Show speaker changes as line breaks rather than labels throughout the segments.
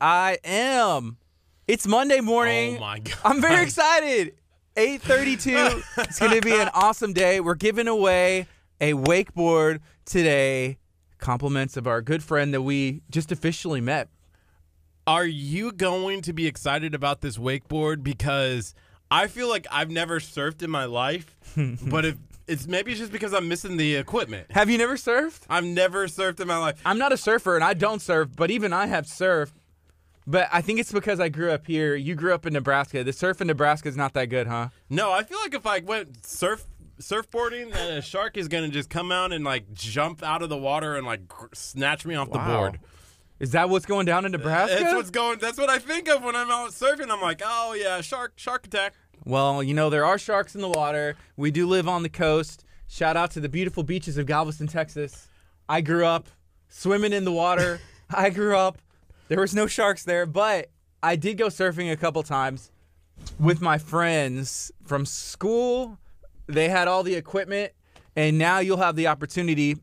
I am. It's Monday morning.
Oh my god!
I'm very excited. 8:32. it's going to be an awesome day. We're giving away a wakeboard today. Compliments of our good friend that we just officially met.
Are you going to be excited about this wakeboard? Because I feel like I've never surfed in my life, but if it's maybe it's just because I'm missing the equipment.
Have you never surfed?
I've never surfed in my life.
I'm not a surfer and I don't surf, but even I have surfed. But I think it's because I grew up here. You grew up in Nebraska. The surf in Nebraska is not that good, huh?
No, I feel like if I went surf surfboarding, then a shark is gonna just come out and like jump out of the water and like gr- snatch me off the
Wow.
board.
Is that what's going down in Nebraska?
That's what's going. That's what I think of when I'm out surfing. I'm like, oh yeah, shark, shark attack.
Well, you know, there are sharks in the water. We do live on the coast. Shout out to the beautiful beaches of Galveston, Texas. I grew up swimming in the water. I grew up. There was no sharks there, but I did go surfing a couple times with my friends from school. They had all the equipment, and now you'll have the opportunity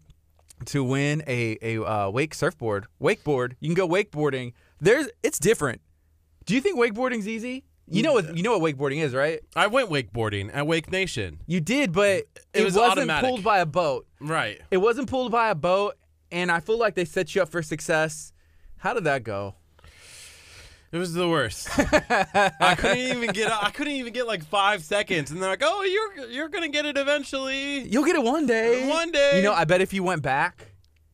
to win a, a uh, wake surfboard, wakeboard. You can go wakeboarding. There's it's different. Do you think wakeboarding's easy? You know what you know what wakeboarding is, right?
I went wakeboarding at Wake Nation.
You did, but it,
was
was not
automatic.
pulled by a boat.
Right.
It wasn't pulled by a boat, and I feel like they set you up for success. How did that go?
It was the worst. I couldn't even get. I couldn't even get like five seconds, and they're like, "Oh, you're you're gonna get it eventually."
You'll get it one day.
One day.
You know, I bet if you went back,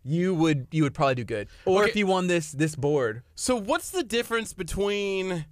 you would you would probably do good. Or if
Okay.
you won this this board.
So, what's the difference between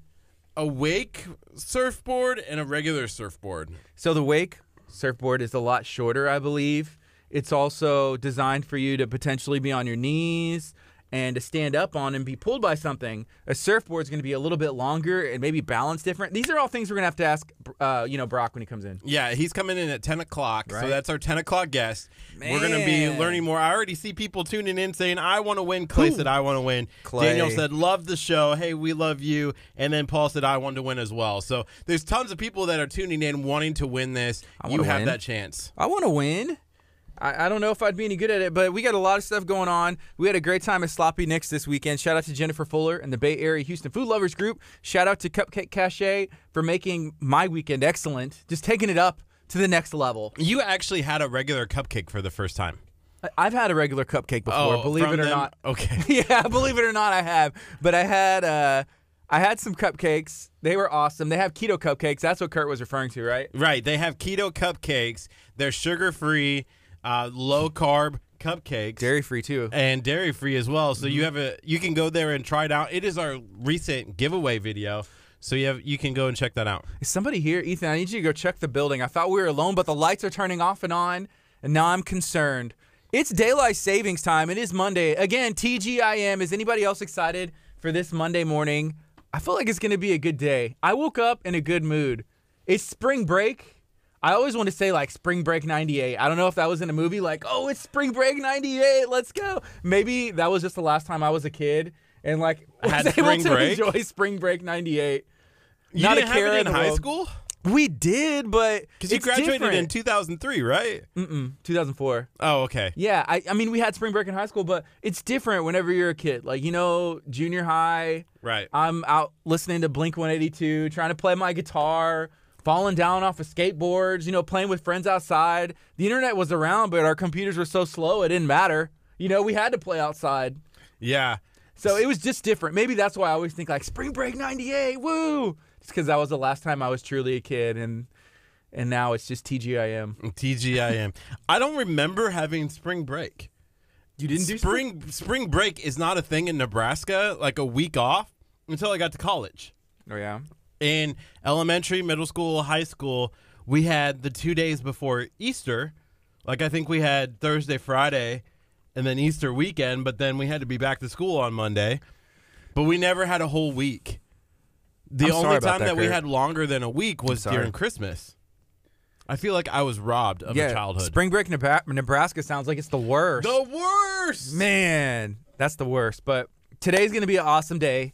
a wake surfboard and a regular surfboard?
So the wake surfboard is a lot shorter, I believe. It's also designed for you to potentially be on your knees and to stand up on and be pulled by something. A surfboard's going to be a little bit longer and maybe balance different. These are all things we're going to have to ask, uh, you know, Brock when he comes in.
Yeah, he's coming in at ten o'clock,
Right.
so that's our ten o'clock guest. We're gonna be
Man.
learning more. I already see people tuning in saying, "I want to win." Clay said, "I want to win."
Clay.
Daniel said, "Love the show." Hey, we love you. And then Paul said, "I want to win as well." So there's tons of people that are tuning in wanting to win this. You
wanna
have
win.
that chance.
I want to win. I, I don't know if I'd be any good at it, but we got a lot of stuff going on. We had a great time at Sloppy Nick's this weekend. Shout out to Jennifer Fuller and the Bay Area Houston Food Lovers Group. Shout out to Cupcake Cache for making my weekend excellent, just taking it up to the next level.
You actually had a regular cupcake for the first time.
I- I've had a regular cupcake before, believe
Oh, from
it or
them?
not.
Okay.
yeah, believe it or not, I have. But I had uh, I had some cupcakes. They were awesome. They have keto cupcakes. That's what Kurt was referring to, right?
Right. They have keto cupcakes. They're sugar free, uh, low carb cupcakes.
Dairy free too.
and dairy free as well. So you have a you can go there and try it out. It is our recent giveaway video. So you have you can go and check that out.
Is somebody here? Ethan, I need you to go check the building. I thought we were alone, but the lights are turning off and on, and now I'm concerned. It's daylight savings time. It is Monday. Again, TGIM. Is anybody else excited for this Monday morning? I feel like it's going to be a good day. I woke up in a good mood. It's spring break. I always want to say like Spring Break 98. I don't know if that was in a movie like, "Oh, it's Spring Break 98. Let's go." Maybe that was just the last time I was a kid and like was
Had
able
spring
to
break?
enjoy Spring Break 98.
You
Not a
didn't
care
have it
in
in
the
high
world.
school
We did, but
because you
it's
graduated in mm,
different. Mm.
2003, right?
Mm-mm, 2004.
Oh, okay.
Yeah, I, I mean, we had spring break in high school, but it's different whenever you're a kid. Like, you know, junior high,
Right.
I'm out listening to Blink 182, trying to play my guitar, falling down off of skateboards, you know, playing with friends outside. The internet was around, but our computers were so slow, it didn't matter. You know, we had to play outside.
Yeah.
So it was just different. Maybe that's why I always think like Spring Break '98, woo! Just because that was the last time I was truly a kid, and and now it's just TGIM.
TGIM. I don't remember having spring break.
You didn't
Spring spring break is not a thing in Nebraska. Like a week off until I got to college.
Oh yeah.
in elementary, middle school, high school, we had the two days before Easter. Like I think we had Thursday, Friday, and then Easter weekend, but then we had to be back to school on Monday. But we never had a whole week. The
I'm sorry
only
about
time
that,
that, we
Kurt.
had longer than a week was
sorry.
during Christmas. I feel like I was robbed of a childhood.
Spring Break Nebra- Nebraska sounds like it's the worst.
the worst.
Man, that's the worst. But today's gonna be an awesome day.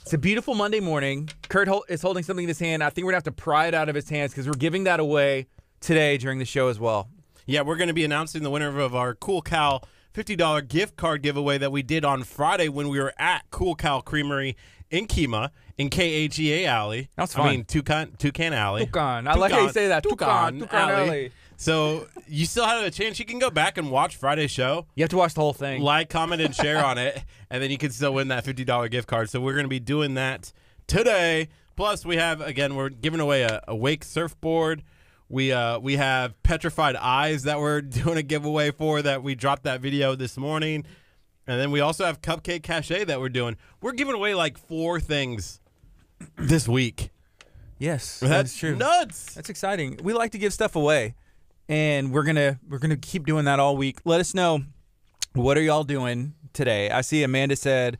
It's a beautiful Monday morning. Kurt hol- is holding something in his hand. I think we're gonna have to pry it out of his hands because we're giving that away today during the show as well.
Yeah, we're going to be announcing the winner of our Cool Cow $50 gift card giveaway that we did on Friday when we were at Cool Cow Creamery in Kima in KHEA Alley.
That's
I
fun.
mean, Toucan, Toucan Alley.
Toucan. I like how you say that. Toucan, Toucan Alley.
So you still have a chance. You can go back and watch Friday's show
You have to watch the whole thing.
like, comment, and share on it, and then you can still win that fifty dollar gift card. So we're going to be doing that today. Plus, we have again, we're giving away a, a wake surfboard. We uh, we have petrified eyes that we're doing a giveaway for that we dropped that video this morning, and then we also have cupcake cachet that we're doing. We're giving away like four things this week.
yes,
That's,
true.
nuts.
That's exciting. We like to give stuff away, and we're gonna we're gonna keep doing that all week. Let us know what are y'all doing today. I see Amanda said,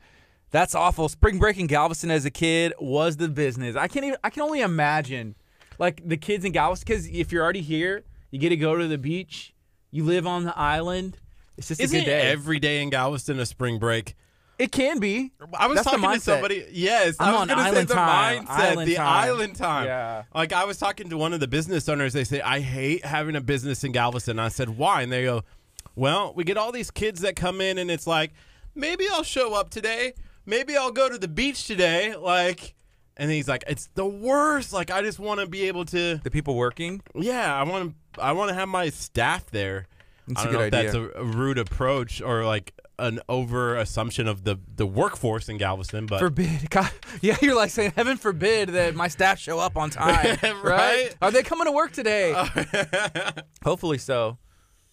"That's awful." Spring break in Galveston as a kid was the business. I can't even. I can only imagine, like the kids in Galveston. Because if you're already here, you get to go to the beach. You live on the island. It's just
Isn't
a good day.
every day in Galveston a spring break?
it can be.
I was
That's the
talking to
mindset.
somebody. Yes, I
I'm
was
on
gonna
island
say the
time,
mindset,
island
the
time.
island time.
Yeah.
Like I was talking to one of the business owners. They say I hate having a business in Galveston. I said why, and they go, "Well, we get all these kids that come in, and it's like, maybe I'll show up today. Maybe I'll go to the beach today. Like." And he's like, it's the worst. Like, I just want to be able to,
The people working.
yeah, I want to, I want to have my staff there.
That's
I
a
don't
good
know if
idea.
that's a, a rude approach or like an over assumption of the the workforce in Galveston, but
Forbid. God. Yeah, you're like saying, heaven forbid that my staff show up on time. right?
Right? Uh.
Are they coming to work today? Hopefully so.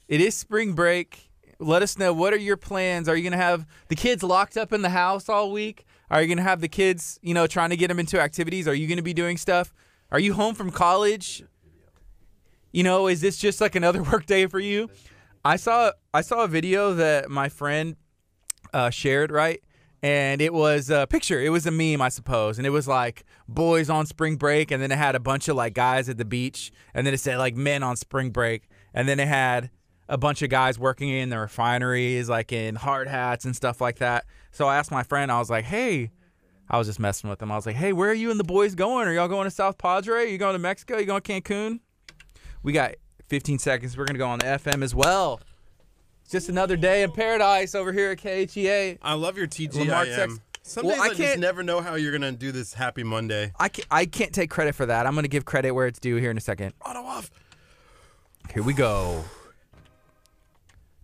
It is spring break. Let us know what are your plans? Are you going to have the kids locked up in the house all week? Are you going to have the kids, you know, trying to get them into activities? Are you going to be doing stuff? Are you home from college? You know, is this just like another work day for you? I saw I saw a video that my friend uh, shared, right? And it was a picture. It was a meme, I suppose. And it was like boys on spring break, and then it had a bunch of like guys at the beach, and then it said like men on spring break, and then it had a bunch of guys working in the refineries, like in hard hats and stuff like that. So I asked my friend, I was like, hey, I was just messing with him. I was like, hey, where are you and the boys going? Are y'all going to South Padre? Are you going to Mexico? you going to Cancun? We got 15 seconds. We're going to go on the FM as well. It's just another day in paradise over here at E KHEA.
I love your TGIM.
Lamar Tex-
Some
Well,
days
I
I, just
can't-
never know how you're gonna do this Happy Monday.
I can't, I can't take credit for that. I'm going to give credit where it's due here in a second.
Auto off.
Here we go.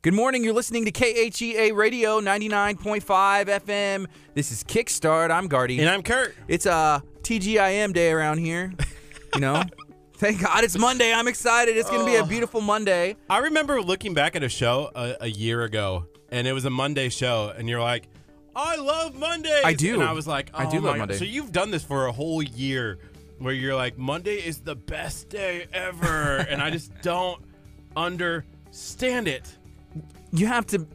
Good morning. You're listening to KHEA Radio 99.5 FM. This is Kickstart. I'm Guardy.
And I'm Kurt.
It's uh, TGIM day around here. You know? Thank God it's Monday. I'm excited. It's going to be a beautiful Monday.
I remember looking back at a show a, a year ago, and it was a Monday show, and you're like, "I love Mondays."
I do.
And I was like,
I
"Oh
do
my
love
God."
Monday.
So you've done this for a whole year, where you're like, "Monday is the best day ever," and I just don't understand it.
You have to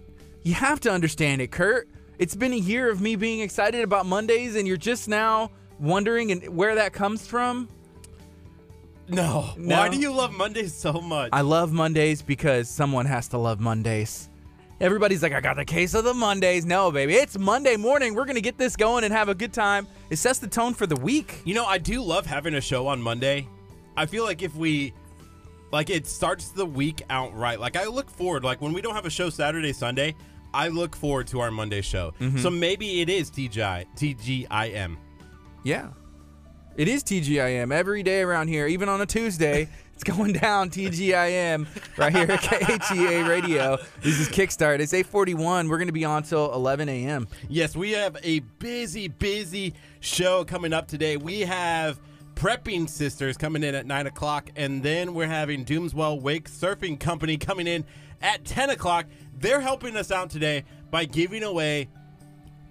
you have to understand it, Kurt. It's been a year of me being excited about Mondays and you're just now wondering and where that comes from.
No. Why do you love Mondays so much?
I love Mondays because someone has to love Mondays. Everybody's like, I got the case of the Mondays. No, baby, it's Monday morning. We're gonna get this going and have a good time. It sets the tone for the week.
You know, I do love having a show on Monday. I feel like if we like it starts the week out right. Like I look forward like when we don't have a show Saturday Sunday, I look forward to our Monday show. So maybe it is TGI TGIM.
Yeah, it is TGIM every day around here, even on a Tuesday. It's going down TGIM right here at KHEA Radio. This is Kickstart. It's 8:41. We're gonna be on till 11 a.m.
Yes, we have a busy busy show coming up today. We have Prepping Sisters coming in at 9 o'clock, and then we're having Doomswell Wake Surfing Company coming in at 10 o'clock. They're helping us out today by giving away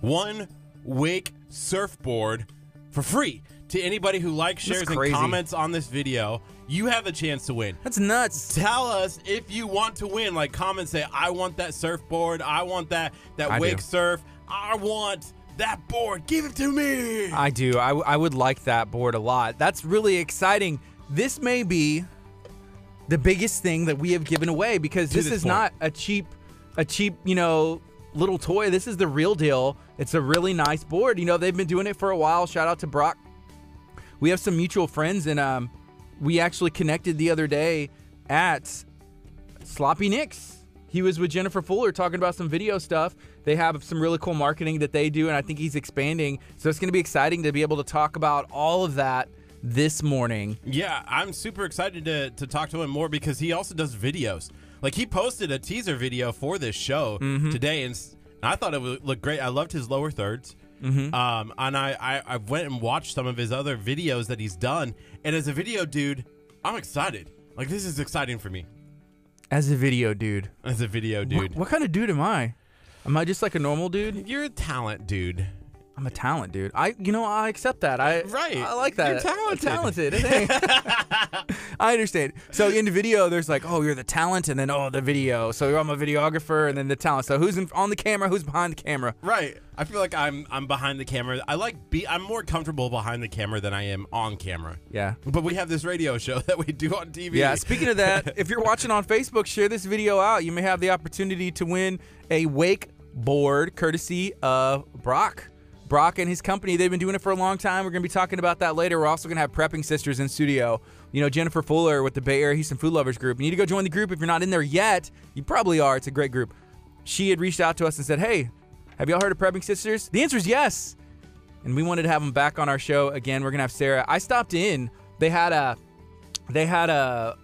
one wake surfboard for free to anybody who likes,
That's
shares, and
crazy.
comments on this video. You have a chance to win.
That's nuts.
Tell us if you want to win. Like comment, say I want that surfboard. I want that that
I do.
wake surf. I want that board. Give it to me.
I do. I, w- I would like that board a lot. That's really exciting. This may be the biggest thing that we have given away because this,
this
is
point.
not a cheap, a cheap, you know, little toy. This is the real deal. It's a really nice board. You know, they've been doing it for a while. Shout out to Brock. We have some mutual friends, and um, we actually connected the other day at Sloppy Nicks. He was with Jennifer Fuller talking about some video stuff. They have some really cool marketing that they do, and I think he's expanding. So it's going to be exciting to be able to talk about all of that this morning.
Yeah, I'm super excited to, to talk to him more because he also does videos. Like he posted a teaser video for this show
Mm-hmm.
today, and s- I thought it would look great. I loved his lower thirds,
Mm-hmm.
um, and I, I I went and watched some of his other videos that he's done. And as a video dude, I'm excited. Like this is exciting for me
As a video dude,
as a video dude.
what kind of dude am I? Am I just like a normal dude?
You're a talent dude.
I'm a talent dude. I, you know, I accept that. I
Right.
I like
You're
that.
talented.
talented. I think. I understand. So in the video, there's like, oh, you're the talent, and then oh, the video. So I'm a videographer, and then the talent. So who's in, on the camera? Who's behind the camera?
Right. I feel like I'm I'm behind the camera. I like be I'm more comfortable behind the camera than I am on camera.
Yeah.
But we have this radio show that we do on TV.
Yeah. Speaking of that, if you're watching on Facebook, share this video out. You may have the opportunity to win a wake board courtesy of Brock. Brock and his company, they've been doing it for a long time. We're going to be talking about that later. We're also going to have Prepping Sisters in studio. You know, Jennifer Fuller with the Bay Area Houston Food Lovers Group. You need to go join the group if you're not in there yet. You probably are. It's a great group. She had reached out to us and said, Hey, have y'all heard of Prepping Sisters? The answer is yes and we wanted to have them back on our show again. We're gonna have Sarah. I stopped in. They had a, they had a,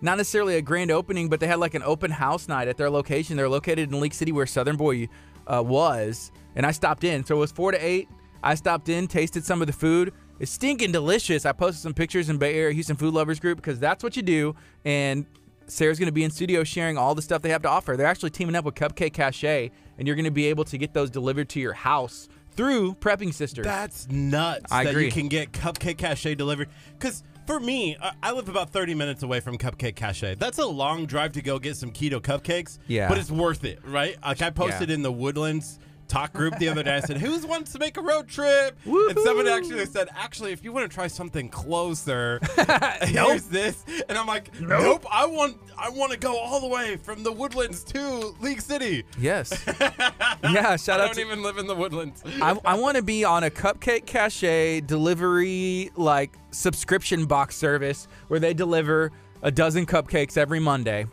not necessarily a grand opening, but they had like an open house night at their location. They're located in League City, where Southern Boy uh, was, and I stopped in. So it was four to eight. I stopped in, tasted some of the food. It's stinking delicious. I posted some pictures in Bay Area Houston Food Lovers Group because that's what you do. And Sarah's going to be in studio sharing all the stuff they have to offer. They're actually teaming up with Cupcake Cache, and you're going to be able to get those delivered to your house through Prepping Sisters.
That's nuts.
I
that
agree.
You can get Cupcake Cache delivered. Because for me, I- I live about 30 minutes away from Cupcake Cache. That's a long drive to go get some keto cupcakes.
Yeah.
But it's worth it, right? Like I posted in the Woodlands talk group the other day. I said, "Who's wants to make a road trip?" And someone
Woohoo.
actually said, "Actually, if you want to try something closer, here's this." And I'm like, nope. I want I want to go all the way from the Woodlands to League City."
Yes. yeah.
I
Shout out
don't
to.
even live in the Woodlands.
I, I want to be on a cupcake cachet delivery like subscription box service where they deliver a dozen cupcakes every Monday.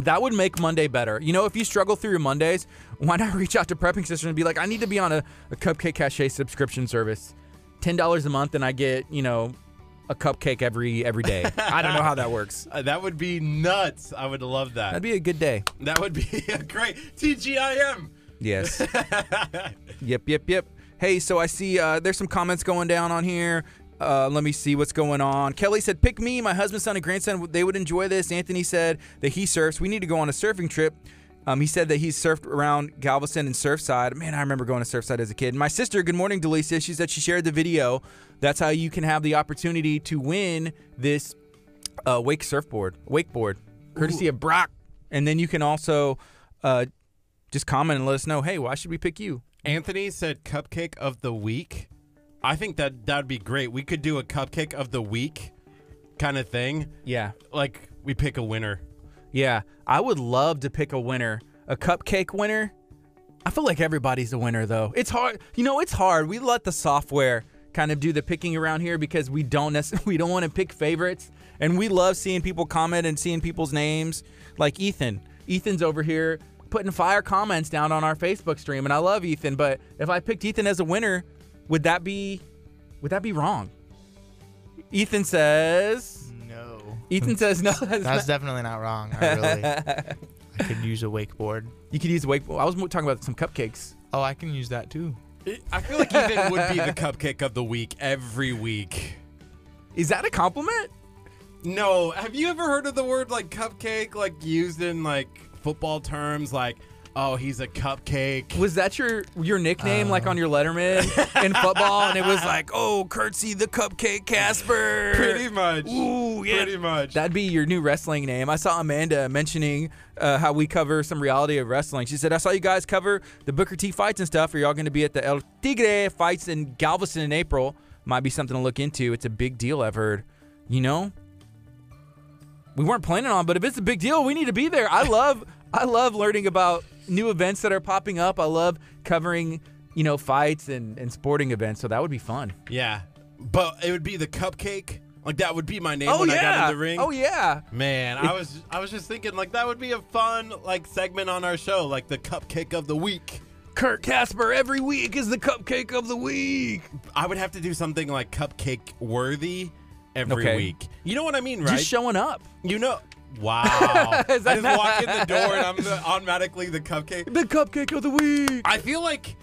That would make Monday better. You know, if you struggle through your Mondays, why not reach out to Prepping Sisters and be like, I need to be on a, a cupcake cachet subscription service, ten dollars a month, and I get you know a cupcake every every day. I don't know how that works.
Uh, that would be nuts. I would love that.
That'd be a good day.
That would be a great TGIM.
Yes. yep, yep, yep. Hey, so I see uh, there's some comments going down on here. Uh, let me see what's going on. Kelly said, "Pick me, my husband, son, and grandson. They would enjoy this." Anthony said that he surfs. We need to go on a surfing trip. Um, he said that he surfed around Galveston and Surfside. Man, I remember going to Surfside as a kid. My sister, good morning, Delicia. She said she shared the video. That's how you can have the opportunity to win this uh, wake surfboard, wakeboard, courtesy of Brock. And then you can also uh, just comment and let us know, hey, why should we pick you?
Anthony said cupcake of the week. I think that that'd be great. We could do a cupcake of the week kind of thing.
Yeah.
Like we pick a winner.
Yeah. I would love to pick a winner, a cupcake winner. I feel like everybody's a winner, though. It's hard. You know, it's hard. We let the software kind of do the picking around here because we don't necessarily, we don't want to pick favorites. And we love seeing people comment and seeing people's names. Like Ethan. Ethan's over here putting fire comments down on our Facebook stream. And I love Ethan. But if I picked Ethan as a winner, would that be, would that be wrong? Ethan says,
No.
Ethan says, no, that's not-
That's definitely not wrong. I really. I could use a wakeboard.
You could use wake. I was mo- talking about some cupcakes.
Oh, I can use that too.
I feel like Ethan would be the cupcake of the week every week.
Is that a compliment?
No, have you ever heard of the word like cupcake like used in like football terms like oh, he's a cupcake.
Was that your your nickname, like on your Letterman in football? And it was like, oh, Curtsy the Cupcake Casper.
Pretty much.
Ooh, yeah.
Pretty much.
That'd be your new wrestling name. I saw Amanda mentioning uh, how we cover some reality of wrestling. She said, I saw you guys cover the Booker T fights and stuff. Are y'all going to be at the El Tigre fights in Galveston in April? Might be something to look into. It's a big deal, I've heard. You know? We weren't planning on, but if it's a big deal, we need to be there. I love I love learning about new events that are popping up. I love covering, you know, fights and, and sporting events. So that would be fun.
Yeah. But it would be the cupcake Like that would be my name
Oh
when
yeah.
I got in the ring.
Oh yeah.
Man, I was I was just thinking like that would be a fun like segment on our show, like the cupcake of the week.
Kurt Casper every week is the cupcake of the week.
I would have to do something like cupcake worthy every
Okay.
week. You know what I mean, right?
Just showing up.
you know. Wow. I
Is
just
that not-
walk in the door and I'm the, automatically the cupcake.
The cupcake of the week.
I feel like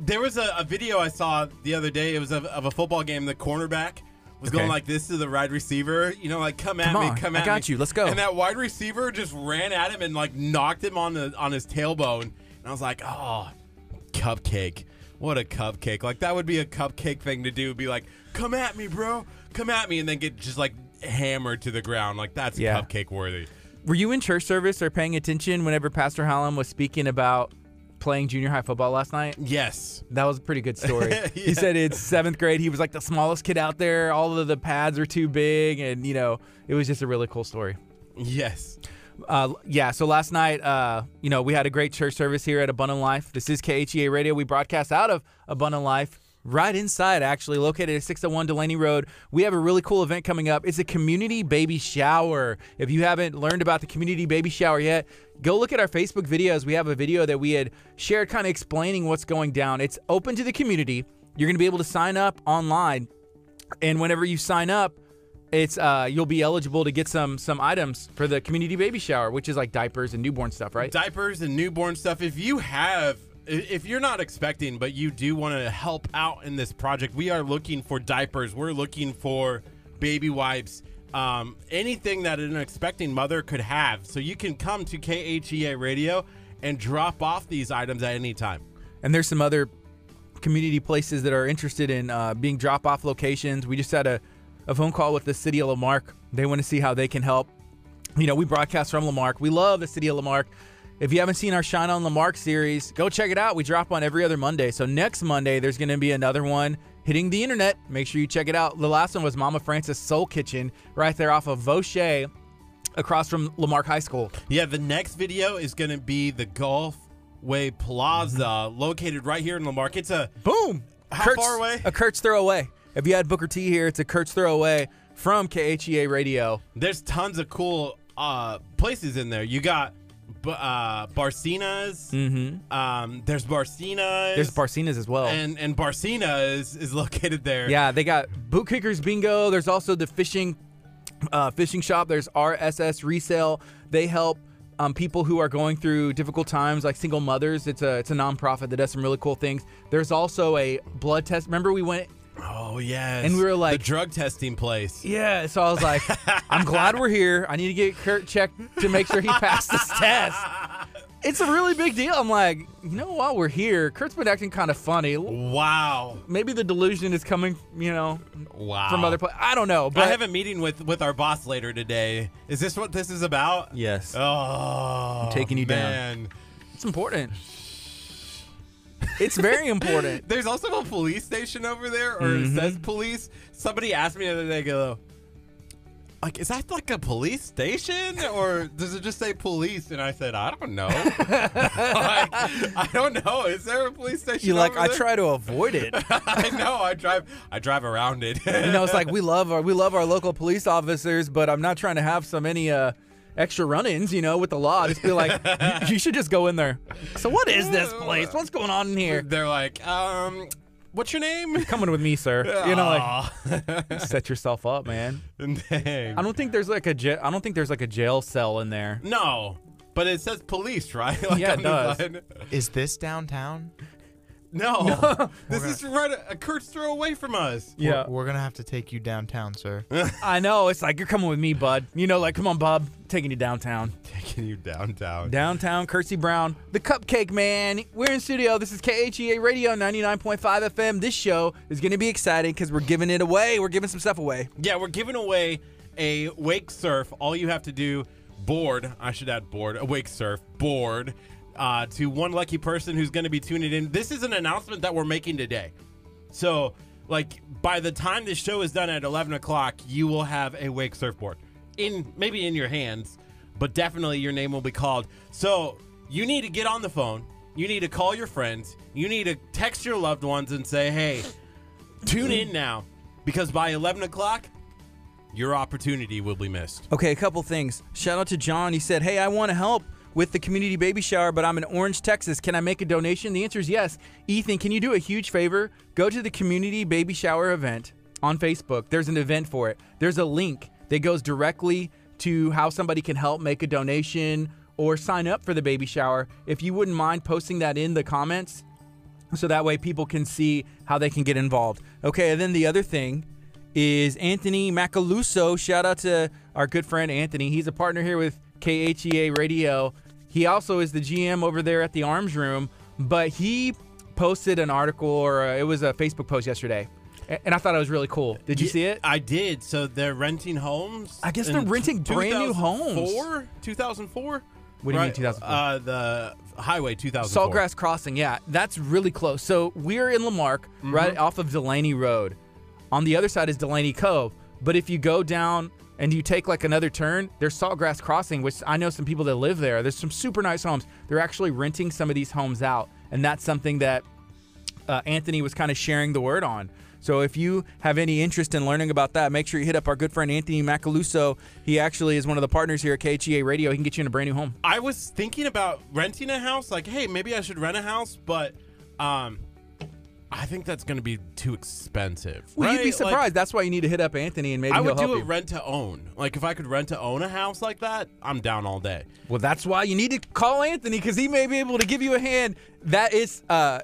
there was a, a video I saw the other day. It was of, of a football game. The cornerback was
Okay.
going like this to the wide receiver. You know, like come at
Come
me,
on,
come
I
at
got
me.
you, let's go.
And that wide receiver just ran at him and like knocked him on the on his tailbone. And I was like, oh, cupcake. What a cupcake. Like that would be a cupcake thing to do. Be like, come at me, bro. Come at me, and then get just like hammered to the ground. Like that's
Yeah.
cupcake worthy.
Were you in church service or paying attention whenever Pastor Hallam was speaking about playing junior high football last night?
Yes.
That was a pretty good story. He
Yeah.
said in seventh grade he was like the smallest kid out there. All of the pads were too big, and you know it was just a really cool story.
Yes.
Uh, yeah, so last night, uh, you know, we had a great church service here at Abundant Life. This is KHEA Radio. We broadcast out of Abundant Life, right inside, actually, located at 601 Delaney Road. We have a really cool event coming up. It's a community baby shower. If you haven't learned about the community baby shower yet, go look at our Facebook videos. We have a video that we had shared kind of explaining what's going down. It's open to the community. You're going to be able to sign up online and whenever you sign up it's uh you'll be eligible to get some some items for the community baby shower which is like diapers and newborn stuff right
diapers and newborn stuff. If you have, i- if you're not expecting, but you do want to help out in this project, we are looking for diapers. We're looking for baby wipes. Um, anything that an expecting mother could have. So you can come to KHEA Radio and drop off these items at any time.
and there's some other community places that are interested in uh, being drop-off locations we just had a, a phone call with the city of lamarck they want to see how they can help you know we broadcast from lamarck we love the city of lamarck if you haven't seen our shine on lamarck series go check it out we drop on every other monday so next monday there's going to be another one hitting the internet make sure you check it out the last one was mama francis soul kitchen right there off of Vaucher, across from lamarck high school
Yeah, the next video is going to be the Gulf Way Plaza, located right here in Lamarck. It's a
Boom.
How far away?
A Kurtz throw away. If you had Booker T here, it's a Kurtz throw away from KHEA Radio.
there's tons of cool uh, places in there. You got b- uh, Barcenas. Mm-hmm. Um, there's Barcenas.
There's Barcenas as well.
and and Barcina is, is located there.
yeah, they got boot kickers bingo. There's also the fishing uh, fishing shop. There's RSS resale. They help um, people who are going through difficult times, like single mothers. It's a it's a nonprofit that does some really cool things. There's also a blood test. Remember we went
Oh yes.
And we were like-
the drug testing place.
Yeah, so I was like, I'm glad we're here. I need to get Kurt checked to make sure he passed this test. It's a really big deal. I'm like, you know, while we're here, Kurt's been acting kind of funny.
Wow.
Maybe the delusion is coming, you know,
Wow.
from other places. I don't know, but
I have a meeting with with our boss later today. Is this what this is about?
yes,
Oh,
taking you down.
man.
it's important. It's very important.
There's also a police station over there, or it
Mm-hmm.
says police. Somebody asked me the other day, go, like, is that like a police station, or does it just say police? And I said, I don't know. like, I don't know. Is there a police station?
You like,
over
I
there?"
try to avoid it.
I know. I drive. I drive around it.
You know, it's like we love our we love our local police officers, but I'm not trying to have so many uh, extra run-ins, you know, with the law. Just be like, "You- you should just go in there. So what is this place? What's going on in here?
They're like, um, what's your name?
Coming with me, sir. You know, like
Aw.
set yourself up, man.
Dang.
I don't think there's like a ja- I don't think there's like a jail cell in there.
no, but it says police, right? Like
Yeah, it
on the
does.
sign.
Is this downtown?
No, this is right a, a Kurt's throw away from us.
We're-
Yeah,
We're, gonna have to take you downtown, sir.
I know. It's like you're coming with me, bud. You know, like come on, Bob, taking you downtown.
Taking you downtown.
Downtown Kersey Brown, the Cupcake Man. We're in studio. This is KHEA Radio 99.5 FM. This show is going to be exciting because we're giving it away. We're giving some stuff away.
yeah, we're giving away a wake surf. All you have to do, board. I should add board. A wake surf board. Uh, to one lucky person who's going to be tuning in. This is an announcement that we're making today. So, like, by the time this show is done at 11 o'clock, you will have a wake surfboard in maybe in your hands, but definitely your name will be called. So, you need to get on the phone. You need to call your friends. You need to text your loved ones and say, hey, tune in now because by 11 o'clock, Your opportunity will be missed.
Okay, a couple things. Shout out to John. He said, Hey, I want to help with the community baby shower, but I'm in Orange, Texas. Can I make a donation? The answer is yes. Ethan, can you do a huge favor? Go to the community baby shower event on Facebook. There's an event for it, there's a link that goes directly to how somebody can help make a donation or sign up for the baby shower. If you wouldn't mind posting that in the comments, so that way people can see how they can get involved. Okay, and then the other thing is Anthony Macaluso. Shout out to our good friend Anthony. He's a partner here with KHEA Radio. He also is the GM over there at the Arms Room, but he posted an article or uh, it was a Facebook post yesterday, a- and I thought it was really cool. Did you see it?
I did. So they're renting homes.
I guess
in
they're renting brand new homes.
2004? 2004?
What do you mean 2004?
Uh, the highway 2004.
Saltgrass Crossing, yeah, that's really close. So we're in Lamarck, right off of Delaney Road. On the other side is Delaney Cove. But if you go down and you take like another turn, there's Saltgrass Crossing, which I know some people that live there. There's some super nice homes. They're actually renting some of these homes out, and that's something that uh, Anthony was kind of sharing the word on. So if you have any interest in learning about that, make sure you hit up our good friend Anthony Macaluso. He actually is one of the partners here at KHEA Radio. He can get you in a brand new home.
I was thinking about renting a house. Like, hey, maybe I should rent a house, but um, I think that's going to be too expensive.
Well, you'd
right?
be
Like,
surprised. That's why you need to hit up Anthony and maybe
I
he'll
would
help
do a
you.
rent to own. Like, if I could rent to own a house like that, I'm down all day.
Well, that's why you need to call Anthony because he may be able to give you a hand. That is, uh,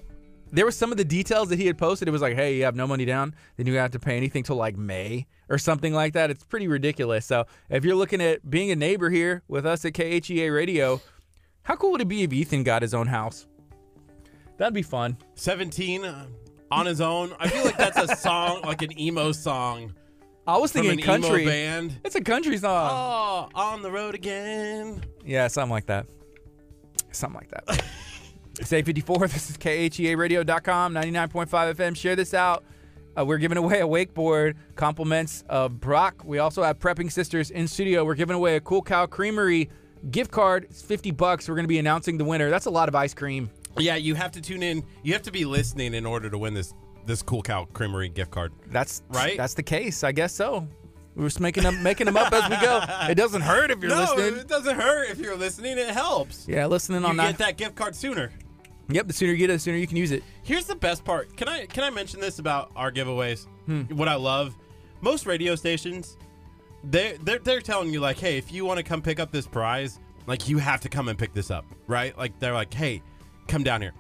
there were some of the details that he had posted. It was like, hey, you have no money down, then you don't have to pay anything till like May or something like that. It's pretty ridiculous. So if you're looking at being a neighbor here with us at KHEA Radio, how cool would it be if Ethan got his own house? That'd be fun.
17 uh, on his own. I feel like that's a song, like an emo song
I was
from
thinking
an
country.
emo band.
It's a country song.
Oh, on the road again.
Yeah, something like that. Something like that. it's 854. This is E KHEAradio.com, 99.5 FM. Share this out. Uh, we're giving away a wakeboard. Compliments of Brock. We also have Prepping Sisters in studio. We're giving away a Cool Cow Creamery gift card. It's 50 bucks. We're going to be announcing the winner. That's a lot of ice cream.
Yeah, you have to tune in. You have to be listening in order to win this this cool cow creamery gift card.
That's
Right?
That's the case. I guess so. We're just making them, making them up as we go. It doesn't hurt if you're
no,
listening.
it doesn't hurt if you're listening. It helps.
Yeah, listening
You
on
get
that.
that gift card sooner.
Yep, the sooner you get it, the sooner you can use it.
Here's the best part. Can I can I mention this about our giveaways? What I love, most radio stations, they they're, they're telling you like, hey, if you want to come pick up this prize, like you have to come and pick this up, right? Like they're like, hey, come down here.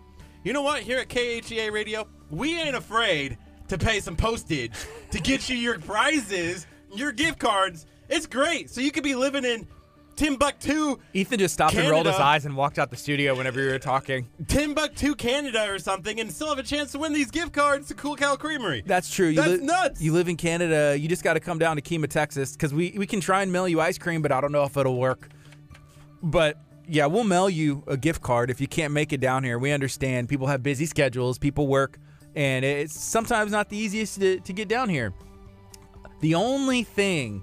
You know what? Here at KHEA Radio, we ain't afraid to pay some postage to get you your prizes, your gift cards. It's great. So you could be living in Timbuktu,
Ethan just stopped and rolled his
Canada.
eyes and walked out the studio whenever you were talking.
Timbuktu, Canada, or something, and still have a chance to win these gift cards to Cool Cow Creamery.
That's true. You
That's nuts.
You live in Canada. You just got to come down to Kima, Texas, because we, we can try and mail you ice cream, but I don't know if it'll work. But yeah, we'll mail you a gift card if you can't make it down here. We understand people have busy schedules, people work, and it's sometimes not the easiest to, to get down here. The only thing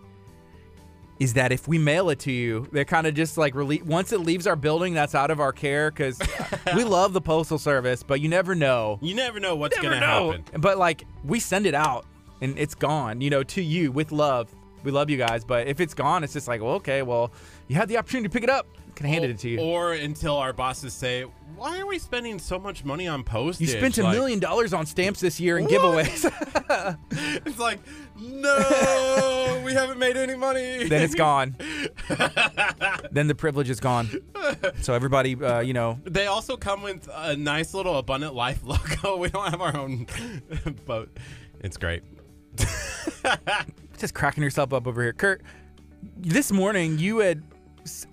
is that if we mail it to you, they're kind of just like rele- once it leaves our building, that's out of our care because we love the postal service, but you never know
You never know what's
never
going to
know.
happen.
But like we send it out and it's gone, you know, to you with love. We love you guys, but if it's gone, it's just like, well, okay, well, you had the opportunity to pick it up. I can hand it to you.
Or until our bosses say, why are we spending so much money on
you
postage?
spent a
Like,
million dollars on stamps this year and
What?
giveaways.
It's like, no, we haven't made any money.
then it's gone. then the privilege is gone. So everybody, uh, you know,
They also come with a nice little Abundant Life logo. We don't have our own boat. It's great.
just cracking yourself up over here. Kurt, this morning you had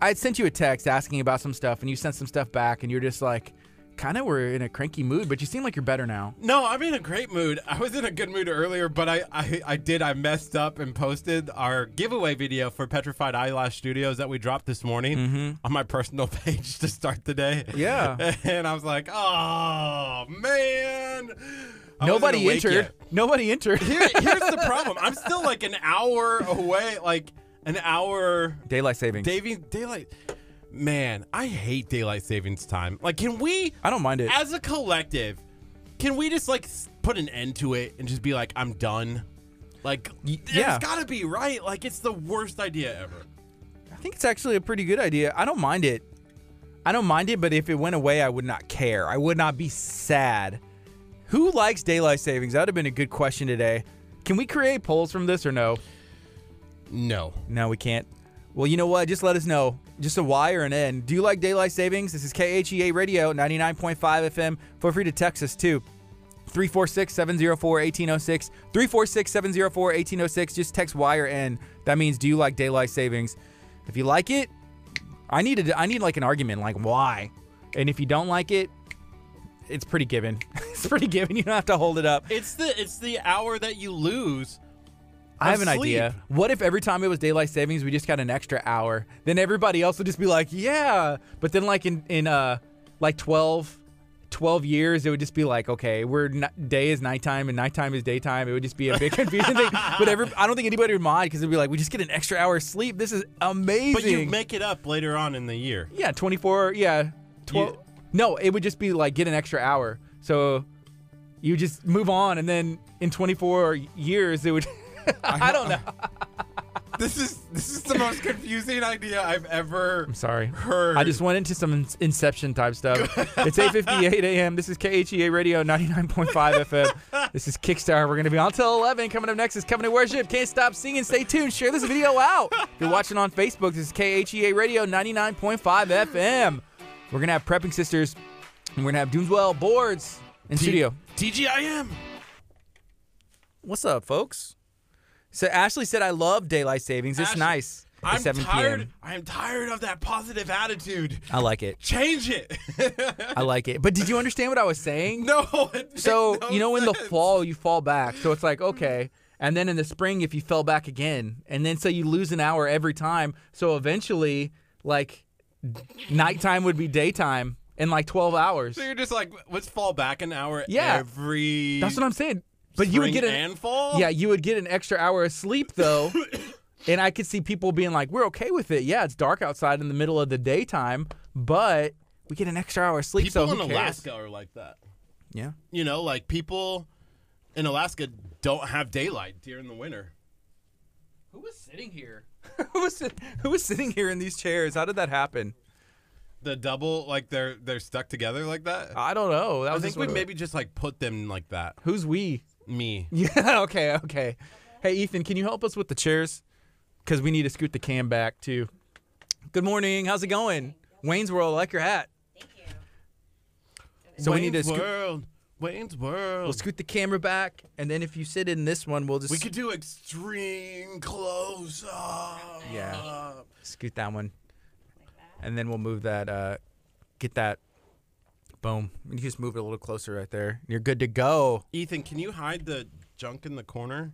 I had sent you a text asking about some stuff, and you sent some stuff back, and you're just like, kind of were in a cranky mood, but you seem like you're better now.
No, I'm in a great mood. I was in a good mood earlier, but I, I, I did. I messed up and posted our giveaway video for Petrified Eyelash Studios that we dropped this morning on my personal page to start the day.
Mm-hmm. Yeah.
And I was like, oh, man. I
Nobody
wasn't awake
entered.
yet.
Nobody entered.
Here, here's the problem I'm still like an hour away, like an hour
Daylight savings.
Davy, daylight. Man, I hate daylight savings time. Like, can we?
I don't mind it.
As a collective, can we just like s- put an end to it and just be like, I'm done? Like,
Y-
it's
yeah.
gotta be right. Like, it's the worst idea ever.
I think it's actually a pretty good idea. I don't mind it. I don't mind it, but if it went away, I would not care. I would not be sad. Who likes daylight savings? That would have been a good question today. Can we create polls from this or no?
No.
No, we can't. Well, you know what? Just let us know. Just a Y or an N. Do you like daylight savings? This is KHEA Radio, 99.5 FM. Feel free to text us too. 346 704 1806. 346 704 1806. Just text Y or N. That means, do you like daylight savings? If you like it, I need, a, I need like an argument, like why? And if you don't like it, it's pretty given. it's pretty given. You don't have to hold it up.
It's the it's the hour that you lose.
I have an
Asleep.
idea. What if every time it was daylight savings, we just got an extra hour? Then everybody else would just be like, yeah. But then, like in in uh, like 12, 12 years, it would just be like, okay, we're n- day is nighttime and nighttime is daytime. It would just be a big confusing thing. But every, I don't think anybody would mind because it'd be like, we just get an extra hour of sleep. This is amazing.
But you make it up later on in the year.
yeah, twenty four. Yeah, twelve.
You-
no, it would just be like get an extra hour. So you just move on, and then in twenty four years, it would. I don't know.
This is this is the most confusing idea I've ever
I'm sorry.
heard.
I just went into some in- Inception type stuff. it's 8:58 a.m. This is KHEA Radio 99.5 FM. This is Kickstarter. We're gonna be on till 11. Coming up next is Coming to Worship. Can't stop singing. Stay tuned. Share this video out. If you're watching on Facebook, this is KHEA Radio 99.5 FM. We're gonna have Prepping Sisters, and we're gonna have Doomswell Boards in studio.
TGIM.
What's up, folks? So Ashley said, "I love daylight savings. It's
Ashley,
nice." at
I'm
7
tired.
p.m.
I'm tired of that positive attitude.
I like it.
Change it.
I like it. But did you understand what I was saying?
no. it makes
So
no
you know, in the
sense.
fall you fall back. So it's like okay, and then in the spring if you fell back again, and then so you lose an hour every time. So eventually, like nighttime would be daytime in like twelve hours.
So you're just like, let's fall back an hour
Yeah.
every.
That's what I'm saying. But you would get
spring
an
and fall.
yeah, you would get an extra hour of sleep though. and I could see people being like, "We're okay with it. Yeah, it's dark outside in the middle of the daytime, but we get an extra hour of sleep."
People
so who
in
cares?
Alaska are like that.
yeah.
You know, like people in Alaska don't have daylight during the winter.
Who was sitting here? who was sit- who was sitting here in these chairs? How did that happen?
The double, like they're they're stuck together like that.
I don't know. That
I
was
think
just
we
Uh, what-
maybe just like put them like that.
Who's we?
Me.
Yeah. Okay. Okay. Hey, Ethan, can you help us with the chairs? Because we need to scoot the cam back too. Good morning. How's it going? Wayne's World. I like your hat.
Thank you.
So we need to
Wayne's
scoot,
World. Wayne's World.
we'll scoot the camera back, and then if you sit in this one, we'll just
we could do extreme close up.
Yeah. scoot that one, and then we'll move that. Uh, get that. Boom. You can just move it a little closer right there. You're good to go.
Ethan, can you hide the junk in the corner?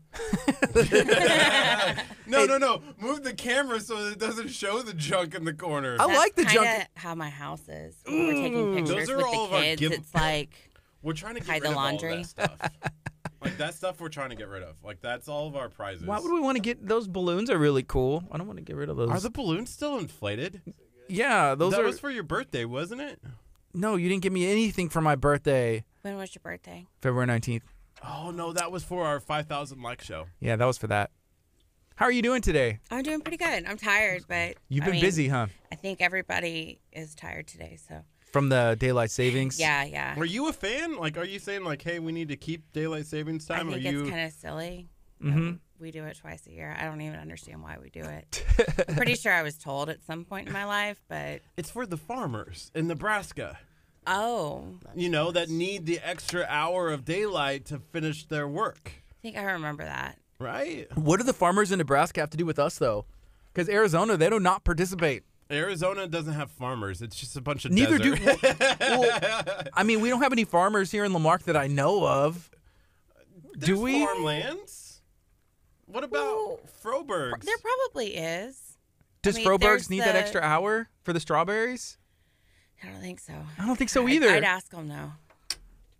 no, no, no. Move the camera so that it doesn't show the junk in the corner.
I like the junk.
kinda How my house is. When we're taking pictures
Those are
with
all of
the
our
kids.
give-
It's like
We're trying to get
Hide
rid
the
of all
laundry.
that stuff. like that stuff we're trying to get rid of. Like that's all of our prizes.
Why would we want to get those balloons? Are really cool. I don't want to get rid of those.
Are the balloons still inflated?
yeah, those
that
are.
was for your birthday, wasn't it?
no, you didn't give me anything for my birthday,
when was your birthday?
February nineteenth.
Oh no, that was for our 5,000 like show.
Yeah, that was for that. How are you doing today?
I'm doing pretty good. I'm tired, but
You've
I
been
mean,
busy, huh?
I think everybody is tired today. So
From the daylight savings.
yeah, yeah.
Were you a fan? Like, are you saying like, hey, we need to keep daylight savings
I
time?
think
are you? Mm-hmm.
it's kind of silly. Um, we do it twice a year. I don't even understand why we do it. I'm pretty sure I was told at some point in my life, but
It's for the farmers in Nebraska.
oh,
You know that need the extra hour of daylight to finish their work,
I think I remember that.
right?
What do the farmers in Nebraska have to do with us though? Because Arizona, they do not participate.
Arizona doesn't have farmers. It's just a bunch of
Neither
desert.
do. well, I mean, we don't have any farmers here in Lamarck that I know of. do
There's
we?
farmlands? What about Froberg's?
There probably is.
Does
I mean,
Froberg's
there's
need that
the-
extra hour for the strawberries?
I don't think so.
I don't think so either.
I'd ask them though.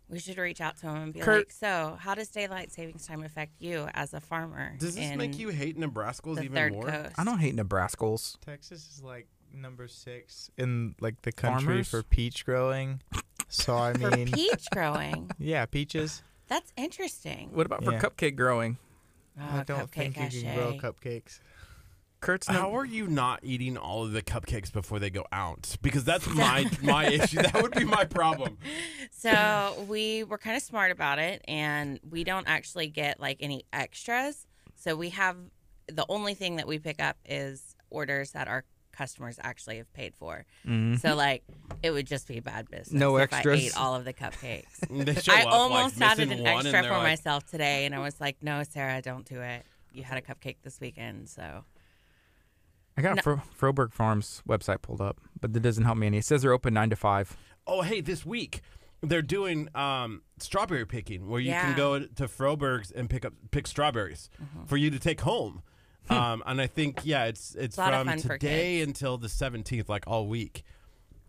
We should reach out to them and be
Kurt-
like, "So, how does daylight savings time affect you as a farmer?"
Does this
in
make you hate Nebraskals
the
even
third
more?
coast?
I don't hate Nebraskals.
Texas is like number six in like the country
Farmers?
for peach growing. So I
For
mean,
peach growing,
yeah, peaches.
that's interesting.
What about for
Yeah.
cupcake growing?
Oh,
I don't
cupcake
think you can grow
cachet.
cupcakes.
Kurt's
How
number.
are you not eating all of the cupcakes before they go out? Because that's my my issue. That would be my problem.
So we were kind of smart about it, and we don't actually get like any extras. So we have the only thing that we pick up is orders that our customers actually have paid for.
Mm-hmm.
So like, it would just be bad business.
No
if
extras?
I ate all of the cupcakes.
They show
I
up, like,
almost added
missing
an
one, and
extra
they're
for
like,
myself today, and I was like, "No, Sarah, don't do it. You had a cupcake this weekend, so."
I got Fro- Froberg Farms website pulled up, but that doesn't help me any. It says they're open nine to five.
Oh, hey, this week they're doing um, strawberry picking, where you can
Yeah. Mm-hmm.
go to Froberg's and pick up pick strawberries for you to take home. Um, and I think yeah, it's it's
a lot of
from
fun for
today
kids.
until the seventeenth, like all week.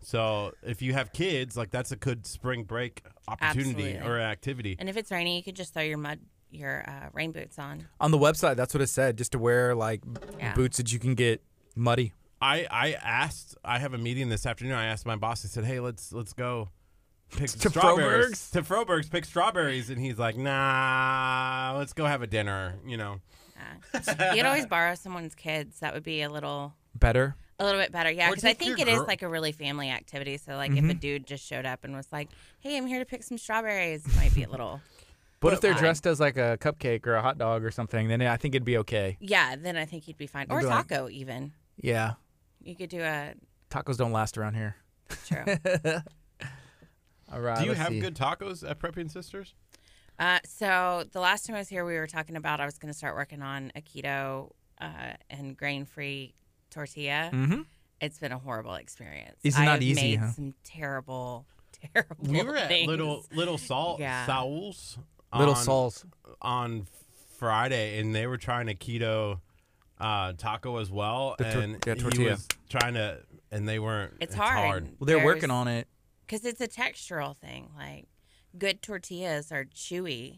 So if you have kids, like that's a good spring break opportunity
Absolutely.
or activity.
And if it's rainy, you could just throw your mud, your uh, rain boots on.
On the website, that's what it said, just to wear like
Yeah.
boots that you can get muddy.
I I asked. I have a meeting this afternoon. I asked my boss. I said, "Hey, let's let's go pick
To
strawberries
Froberg's?
to Froberg's. Pick strawberries." And he's like, "Nah, let's go have a dinner." You know.
Yeah. you could always borrow someone's kids. That would be a little
Better.
A little bit better, yeah.
Or
Because I
take your
think it is
girl-
like a really family activity. So like, if
Mm-hmm.
a dude just showed up and was like, "Hey, I'm here to pick some strawberries," it might be a little.
But if they're
fine.
dressed as like a cupcake or a hot dog or something, then I think it'd be okay.
Yeah, then I think you'd be fine. Or
be like-
taco, even.
Yeah.
You could do a
Tacos don't last around here.
true.
All right.
Do you
let's
have
see.
good tacos at Prepping Sisters?
uh, so the last time I was here, we were talking about I was going to start working on a keto uh, and grain-free tortilla.
Mhm.
It's been a horrible experience.
Is it not
I've
easy,
Made
huh?
some terrible, terrible.
We were at
things.
Little Little Salt
Yeah.
Souls
Little
on,
Sauls?
on Friday, and they were trying a keto uh, taco as well,
The tor-
and
yeah,
he
tortilla.
was trying to, and they weren't.
It's hard.
Well, they're working
There's-
on it.
because it's a textural thing. Like good tortillas are chewy,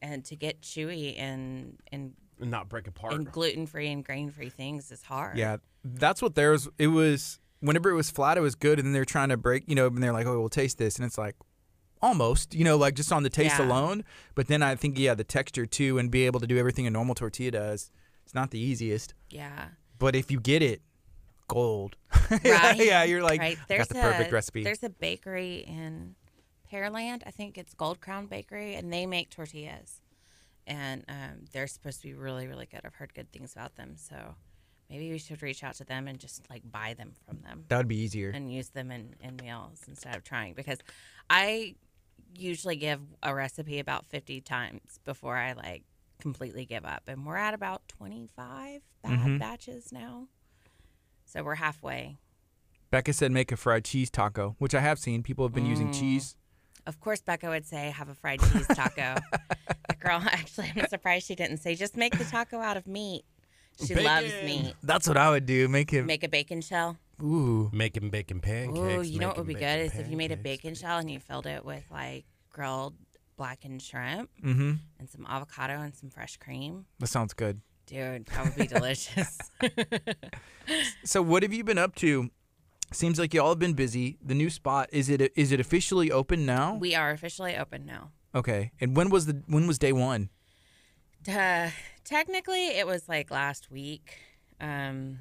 and to get chewy and and,
Not break apart.
and gluten free and grain free things is hard.
Yeah, that's what theirs. It was whenever it was flat, it was good, and then they're trying to break. You know, and they're like, "Oh, we'll taste this," and it's like almost. You know, like just on the taste
Yeah.
alone. But then I think yeah, the texture too, and be able to do everything a normal tortilla does. It's not the easiest,
yeah,
but if you get it, gold.
right.
yeah, you're like
right.
I got
There's
the perfect
a,
recipe.
There's a bakery in Pearland, I think it's Gold Crown Bakery, and they make tortillas, and um, they're supposed to be really really good. I've heard good things about them, so maybe we should reach out to them and just like buy them from them.
That would be easier.
and use them in, in meals instead of trying because I usually give a recipe about 50 times before I like completely give up. And we're at about 25 bad batches now. So we're halfway.
Becca said make a fried cheese taco, which I have seen. People have been
Mm.
using cheese.
Of course, Becca would say, have a fried cheese taco. that girl, actually, I'm surprised she didn't say, just make the taco out of meat. She loves
Bacon.
meat.
That's what I would do. Make it.
Make a bacon shell.
ooh.
making bacon pancakes.
Oh, you know what would be
making
good is
bacon
if you made a
pancakes.
bacon shell and you filled it with like grilled blackened shrimp
Mm-hmm.
and some avocado and some fresh cream.
That sounds good.
Dude, that would be delicious.
So what have you been up to? Seems like y'all have been busy. The new spot is it is it officially open now?
we are officially open now.
okay. And when was the when was day one?
Uh, technically, it was like last week um,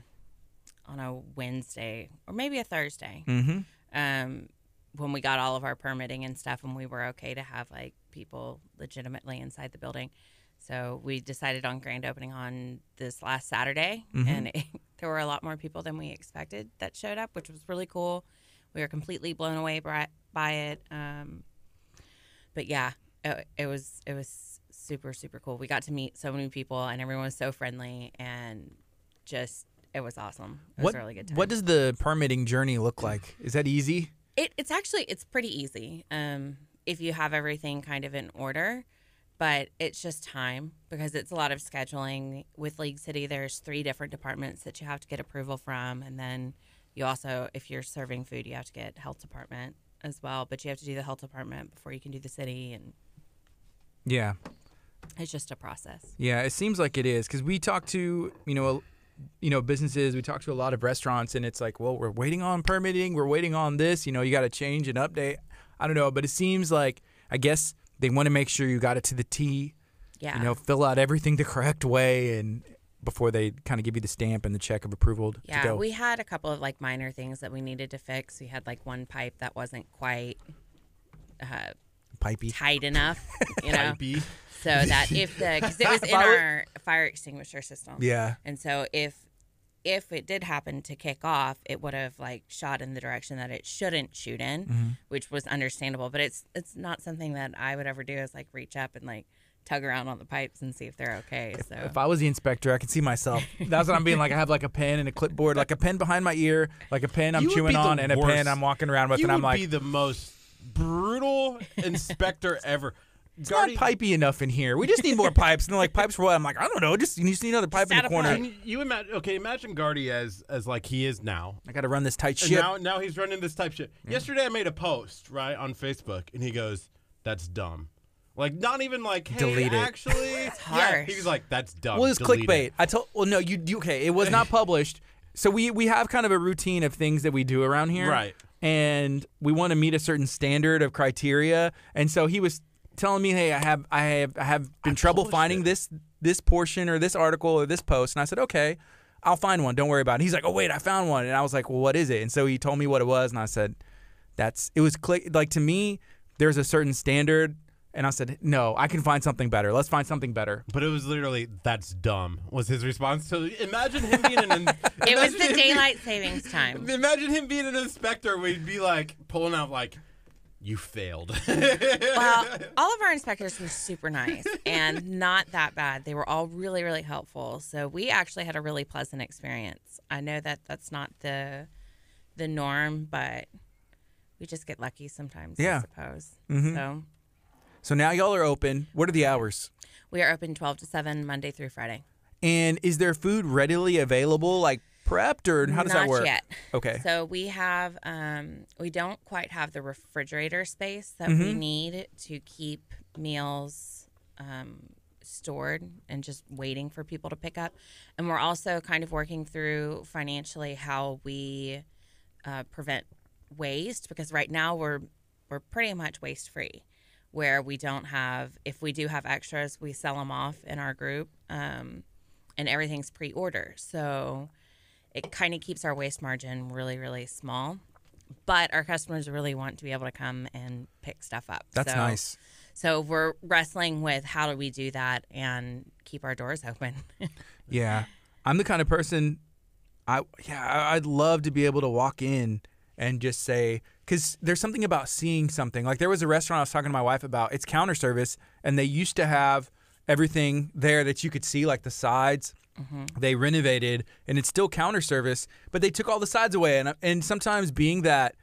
on a Wednesday or maybe a Thursday
Mm-hmm.
um, when we got all of our permitting and stuff and we were okay to have like people legitimately inside the building. So we decided on grand opening on this last Saturday,
Mm-hmm.
and it, there were a lot more people than we expected that showed up, which was really cool. We were completely blown away by, by it. Um, but yeah, it, it was it was super super cool. We got to meet so many people, and everyone was so friendly, and just it was awesome. It was
What
a really good time.
what does the permitting journey look like? Is that easy?
It, it's actually it's pretty easy um, if you have everything kind of in order, but it's just time because it's a lot of scheduling. With League City, there's three different departments that you have to get approval from, and then you also, if you're serving food, you have to get health department as well. But you have to do the health department before you can do the city, and
Yeah.
it's just a process.
Yeah, it seems like it is because we talk to you know, a- you know businesses. We talk to a lot of restaurants, and it's like, well, we're waiting on permitting. We're waiting on this. You know, you got to change and update. I don't know, but it seems like I guess they want to make sure you got it to the T.
Yeah.
you know, fill out everything the correct way and before they kind of give you the stamp and the check of approval to
yeah,
go.
we had a couple of like minor things that we needed to fix. We had like one pipe that wasn't quite uh,
Pipey.
tight enough, you know,
Pipey.
so that if the because it was in our fire extinguisher system.
Yeah.
And so if if it did happen to kick off, it would have like shot in the direction that it shouldn't shoot in,
Mm-hmm.
which was understandable. But it's it's not something that I would ever do is like reach up and like tug around on the pipes and see if they're okay. So
If I was the inspector, I could see myself. That's what I'm being like. I have like a pen and a clipboard, like a pen behind my ear, like a pen I'm
You would be
chewing
the
on, and a pen
worst.
I'm walking around with,
you
and I'm
would be
like,
the most brutal inspector ever.
it's not pipey enough in here. We just need more pipes. And they're like, pipes for what? I'm like, I don't know. Just you just need another pipe in
add
the
a
corner.
pipe.
Can you imagine? Okay, imagine Guardy as as like he is now.
I got to run this tight
And
ship.
now now he's running this type shit. Yesterday I made a post right on Facebook, and he goes, "That's dumb." Like not even like hey,
Delete it.
actually, yeah.
harsh.
He was like, "That's dumb."
well, it was
Delete
clickbait.
it."
I told. Well, no, you, you okay? It was not published. So we we have kind of a routine of things that we do around here,
Right.
And we want to meet a certain standard of criteria. And so he was telling me, "Hey, I have I have I have been trouble
published
finding
it.
this this portion or this article or this post." And I said, "Okay." I'll find one. Don't worry about it. He's like, "Oh wait, I found one," and I was like, "Well, what is it?" And so he told me what it was, and I said, that's it was click like to me there's a certain standard and i said no i can find something better let's find something better
But it was literally "That's dumb" was his response. So imagine him being an.
it was the
daylight.
daylight savings time.
Imagine him being an inspector. We'd be like pulling out like, "You failed."
well, all of our inspectors were super nice and not that bad. They were all really, really helpful. So we actually had a really pleasant experience. I know that that's not the the norm, but we just get lucky sometimes.
Yeah.
I suppose. So
so now y'all are open what are the hours
we are open twelve to seven Monday through Friday.
and is there food readily available like prepped or how does that
Not
work
yet.
okay
So we have um, we don't quite have the refrigerator space that
Mm-hmm.
we need to keep meals um, stored and just waiting for people to pick up. And we're also kind of working through financially how we uh, prevent waste because right now we're we're pretty much waste free. Where we don't have, if we do have extras, we sell them off in our group, um, and everything's pre-order. So it kind of keeps our waste margin really really small but our customers really want to be able to come and pick stuff up
that's
So-
nice
so we're wrestling with how do we do that and keep our doors open
yeah i'm the kind of person i yeah I- i'd love to be able to walk in and just say because there's something about seeing something like there was a restaurant i was talking to my wife about it's counter service and they used to have everything there that you could see like the sides
Mm-hmm.
they renovated and it's still counter service but they took all the sides away and and sometimes being that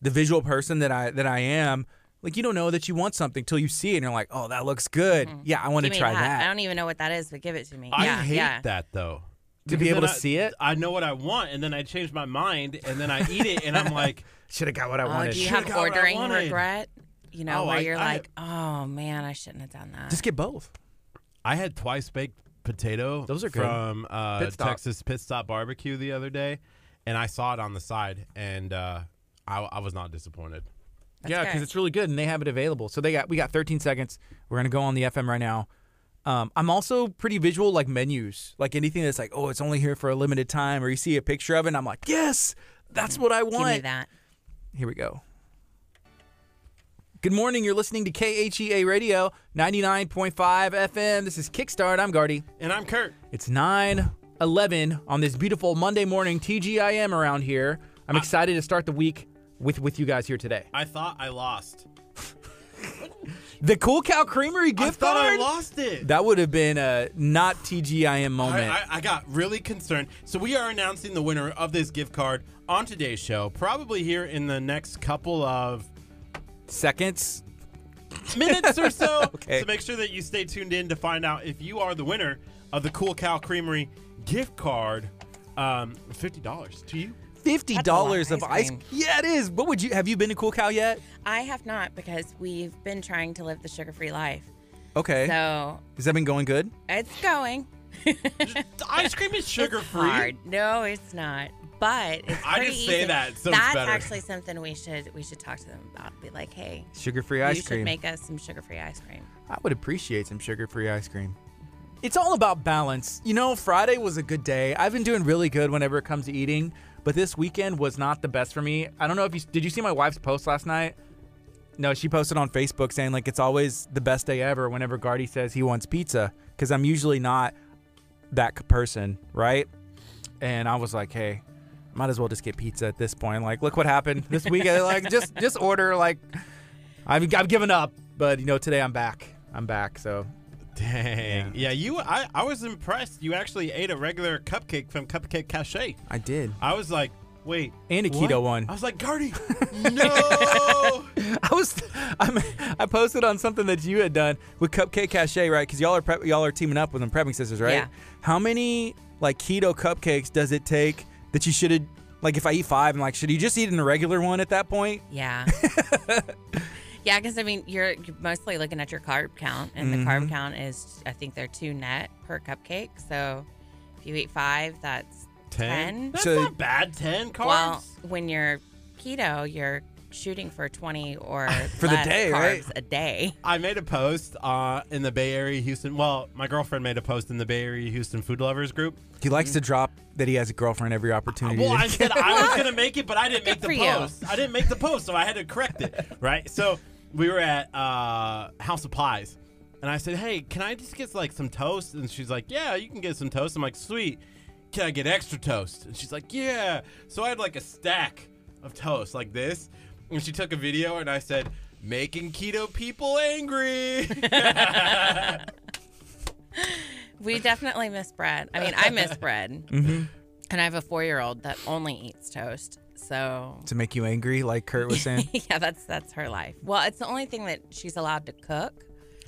the visual person that I that I am like you don't know that you want something till you see it and you're like oh that looks good
Mm-hmm.
yeah I want to
Give me
try
i
that
don't even know what that is but give it to me
I
yeah
hate
yeah
that though.
To be
Because
able
then
to
I-
see it?
I know what I want, and then I change my mind, and then I eat it, and I'm like,
should have got what I
oh
wanted
do you
Should've
have
got what I
ordering
wanted.
regret you know
Oh,
where
I-
you're
I-
like oh man i shouldn't have done that
just get both
I had twice baked potato.
Those are good.
from uh,
Pit Stop.
Texas Pit Stop Barbecue the other day, and I saw it on the side, and uh, I, I was not disappointed.
yeah because
good.
it's really good and they have it available so they got we got 13 seconds we're gonna go on the FM right now um, I'm also pretty visual like menus like anything that's like oh it's only here for a limited time or you see a picture of it and I'm like yes that's what I
give
want
me that
Here we go. Good morning. You're listening to KHEA Radio 99.5 FM. This is Kickstart. I'm Gardy.
And I'm Kurt.
It's 9 11 on this beautiful Monday morning TGIM around here.
Uh,
I'm excited to start the week with, with you guys here today.
I thought I lost.
The Cool Cow Creamery
I
gift
thought I
card?
lost it.
that would have been a not TGIM moment.
I, I, I got really concerned. So we are announcing the winner of this gift card on today's show, probably here in the next couple of
Seconds.
minutes or so.
Okay.
So make sure that you stay tuned in to find out if you are the winner of the Cool Cow Creamery gift card. Um, fifty dollars to you.
Fifty
That's a lot
dollars
of
of
ice
ice.
cream.
Yeah, it is. What would you have you been to Cool Cow yet?
i have not because we've been trying to live the sugar-free life
Okay.
so
Has that been going good?
it's going
Ice cream is sugar
It's
free.
hard. No, it's not. But it's
I
pretty
just say
easy.
that, so it's
that's
better.
actually something we should we should talk to them about. Be like, hey,
Sugar-free
you
ice
should
cream.
make us some sugar-free ice cream.
I would appreciate some sugar-free ice cream.
it's all about balance. You know, Friday was a good day. I've been doing really good whenever it comes to eating, but this weekend was not the best for me. I don't know if you did you see my wife's post last night? No, she posted on Facebook saying like it's always the best day ever whenever Gardy says he wants pizza cuz I'm usually not that c- person, right? And I was like, "Hey, might as well just get pizza at this point. Like, look what happened this weekend. like, just just order like I've I've given up, but you know, today I'm back. I'm back, so
Dang. Yeah, you. I, I was impressed. You actually ate a regular cupcake from Cupcake Cache.
I did.
I was like, wait.
And a
what?
keto one.
I was like, Gardy, no.
I was, I'm, I posted on something that you had done with Cupcake Cache, right? Because y'all are prep, y'all are teaming up with them prepping sisters, right?
Yeah.
How many like keto cupcakes does it take that you should have? Like, if I eat five, I'm like, should you just eat an irregular one at that point?
Yeah. yeah, because I mean, you're, you're mostly looking at your carb count, and the
Mm-hmm.
carb count is, I think, they're two net per cupcake. So if you eat five, that's ten.
That's
So-
not bad. Ten carbs.
Well, when you're keto, you're shooting for twenty or
For the
less
day,
carbs
right?
a day.
I made a post uh, in the Bay Area, Houston. Well, my girlfriend made a post in the Bay Area, Houston food lovers group.
He likes to drop that he has a girlfriend every opportunity.
Well, I said I was gonna make it, but I didn't make
for
the
you.
post. I didn't make the post, so I had to correct it. Right. So we were at uh, House of Pies, and I said, "Hey, can I just get like some toast?" And she's like, "Yeah, you can get some toast." I'm like, "Sweet." Can I get extra toast? And she's like, "Yeah." So I had like a stack of toast like this, and she took a video, and I said, "Making keto people angry."
We definitely miss bread. I mean, I miss bread,
Mm-hmm.
and I have a four-year-old that only eats toast. So
to make you angry, like Kurt was saying.
yeah, that's that's her life. Well, it's the only thing that she's allowed to cook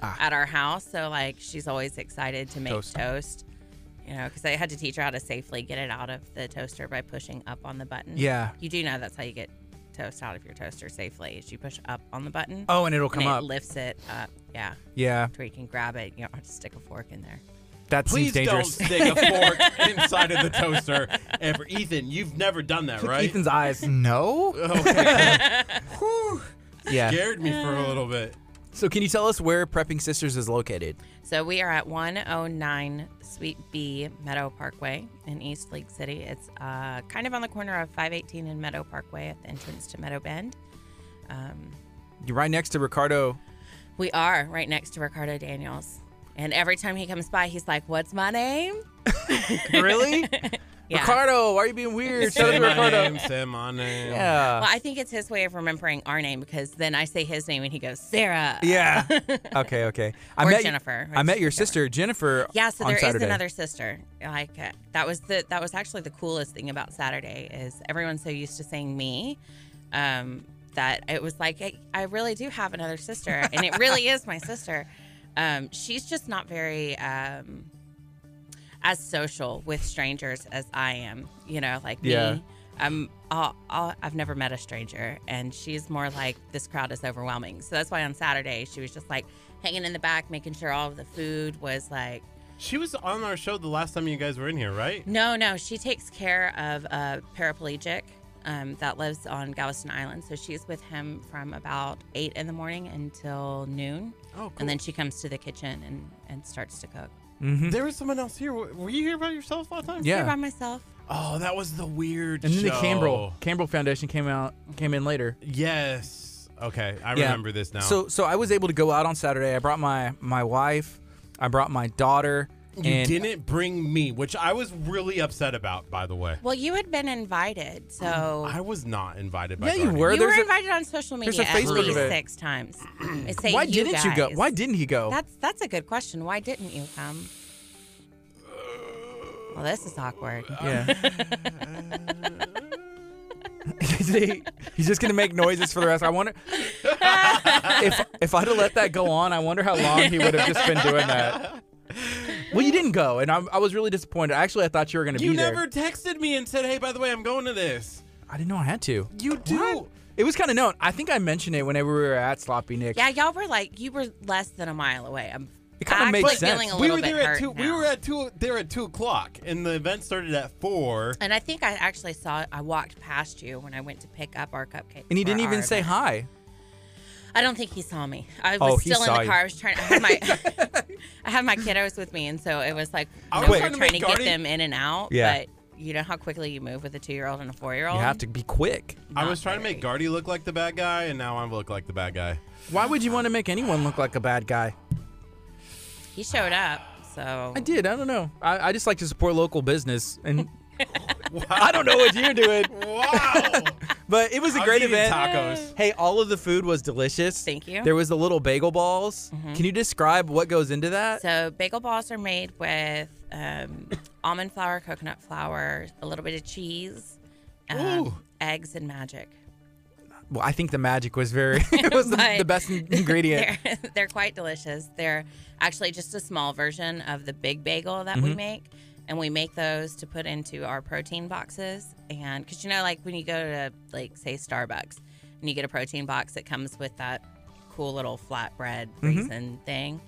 at our house, so like she's always excited to make
Ah. Toast.
toast. You know, because I had to teach her how to safely get it out of the toaster by pushing up on the button.
Yeah.
you do know that's how you get toast out of your toaster safely. Is you push up on the button.
oh, and it'll come
and it
up.
lifts it up. Yeah,
yeah,
to where you can grab it. You don't have to stick a fork in there.
that
Please
seems dangerous.
don't stick a fork inside of the toaster ever. Ethan, you've never done that, right?
Ethan's eyes.
No.
Yeah.
scared me for a
Uh,
little bit.
So, can you tell us where Prepping Sisters is located?
So we are at 109 Suite B Meadow Parkway in East Lake City. It's uh, kind of on the corner of 518 and Meadow Parkway at the entrance to Meadow Bend.
You're right next to Ricardo.
We are right next to Ricardo Daniels. And every time he comes by, he's like, What's my name?
really?
Yeah.
Ricardo, why are you being weird? Shout out
Say
to
my
Ricardo.
name, say my name.
Yeah.
Well, I think it's his way of remembering our name because then I say his name and he goes, Sarah.
Yeah. okay. Okay. I
Or
met
Jennifer,
You, I met your
whichever.
sister Jennifer.
Yeah, so
on
there is
Saturday.
another sister. Like uh, that was the that was actually the coolest thing about Saturday is everyone's so used to saying me, um, that it was like I, I really do have another sister, and it really is my sister. Um, she's just not very um, as social with strangers as I am. You know, like
Yeah.
me. I'm, I'll, I'll, I've never met a stranger, and she's more like this crowd is overwhelming. So that's why on Saturday she was just like hanging in the back, making sure all of the food was like
She was on our show the last time you guys were in here, right?
no, no. She takes care of a paraplegic um, that lives on Galveston Island. So she's with him from about eight in the morning until noon.
Oh, cool.
And then she comes to the kitchen and, and starts to cook.
there was someone else here. W- Were you here by yourself last time?
Here by
Mm-hmm. Yeah.
myself.
Oh, that was the weird
And then the
show.
Cambrel Cambrel Foundation came out came in later.
Yes. Okay, I
Yeah.
remember this now.
So so I was able to go out on Saturday. I brought my my wife. I brought my daughter.
you
and
didn't bring me, which I was really upset about, by the way.
Well, you had been invited, so
I was not invited by
Yeah, you
Guardian.
were.
you
There's
were
a-
invited on social
there's
media
a
at
Facebook
least
event.
six times. It's saying
Why
you
didn't you go?
guys.
Why didn't he go?
That's that's a good question. Why didn't you come? Well, this is awkward.
yeah. See, he's just gonna make noises for the rest. I wonder if if I'd have let that go on. I wonder how long he would have just been doing that. Well, you didn't go, and I, I was really disappointed. Actually, I thought you were gonna
You
be
never
there.
texted me and said, "Hey, by the way, I'm going to this."
I didn't know I had to.
You do.
It was kind of known. I think I mentioned it whenever we were at Sloppy Nick.
Yeah, y'all were like you were less than a mile away. I'm
It kind of
Actually
makes
feeling
sense.
a
we
little
were
bit
there at
hurt
two. We
now.
were at two. There at two o'clock, and the event started at four.
And I think I actually saw I walked past you when I went to pick up our cupcake.
and he
for
didn't
our
even say
event.
hi.
I don't think he saw me. I
Oh,
was
he
still in
saw
the
you.
car. I was trying. I had my I had my kiddos with me, and so it was like
I
you
was
know, we
trying
were
to
trying to
make
get
Guardian-
them in and out.
Yeah.
But you know how quickly you move with a two-year-old and a four-year-old.
You have to be quick.
I
Not
was trying to make
very.
Guardy look like the bad guy, and now I look like the bad guy.
Why would you want to make anyone look like a bad guy?
He showed up, so
I did. I don't know. I, I just like to support local business, and I don't know what you're doing,
Wow!
but it was a
I'm
great
eating
event.
tacos.
Hey, all of the food was delicious.
Thank you. Mm-hmm.
There was the little bagel balls. Can you describe what goes into that?
So bagel balls are made with um, almond flour, coconut flour, a little bit of cheese,
Ooh.
um, eggs, and magic.
well, I think the magic was very. it was the,
But-
the best in- ingredient.
They're, they're quite delicious. They're actually just a small version of the big bagel that we make. And we make those to put into our protein boxes. And because you know, like when you go to, like, say, Starbucks and you get a protein box that comes with that cool little flatbread raisin thing.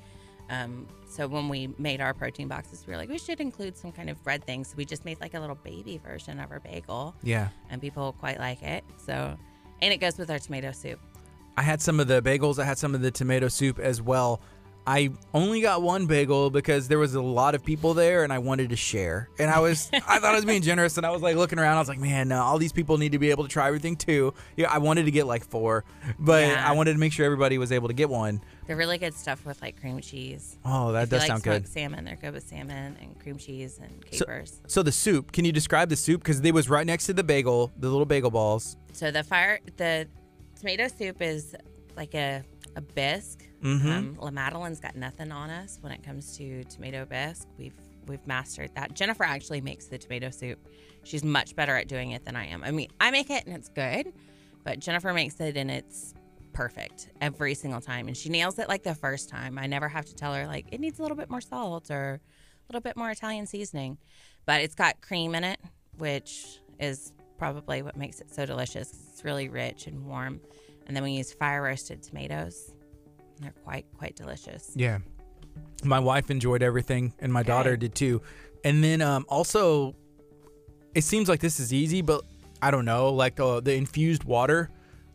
Um, so when we made our protein boxes, we were like, we should include some kind of bread thing. So we just made like a little baby version of our bagel,
yeah,
and people quite like it. So, and it goes with our tomato soup.
I had some of the bagels. I had some of the tomato soup as well. I only got one bagel because there was a lot of people there, and I wanted to share. And I was, I thought I was being generous, and I was like looking around. I was like, man, no, all these people need to be able to try everything too. Yeah, I wanted to get like four, but
Yeah.
I wanted to make sure everybody was able to get one.
They're really good stuff with like cream cheese.
Oh, that
If you
does
like
sound
smoked
good.
Salmon, they're good with salmon and cream cheese and
So-
capers.
So the soup, can you describe the soup? Because it was right next to the bagel, the little bagel balls.
So, the fire, the tomato soup is like a a bisque.
Mm-hmm.
Um, La Madeleine's got nothing on us when it comes to tomato bisque. We've we've mastered that. Jennifer actually makes the tomato soup. She's much better at doing it than I am. I mean, I make it and it's good, but Jennifer makes it and it's perfect every single time and she nails it like the first time i never have to tell her like it needs a little bit more salt or a little bit more italian seasoning but it's got cream in it which is probably what makes it so delicious it's really rich and warm and then we use fire roasted tomatoes and they're quite quite delicious
Yeah. My wife enjoyed everything, and my daughter did too. And then um, also, it seems like this is easy, but I don't know. Like uh, the, the infused water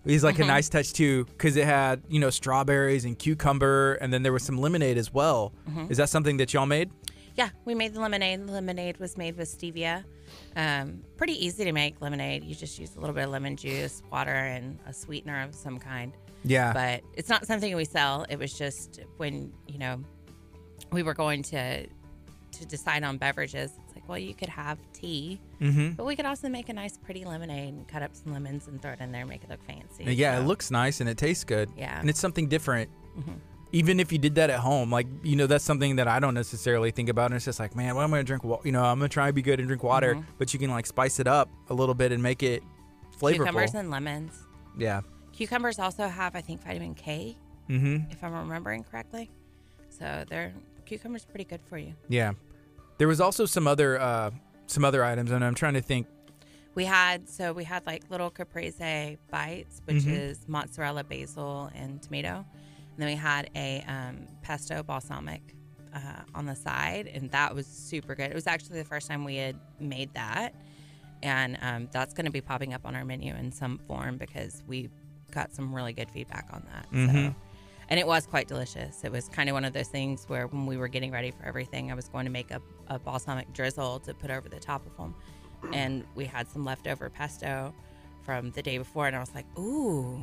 is like a nice touch too, because it had, you know, strawberries and cucumber, and then there was some lemonade as well. Is that something that y'all made?
yeah we made the lemonade the lemonade was made with stevia um, pretty easy to make lemonade you just use a little bit of lemon juice water and a sweetener of some kind
Yeah.
but it's not something we sell. It was just when you know we were going to to decide on beverages. It's like, well, you could have tea,
mm-hmm.
but we could also make a nice, pretty lemonade and cut up some lemons and throw it in there, and make it look fancy.
Yeah,
So,
it looks nice and it tastes good.
Yeah. Mm-hmm.
And it's something different. Even if you did that at home, like, you know, that's something that I don't necessarily think about. And it's just like, man, what am I going to drink? Wa-? You know, I'm going to try to be good and drink water,
Mm-hmm.
but you can like spice it up a little bit and make it flavorful.
cucumbers and lemons.
yeah.
Cucumbers also have, I think, vitamin K,
Mm hmm.
if I'm remembering correctly. So they're cucumbers pretty good for you.
Yeah. There was also some other, uh, some other items, and I'm trying to think.
We had so we had like little caprese bites, which
Mhm.
is mozzarella, basil, and tomato. And then we had a um, pesto balsamic uh, on the side, and that was super good. It was actually the first time we had made that, and um, that's going to be popping up on our menu in some form because we got some really good feedback on that. So.
Mhm.
And it was quite delicious. It was kind of one of those things where when we were getting ready for everything, I was going to make a, a balsamic drizzle to put over the top of them and we had some leftover pesto from the day before, and I was like, "Ooh,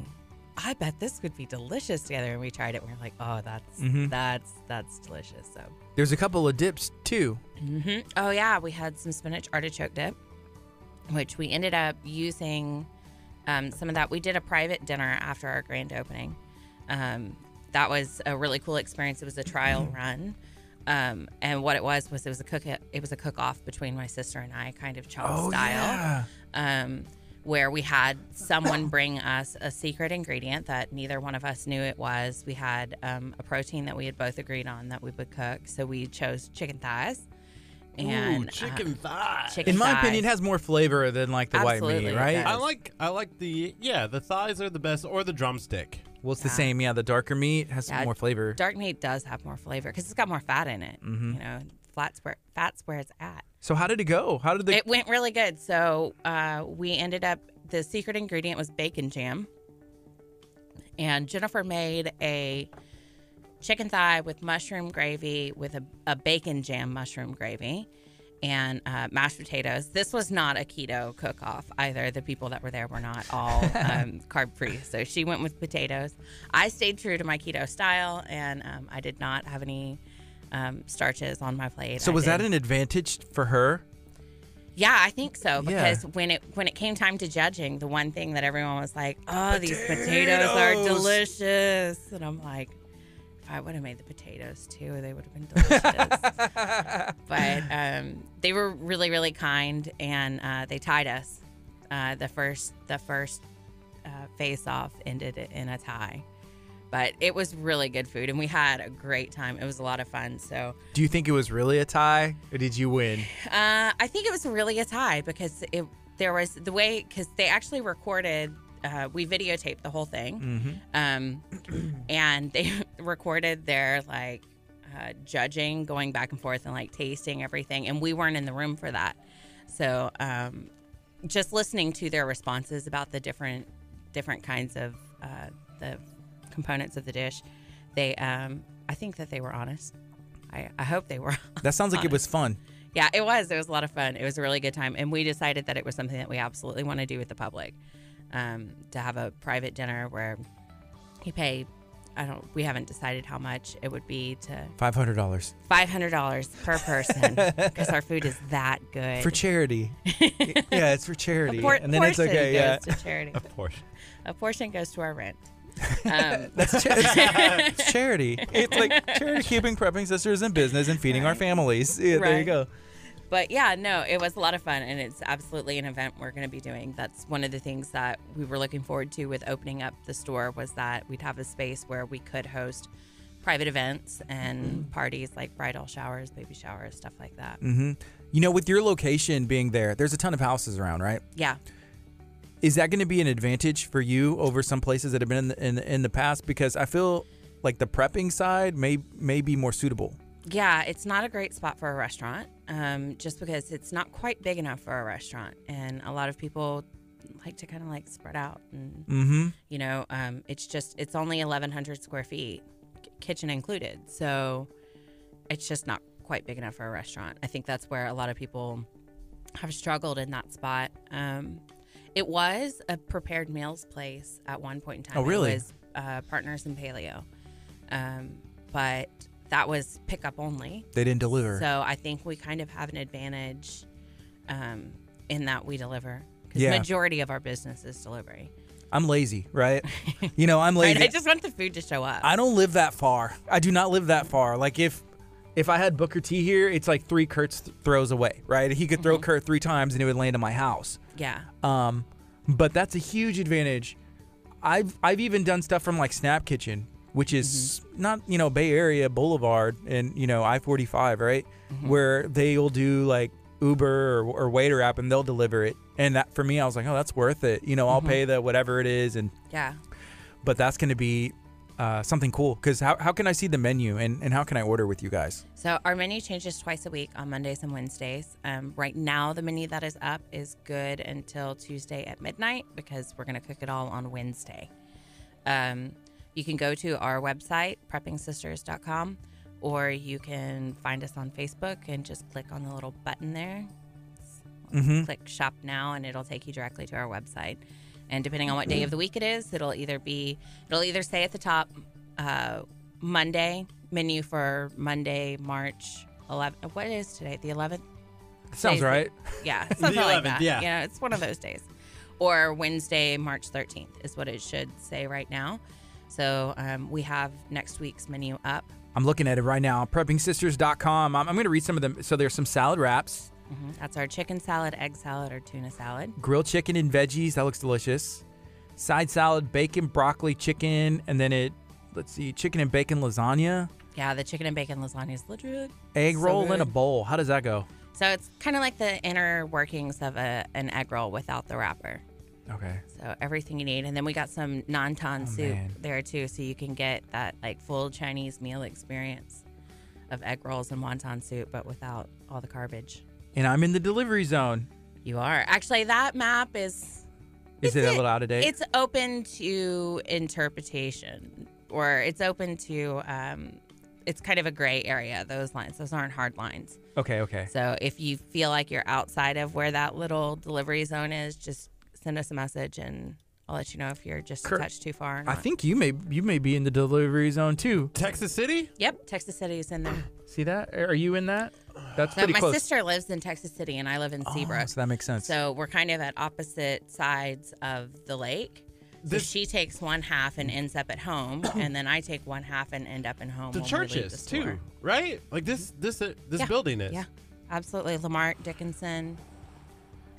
I bet this would be delicious together." And we tried it, and we were like, "Oh, that's
Mhm.
that's that's delicious." So,
There's a couple of dips too.
hmm oh yeah, we had some spinach artichoke dip, which we ended up using um, some of that. We did a private dinner after our grand opening. Um, that was a really cool experience. It was a trial
Mm-hmm.
run. Um, and what it was was it was a cook it was a cook off between my sister and I, kind of
Oh,
child style
yeah.
um, where we had someone bring us a secret ingredient that neither one of us knew it was. We had um, a protein that we had both agreed on that we would cook, so we chose chicken thighs. And
Ooh,
uh,
chicken thighs.
chicken
In my
thighs.
opinion, it has more flavor than like the white meat,
Absolutely, it
right?
does.
I like I like the yeah the thighs are the best or the drumstick.
Well, it's the
Yeah.
same. Yeah, the darker meat has
Yeah,
more flavor.
Dark meat does have more flavor because it's got more fat in it. You know, flat's where fat's where it's at.
so how did it go? How did the
it went really good. So uh, we ended up the secret ingredient was bacon jam, and Jennifer made a chicken thigh with mushroom gravy with a, a bacon jam mushroom gravy and uh, mashed potatoes. This was not a keto cook off either. The people that were there were not all um, carb free. So she went with potatoes. I stayed true to my keto style and um, I did not have any um, starches on my plate.
so
I
was that
did-
an advantage for her?
yeah, I think
Yeah.
so because when it when it came time to judging, the one thing that everyone was like, "Oh, these potatoes are
Potatoes.
delicious," and I'm like, if I would have made the potatoes too, they would have been delicious. but um, they were really really kind, and uh, they tied us. Uh, the first the first uh, face off ended in a tie, but it was really good food, and we had a great time. It was a lot of fun, so.
Do you think it was really a tie, or did you win?
Uh, I think it was really a tie because it there was the way because they actually recorded. Uh, we videotaped the whole thing, um, and they recorded their like uh, judging, going back and forth, and like tasting everything. And we weren't in the room for that, so um, just listening to their responses about the different different kinds of uh, the components of the dish, they um, I think that they were honest. I, I hope they were.
That sounds like it was fun.
Yeah, it was. It was a lot of fun. It was a really good time. And we decided that it was something that we absolutely want to do with the public um, to have a private dinner where you pay, I don't, we haven't decided how much it would be to
Five hundred dollars
$500 per person because our food is that good.
for charity. yeah, it's for charity,
A por-
and then it's
portion
okay. Yeah,
goes to charity.
Of course.
a portion goes to our rent. Um,
that's cha- it's, it's charity. It's like charity keeping prepping sisters in business and feeding our families. Yeah, There you
Right.
go.
but yeah, no, it was a lot of fun, and it's absolutely an event we're going to be doing. That's one of the things that we were looking forward to with opening up the store was that we'd have a space where we could host private events and parties like bridal showers, baby showers, stuff like that.
You know, with your location being there, there's a ton of houses around, right?
Yeah,
Is that going to be an advantage for you over some places that have been in the, in, the- in the past? Because I feel like the prepping side may may be more suitable.
yeah, it's not a great spot for a restaurant, um, just because it's not quite big enough for a restaurant, and a lot of people like to kind of like spread out and
Mm-hmm.
you know um, it's just it's only 1100 square feet k- kitchen included so it's just not quite big enough for a restaurant i think that's where a lot of people have struggled in that spot um, it was a prepared meals place at one point in time
Oh, really?
it was uh, partners in paleo um, but that was pickup only
They didn't deliver.
so I think we kind of have an advantage um, in that we deliver. Because
Yeah.
majority of our business is delivery.
I'm lazy, right? you know, I'm
Right?
lazy.
I just want the food to show up.
I don't live that far. I do not live that far. Like if if I had Booker T here, it's like three Kurt's th- throws away, right? He could throw Kurt three times and it would land in my house.
yeah.
Um, but that's a huge advantage. I've I've even done stuff from like Snap Kitchen, which is not you know Bay Area Boulevard and you know I forty five, right? Where they'll do like Uber or, or waiter app and they'll deliver it. And that for me, I was like, oh, that's worth it. You know, I'll pay the whatever it is and
Yeah.
but that's going to be uh, something cool because how, how can I see the menu and, and how can I order with you guys?
So our menu changes twice a week on Mondays and Wednesdays. Um, right now, the menu that is up is good until Tuesday at midnight because we're going to cook it all on Wednesday. Um, you can go to our website, preppingsisters.com, or you can find us on Facebook and just click on the little button there. Click shop now, and it'll take you directly to our website. And depending on what day of the week it is, it'll either be, it'll either say at the top, uh, Monday menu for Monday, March 11th. What is today? The 11th?
Sounds
Days-
right.
Yeah, something like
11th,
that.
yeah.
You know, it's one of those days. Or Wednesday, March 13th is what it should say right now. So um, we have next week's menu up.
I'm looking at it right now. PreppingSisters.com. I'm, I'm going to read some of them. So there's some salad wraps,
Mhm. That's our chicken salad, egg salad, or tuna salad.
grilled chicken and veggies. That looks delicious. Side salad, bacon, broccoli, chicken, and then it. Let's see, chicken and bacon lasagna,
Yeah, the chicken and bacon lasagna is legit.
egg
So
roll in a
good.
bowl. How does that go?
So it's kind of like the inner workings of a, an egg roll without the wrapper.
Okay.
So everything you need, and then we got some nantan soup
man.
there too, so you can get that like full Chinese meal experience of egg rolls and wonton soup, but without all the garbage.
And I'm in the delivery zone.
You are actually that map is
Is
It's
it a
it-
little out of date?
it's open to interpretation, or it's open to um, it's kind of a gray area. Those lines, those aren't hard lines.
okay, okay.
So if you feel like you're outside of where that little delivery zone is, just send us a message and I'll let you know if you're just
Cor-
a touch too far. or
I
not.
think you may you may be in the delivery zone too.
Texas City?
Yep, Texas City is in there.
See that? Are you in that? That's
So
pretty
my
close.
sister lives in Texas City and I live in
Oh,
Seabrook.
so that makes sense.
so we're kind of at opposite sides of the lake. So
This-
she takes one half and ends up at home, and then I take one half and end up in home.
The
when we leave the
churches
store.
too, right? Like this this uh, this
Yeah.
building is.
Yeah, absolutely. Lamar Dickinson,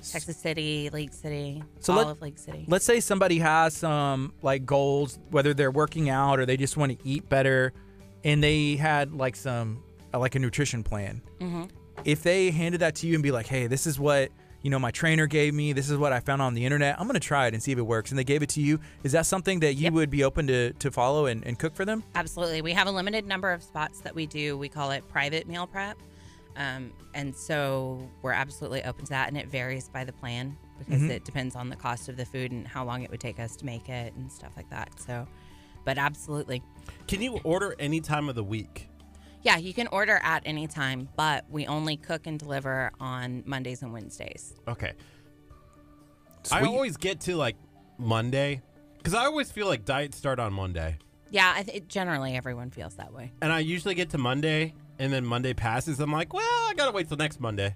Texas City, Lake City,
So
all
let-
of Lake City.
Let's say somebody has some like goals, whether they're working out or they just want to eat better, and they had like some uh, like a nutrition plan. If they handed that to you and be like, "Hey, this is what you know my trainer gave me. This is what I found on the internet. I'm gonna try it and see if it works." And they gave it to you. Is that something that you would be open to to follow and, and cook for them?
Absolutely. We have a limited number of spots that we do. We call it private meal prep. Um, and so we're absolutely open to that. And it varies by the plan because it depends on the cost of the food and how long it would take us to make it and stuff like that. So, but absolutely.
Can you order any time of the week?
Yeah, you can order at any time, but we only cook and deliver on Mondays and Wednesdays.
Okay. I always get to like Monday cuz I always feel like diets start on Monday.
Yeah, I th- generally everyone feels that way.
And I usually get to Monday and then Monday passes. I'm like, "Well, I got to wait till next Monday."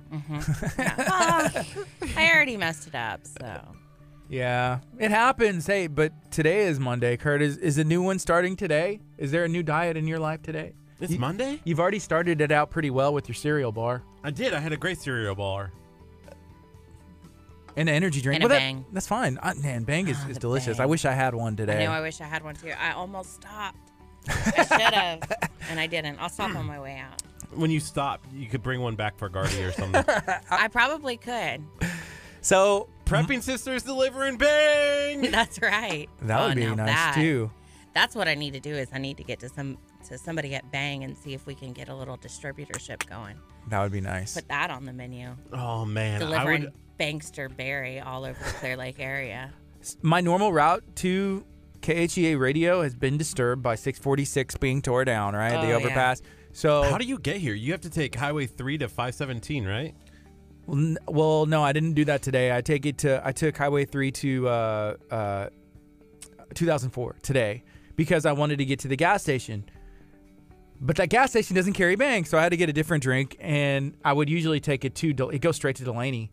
Ah, I already messed it up. So,
Yeah, it happens. Hey, but today is Monday. Kurt, is is a new one starting today? Is there a new diet in your life today?
It's
You-
Monday?
You've already started it out pretty well with your cereal bar.
I did. I had a great cereal bar.
And an energy drink.
And a
Well, that-
Bang.
that's fine. Uh, man, Bang is,
Ah,
is
the
delicious. I
Bang.
wish I had one today.
I know. I wish I had one too. I almost stopped. I should have, and I didn't. I'll stop on my way out.
When you stop, you could bring one back for Gardy or something.
I probably could.
so
Prepping Sisters delivering bang.
That's right.
that
Oh,
would be
now
nice
that-
too.
That's what I need to do is I need to get to some to somebody at Bang and see if we can get a little distributorship going.
That would be nice.
Put that on the menu.
Oh man, I
Delivering
would
Bankster Berry all over the Clear Lake area.
My normal route to KHEA radio has been disturbed by 646 being tore down, right?
Oh,
the
yeah.
overpass. So
How do you get here? You have to take Highway 3 to 517, right?
Well, n- well, no, I didn't do that today. I take it to I took Highway 3 to uh, uh, 2004 today because I wanted to get to the gas station. But that gas station doesn't carry Bang, so I had to get a different drink, and I would usually take it to Del- it goes straight to Delaney.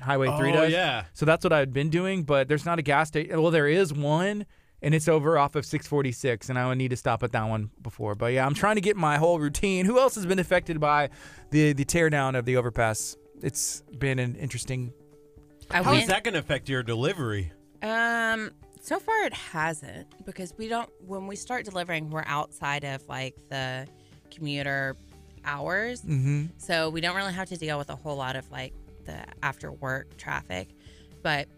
Highway 3
Oh,
does.
yeah.
So that's what I've been doing, but there's not a gas station. Well, there is one, and it's over off of 646, and I would need to stop at that one before. But yeah, I'm trying to get my whole routine. Who else has been affected by the the teardown of the overpass? It's been an interesting.
I
How is
went-
that going to affect your delivery?
Um, so far it hasn't because we don't. When we start delivering, we're outside of like the commuter hours,
Mm-hmm.
so we don't really have to deal with a whole lot of like the after work traffic. But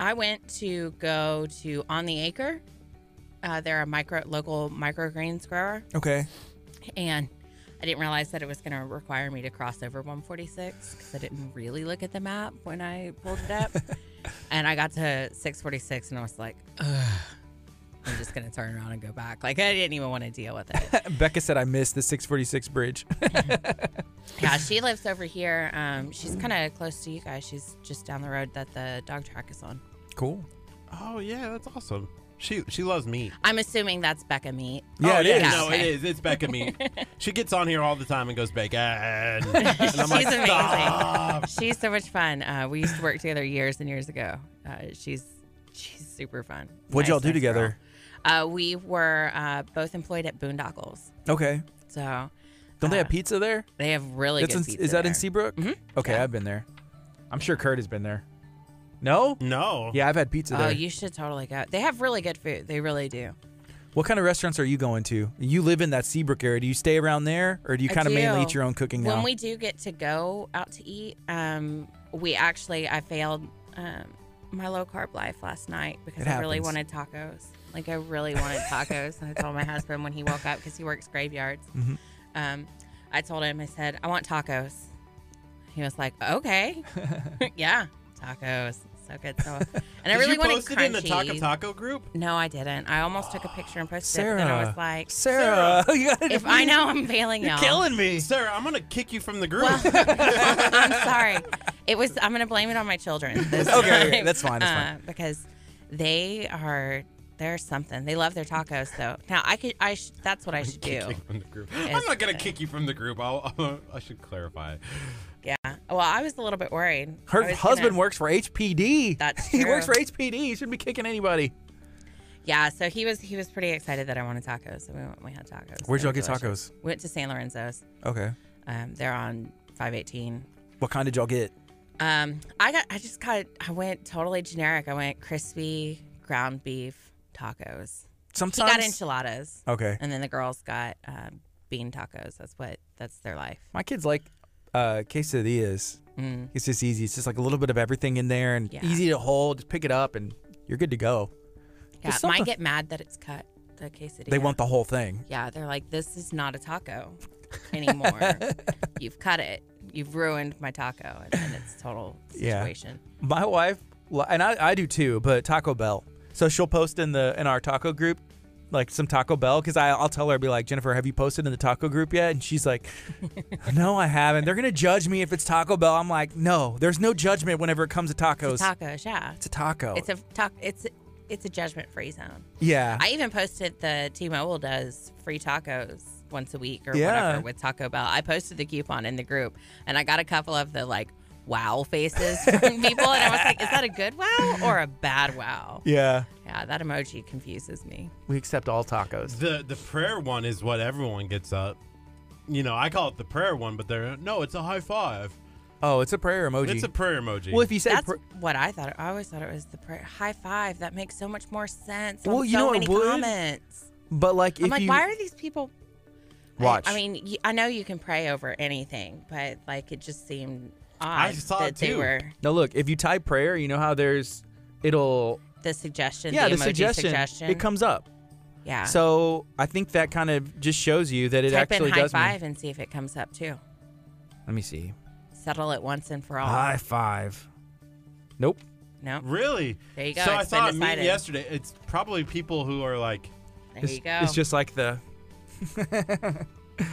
I went to go to On the Acre. Uh, they're a micro local microgreens grower,
Okay.
and I didn't realize that it was going to require me to cross over 146 because I didn't really look at the map when I pulled it up. and I got to 646 and I was like, Ugh, I'm just going to turn around and go back. Like, I didn't even want to deal with it.
Becca said I missed the 646 bridge.
yeah, she lives over here. Um, she's kind of close to you guys. She's just down the road that the dog track is on.
cool.
Oh, yeah, that's awesome. She she loves meat.
I'm assuming that's Becca Meat.
Yeah,
oh,
it
yeah,
is.
No,
Okay.
it is. It's Becca meat. she gets on here all the time and goes bacon. And I'm like,
She's amazing.
"Stop."
She's so much fun. Uh, we used to work together years and years ago. Uh, she's she's super fun.
What'd
Nice,
y'all do
nice
together?
girl. Uh, we were uh, both employed at Boondockles,
Okay.
so
Don't they
Uh,
have pizza there?
they have really
That's
good
in,
pizza.
is that in
there. Mm-hmm.
Seabrook? Okay, I've been there. I'm sure Kurt has been there. No?
No.
Yeah, I've had pizza
Oh,
there.
you should totally go. They have really good food. They really do.
What kind of restaurants are you going to? You live in that Seabrook area. Do you stay around there, or do you
I
kind of mainly
do.
eat your own cooking
When
now?
we do get to go out to eat, um, we actually I failed um, my low carb life last night because
It
I really
happens.
wanted tacos. Like I really wanted tacos, and I told my husband when he woke up because he works graveyards.
Mm-hmm.
Um, I told him I said I want tacos. He was like, "Okay, yeah, tacos, so good." So, and I
Did
really
you
wanted
posted in the Taco
crunchy.
Taco group.
No, I didn't. I almost took a picture and posted it, but then I was like,
Sarah, you gotta
"If I know I'm failing y'all,
killing me.
Sarah, I'm gonna kick you from the group.
well, I'm sorry. It was. I'm gonna blame it on my children. This
Okay,
time.
okay, that's fine, that's
Uh, because they are. They're something. They love their tacos, though. Now I could. I. Sh- that's what I should do.
Kick from the group.
Yes.
I'm not gonna kick you from the group. I'll, I should clarify.
Yeah. Well, I was a little bit worried. I
Her
was
husband
gonna-
works for HPD.
That's
He works for
true.
HPD. He shouldn't be kicking anybody.
Yeah. So he was. He was pretty excited that I wanted tacos. So we went. We had tacos.
Where'd
They
y'all
were
get
delicious. We went to San Lorenzo's.
Okay.
Um, they're on 518.
What kind did y'all get?
Um, I got. I just got. I went totally generic. I went crispy ground beef tacos. He
Sometimes.
got enchiladas.
okay.
and then the girls got um, bean tacos. That's what that's their life.
My kids like uh, quesadillas.
Mm.
It's just easy. It's just like a little bit of everything in there and
Yeah.
easy to hold. Just pick it up and you're good to go.
Yeah,
something-
mine get mad that it's cut the quesadilla.
They want the whole thing.
Yeah, they're like, this is not a taco anymore. You've cut it. You've ruined my taco, and then it's total
Yeah.
situation.
My wife li- and I, I do too, but Taco Bell. So she'll post in the in our taco group like some Taco Bell because I'll tell her I'll be like Jennifer, have you posted in the taco group yet? And she's like, No, I haven't. They're gonna judge me if it's Taco Bell. I'm like, No, there's no judgment whenever it comes to tacos.
Tacos, yeah.
It's a taco.
It's a talk. It's it's a judgment free zone.
yeah.
I even posted the T-Mobile does free tacos once a week or
Yeah.
whatever with Taco Bell. I posted the coupon in the group, and I got a couple of the like wow faces from people, and I was like, "Is that a good wow or a bad wow?"
yeah.
Yeah, that emoji confuses me.
We accept all tacos.
The the prayer one is what everyone gets up. You know, I call it the prayer one, but they're no, it's a high five.
Oh, it's a prayer emoji.
Mm-hmm.
It's a prayer emoji.
well, if you say
That's
pr-
what I thought. I always thought it was the prayer. high five. That makes so much more sense.
Well,
on
you
so
know it
many
would.
comments.
but like
I'm
if
like,
you
why are these people? I-
Watch.
I, mean, y- I know you can pray over anything, but like it just seemed odd
I saw
that
it
they
too.
were.
No, look, if you type prayer, you know how there's it'll
the suggestion.
yeah,
the,
the,
emoji
suggestion,
suggestion.
it comes up.
Yeah.
So I think that kind of just shows you that it
Ah. type
actually
in high
does. mean-
five and see if it comes up too.
Let me see.
Settle it once and for all.
High five. Nope.
no,
really?
There you go,
So I
it's been
saw a meme
decided.
yesterday. It's probably people who are like,
there
it's,
you go.
It's just like the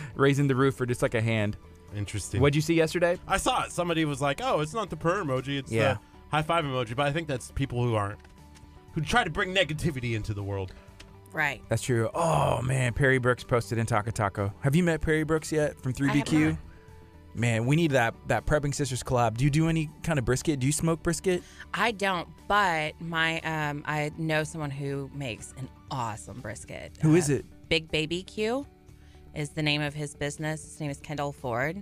raising the roof or just like a hand.
interesting.
What'd you see yesterday?
I saw it. Somebody was like, "Oh, it's not the prayer emoji. It's
Yeah.
the high five emoji." But I think that's people who aren't who try to bring negativity into the world.
right.
That's true. Oh man, Perry Brooks posted in Taco Taco. Have you met Perry Brooks yet from
have
3BQ?
not.
Man, we need that that prepping sisters collab. Do you do any kind of brisket? Do you smoke brisket?
I don't, but my um, I know someone who makes an awesome brisket. Uh,
Who is it?
Big Baby Q is the name of his business. His name is Kendall Ford,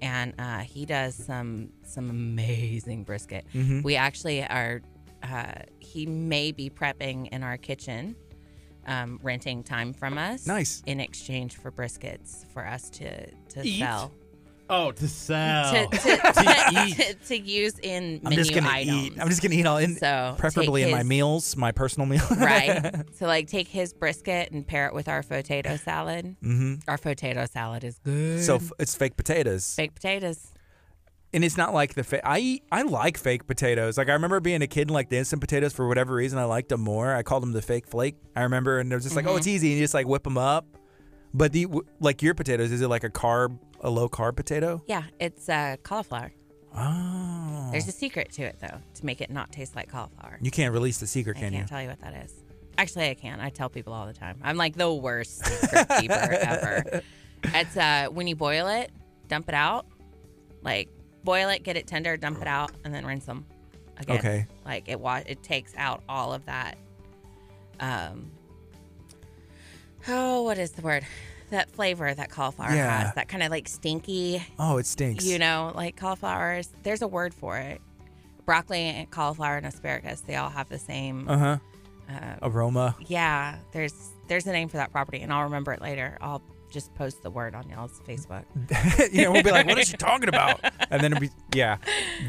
and uh, he does some some amazing brisket.
Mm-hmm.
We actually are. Uh, he may be prepping in our kitchen, um, renting time from us.
Nice.
in exchange for briskets for us to to
Eat?
sell
Oh, to sell.
to, to, to, to, to use in menu
I'm just gonna
items.
eat. I'm just gonna eat all in,
So,
preferably
take
in my
his-
meals, my personal meal.
right? So like take his brisket and pair it with our potato salad. Mm-hmm. Our potato salad is good.
so f- it's fake potatoes,
baked potatoes.
and it's not like the fa- I eat, I like fake potatoes. Like I remember being a kid and like the instant potatoes for whatever reason I liked them more. I called them the fake flake. I remember, and they're just like, oh,
Mm-hmm.
it's easy, and you just like whip them up. But the w- like your potatoes, is it like a carb, a low carb potato?
Yeah, it's uh, cauliflower.
Oh,
There's a secret to it though, to make it not taste like cauliflower.
you can't release the secret,
I
can
can't
you?
tell you what that is. Actually, I can. I tell people all the time. I'm like the worst secret keeper ever. It's uh, when you boil it, dump it out. Like boil it, get it tender, dump it out, and then rinse them again.
Okay.
Like it wa- it takes out all of that. Um. Oh, what is the word? That flavor that cauliflower
Yeah.
has. That kind of like stinky.
Oh, it stinks.
You know, like cauliflowers. There's a word for it. Broccoli and cauliflower and asparagus. They all have the same.
uh huh.
uh,
Aroma.
yeah, there's there's a name for that property, and I'll remember it later. I'll just post the word on y'all's Facebook.
Mm-hmm. you know, we'll be like, "What is she talking about?" And then it'll be, yeah,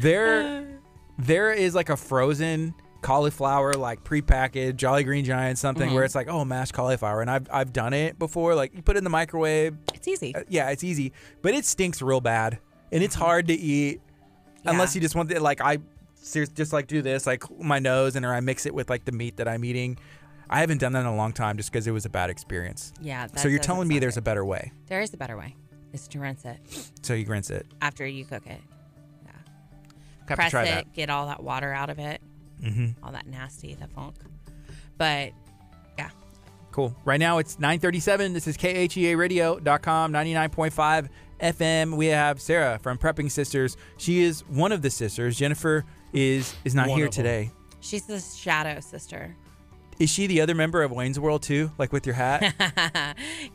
there, there is like a frozen cauliflower like prepackaged Jolly Green Giant something
Mm-hmm.
where it's like oh mashed cauliflower and I've I've done it before like you put it in the microwave
It's easy.
uh, yeah it's easy but it stinks real bad and it's hard to eat unless
Mm-hmm. Yeah.
you just want to like I ser- just like do this like my nose and or I mix it with like the meat that I'm eating. I haven't done that in a long time just because it was a bad experience.
Yeah.
so you're telling me there's a better way.
there is a better way. Is to rinse it
So you rinse it.
after you cook it. Yeah.
Have
Press
to try
it.
that.
Get all that water out of it. Mm-hmm. All that nasty, the funk. But yeah,
Cool. Right now it's 937. This is E KHEA radio.com 99.5 FM. We have Sarah from Prepping Sisters. She is one of the sisters. Jennifer is is not
One
here
of 'em.
today.
she's the shadow sister.
Is she the other member of Wayne's World too? Like with your hat?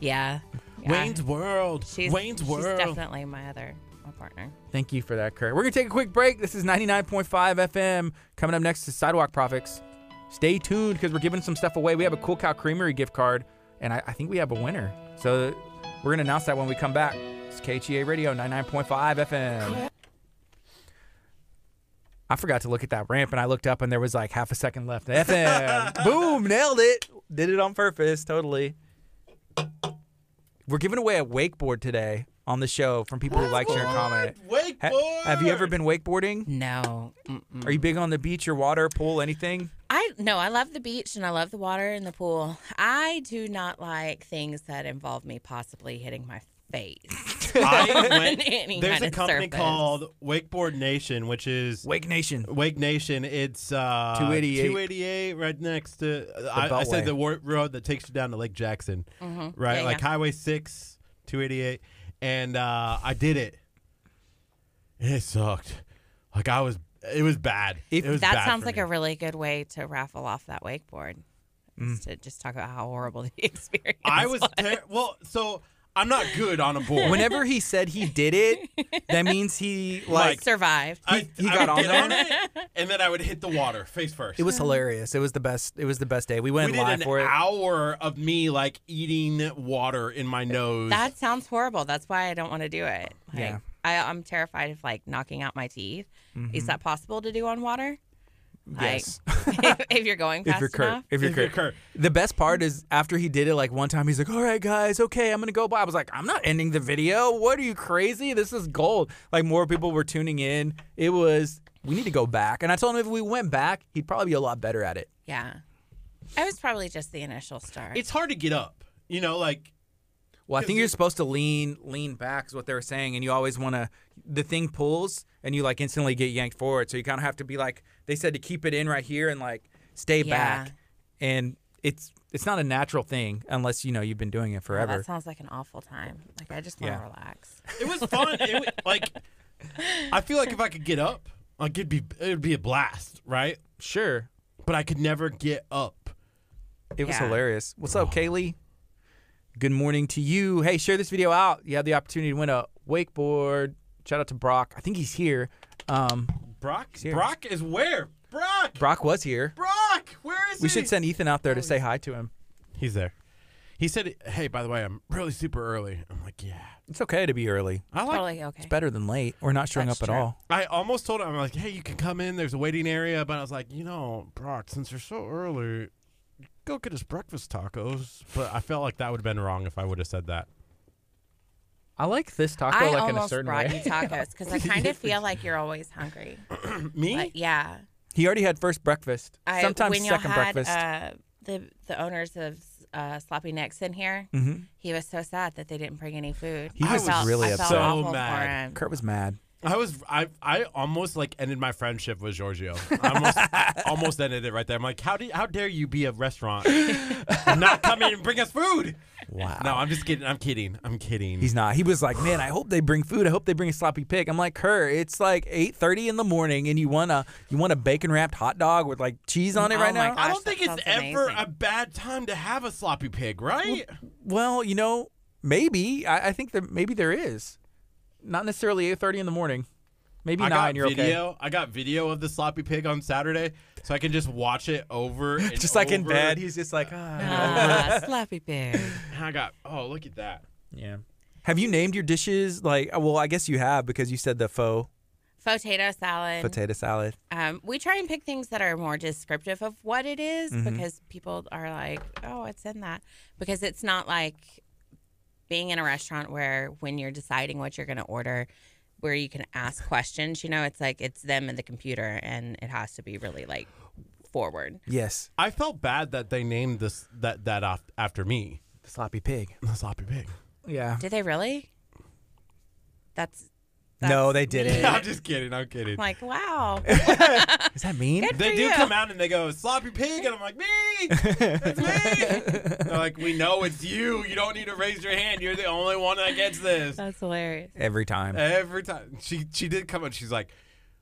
yeah. yeah.
Wayne's World.
She's,
Wayne's
she's
World.
definitely my other my partner.
Thank you for that, Kurt. We're going to take a quick break. This is 99.5 FM. Coming up next is Sidewalk Profits. Stay tuned because we're giving some stuff away. We have a Cool Cow Creamery gift card, and I, I think we have a winner. So we're going to announce that when we come back. It's KHEA Radio 99.5 FM. I forgot to look at that ramp, and I looked up, and there was like half a second left. FM. Boom, nailed it. Did it on purpose, totally. We're giving away a wakeboard today on the show from people who like share and comment. Ha-
Wakeboard.
have you ever been wakeboarding?
No. Mm-mm.
Are you big on the beach or water, pool, anything?
I no, I love the beach and I love the water and the pool. I do not like things that involve me possibly hitting my face.
I
on any
went, there's
kind
a
of
company
surface.
called Wakeboard Nation, which is
Wake Nation.
Wake Nation. It's uh,
288.
288 right next to. I, I
Beltway.
said the wor- road that takes you down to Lake Jackson, right?
Yeah,
like
yeah.
Highway 6, 288. And uh, I did it. And it sucked. Like, I was. It was bad.
If-
it was
That
bad
sounds
for
like
me.
a really good way to raffle off that wakeboard. Is To just talk about how horrible the experience.
Mm. I was. Ter- well, so I'm not good on a board.
Whenever he said he did it, that means he like
Like-
survived.
I,
he
I
got
would
on
get
there?
it, and then I would hit the water face first.
it was hilarious. It was the best. It was the best day. We
we
went
did
live
an
for it.
hour of me like eating water in my nose.
that sounds horrible. That's why I don't want to do it. Like,
Yeah.
I, I'm terrified of like knocking out my teeth.
Mm-hmm.
Is that possible to do on water?
Yes.
Like, if, if you're going fast
if you're Kurt,
enough.
if you're
If you're
Kurt.
Kurt.
The best part is after he did it, like one time he's like, "All right, guys, okay, I'm gonna go." by." I was like, "I'm not ending the video. What are you crazy? This is gold." Like more people were tuning in. It was. We need to go back. And I told him if we went back, he'd probably be a lot better at it.
Yeah. I was probably just the initial start.
It's hard to get up. You know, like
Well, I
'Cause
think you're
you-
supposed to lean lean back is what they were saying, and you always want to. The thing pulls, and you like instantly get yanked forward. So you kind of have to be like they said to keep it in right here and like stay
Yeah.
back, and it's it's not a natural thing unless you know you've been doing it
Oh,
forever.
that sounds like an awful time. Like I just want to
Yeah.
relax.
it was fun. it was, like I feel like if I could get up, like it'd be it'd be a blast, right?
sure,
But I could never get up.
it was
Yeah. Oh.
hilarious. What's up, Kaylee? Good morning to you. Hey, share this video out. You have the opportunity to win a wakeboard. Shout out to Brock. I think he's here. Um,
Brock.
Serious.
Brock is where? Brock.
Brock was here.
Brock. Where is he?
We should send Ethan out there to say hi to him.
He's there. He said, "Hey, by the way, I'm really super early." I'm like, "Yeah."
It's okay to be early.
I like
Totally okay.
It's better than late or not showing
That's
up at
true.
all.
I almost told him, I'm like, hey, you can come in. There's a waiting area. But I was like, you know, Brock, since you're so early, go get us breakfast tacos. But I felt like that would have been wrong if I would have said that.
I like this taco
I
like in a
almost
certain
brought
way.
you tacos because I kind of feel like you're always hungry.
Me?
But yeah,
He already had first breakfast.
I,
Sometimes
when y'all
second
had,
breakfast.
Uh, the the owners of uh, Sloppy Necks in here, he was so sad that they didn't bring any food.
Mm-hmm. He
I
was
felt-
really
I felt
upset. So
awful for
mad.
him.
Kurt was mad.
I was I I almost like ended my friendship with Giorgio. I almost, almost ended it right there. I'm like, how do you, how dare you be a restaurant and not come in and bring us food?
Wow.
No, I'm just kidding. I'm kidding. I'm kidding.
He's not. He was like, "Man, I hope they bring food. I hope they bring a sloppy pig." I'm like, "Kurt, it's like 8:30 in the morning and you want a you want a bacon wrapped hot dog with like cheese on it
Oh
right
my
now?"
God.
I
Gosh,
don't
that
think it's
sounds
ever
amazing.
a bad time to have a sloppy pig, right?
Well, you know, maybe I, I think that maybe there is. Not necessarily 8:30 in the morning. Maybe
I
9
got
you're okay.
video. I got video of the sloppy pig on Saturday, so I can just watch it over. And
Just like in
over.
bed, he's just like, "Ah."
Ah, Sloppy Pig.
I got. Oh, look at
uh,
that.
Yeah. Have you named your dishes like? Well, I guess you have because you said the faux
potato salad.
potato salad.
Um, we try and pick things that are more descriptive of what it is
Mm-hmm.
because people are like, oh, it's in that. Because it's not like being in a restaurant where when you're deciding what you're going to order, where you can ask questions, you know, it's like it's them and the computer and it has to be really like forward.
Yes,
I felt bad that they named this that that off after me.
the sloppy pig.
The sloppy pig.
Yeah.
Did they really? That's, that's
No, they didn't.
I'm just kidding. I'm kidding.
I'm like, wow.
Is that mean?
Good
they
for
do
you.
come out and they go sloppy pig, and I'm like me. It's me. They're like, we know it's you. You don't need to raise your hand. You're the only one that gets this
That's hilarious.
Every time.
every time. She she did come out. She's like,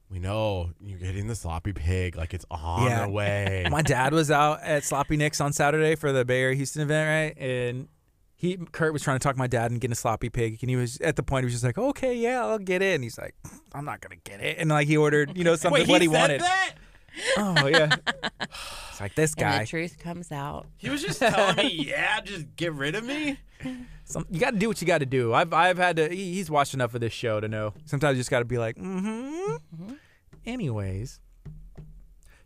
we know you're getting the sloppy pig. Like it's on
Yeah.
the way.
My dad was out at Sloppy Nick's on Saturday for the Bay Area Houston event, right?
Right? And
He Kurt was trying to talk my dad and getting a sloppy pig, and he was at the point he was just like, "Okay, yeah, I'll get it," and he's like, "I'm not gonna get it," and like he ordered, you know, something
Wait,
what he
he said
wanted.
that?
Oh yeah, it's like this
And
guy.
the truth comes out.
He was just telling me, yeah, just get rid of me.
some, you got to do what you got to do. I've I've had to. He, he's watched enough of this show to know.
Sometimes you just got to be like, mm-hmm.
Anyways,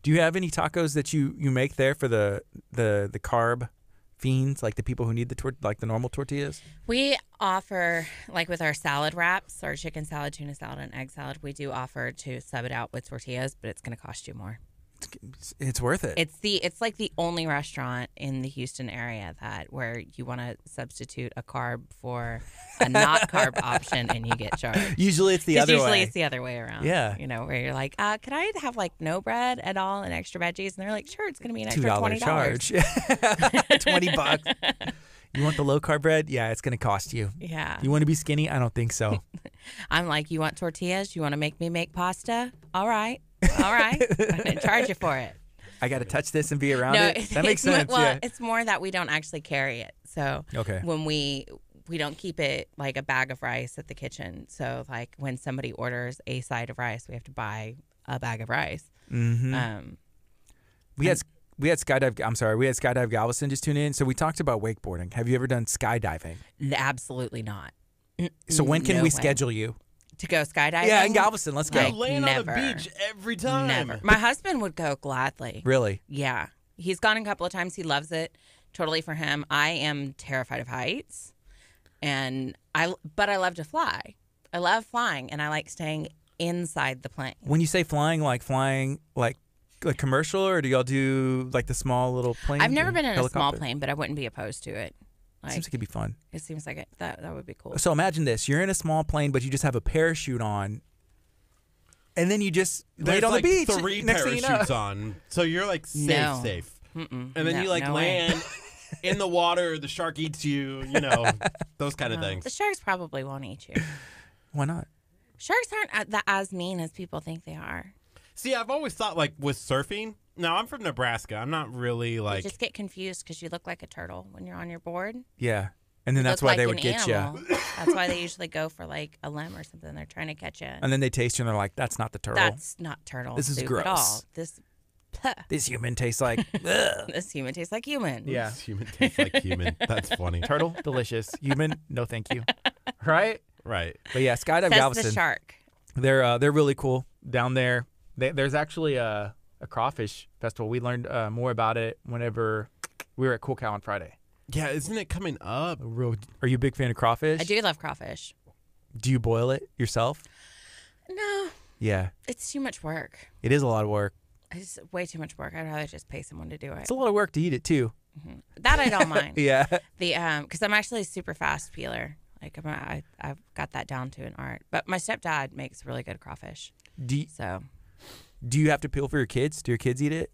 "Do you have any tacos that you you make there for the the the carb fiends, like the people who need the tor- like the normal tortillas?"
We offer, like with our salad wraps, our chicken salad, tuna salad, and egg salad, we do offer to sub it out with tortillas, but it's going to cost you more.
It's, it's worth it.
It's the it's like the only restaurant in the Houston area that where you want to substitute a carb for a not carb option and you get charged.
usually it's the
'Cause
other
usually
way.
it's the other way around.
Yeah.
you know where you're like, uh, could I have like no bread at all and extra veggies? And they're like, sure, it's going to be an
two
extra
dollar
twenty dollars.
charge, twenty bucks. You want the low carb bread? Yeah, it's gonna cost you.
Yeah,
You want to be skinny? I don't think so.
I'm like, you want tortillas? You want to make me make pasta? All right, all right, I'm going to charge you for it.
I got to touch this and be around
no,
it. That makes
it's mo-
sense.
Well,
yeah.
it's more that we don't actually carry it. So
Okay.
when we we don't keep it like a bag of rice at the kitchen. So like when somebody orders a side of rice, we have to buy a bag of rice.
Mm-hmm.
Um,
we had we had skydive. I'm sorry, we had skydive Galveston just tune in. So we talked about wakeboarding. Have you ever done skydiving?
n- absolutely not. N-
So when can
no
we
way.
schedule you?
to go skydiving?
yeah, in Galveston. Let's go.
Like,
You're laying
never.
on the beach every time.
Never. My husband would go gladly.
really?
Yeah, he's gone a couple of times. He loves it. Totally for him. I am terrified of heights, and I but I love to fly. I love flying, and I like staying inside the plane.
When you say flying, like flying, like like commercial, or do y'all do like the small little plane?
I've never been in a small
helicopter?
plane, but I wouldn't be opposed to it. Like
Seems like it'd be fun.
it seems like it, that that would be cool.
So imagine this: you're in a small plane, but you just have a parachute on, and then you just laid
There's
on
like
the beach.
Three
Next thing you
parachutes
know-
on, so you're like safe,
No.
safe.
Mm-mm.
And then
No,
you like
no way.
land in the water. The shark eats you. You know those kind of
Well,
things.
The sharks probably won't eat you.
Why not?
sharks aren't a- that as mean as people think they are.
See, I've always thought like with surfing. Now I'm from Nebraska. I'm not really
you
like
just get confused because you look like a turtle when you're on your board.
Yeah, and then that's why they would get you.
you. that's why they usually go for like a limb or something. They're trying to catch you.
And then they taste you and they're like, that's not the turtle.
That's not turtle.
This is
soup
gross.
At all. This
this human tastes like, ugh.
this human tastes like human.
yeah,
human tastes like human. That's funny,
turtle delicious. Human, no thank you. Right
right?
But yeah, Skydive
Says the
Galveston,
shark.
they're uh, they're really cool.
down there, they, there's actually a a crawfish festival. We learned uh, more about it whenever we were at Cool Cow on Friday.
Yeah, isn't it coming up?
Real, are you a big fan of crawfish?
I do love crawfish.
Do you boil it yourself?
No,
Yeah,
it's too much work.
it is a lot of work.
It's way too much work. I'd rather just pay someone to do it.
It's a lot of work to eat it too.
that I don't mind.
Yeah,
The um, because I'm actually a super fast peeler. Like I'm, a, I, I've got that down to an art. But my stepdad makes really good crawfish.
do you,
So,
do you have to peel for your kids? Do your kids eat it?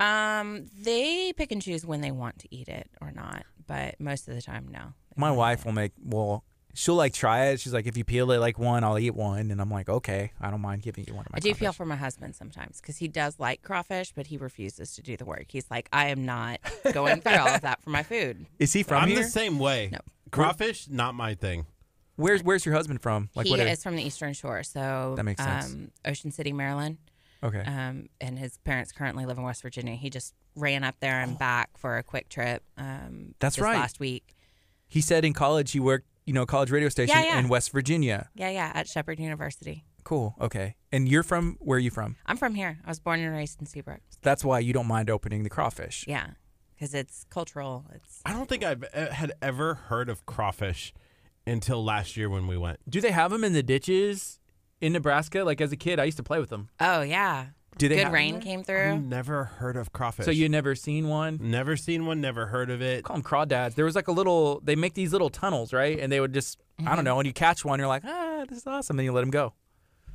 um, they pick and choose when they want to eat it or not. But most of the time, no. They
My
won't eat
wife
it.
will make well. She'll like try it. She's like, if you peel it like one, I'll eat one. And I'm like, okay, I don't mind giving you one of my.
I do
crawfish."
feel for my husband sometimes because he does like crawfish, but he refuses to do the work. He's like, I am not going through all of that for my food.
Is he from
I'm
here?
the same way.
No.
Crawfish, not my thing.
Where's Where's your husband from? Like
he
what? area?
is from the Eastern Shore, so
That makes sense.
Um, Ocean City, Maryland.
Okay.
um, and his parents currently live in West Virginia. He just ran up there and back for a quick trip. Um,
Oh. That's
this
right.
Last week.
He said in college he worked, you know, college radio station
yeah.
in West Virginia.
Yeah, yeah, at Shepherd University.
Cool. Okay. And you're from where are you from?
I'm from here. I was born and raised in Seabrook.
That's why you don't mind opening the crawfish.
Yeah, because it's cultural. It's
I don't think I've uh, had ever heard of crawfish until last year when we went.
Do they have them in the ditches in Nebraska? Like as a kid, I used to play with them.
oh yeah.
Do they
Good
have- Mm-hmm.
rain came
I've
through.
never heard of crawfish.
So you never seen one?
never seen one, never heard of it.
Call them crawdads. There was like a little. They make these little tunnels, right? And they would just I
Mm-hmm.
don't know. And you catch one, you're like, ah, this is awesome. Then you let them go.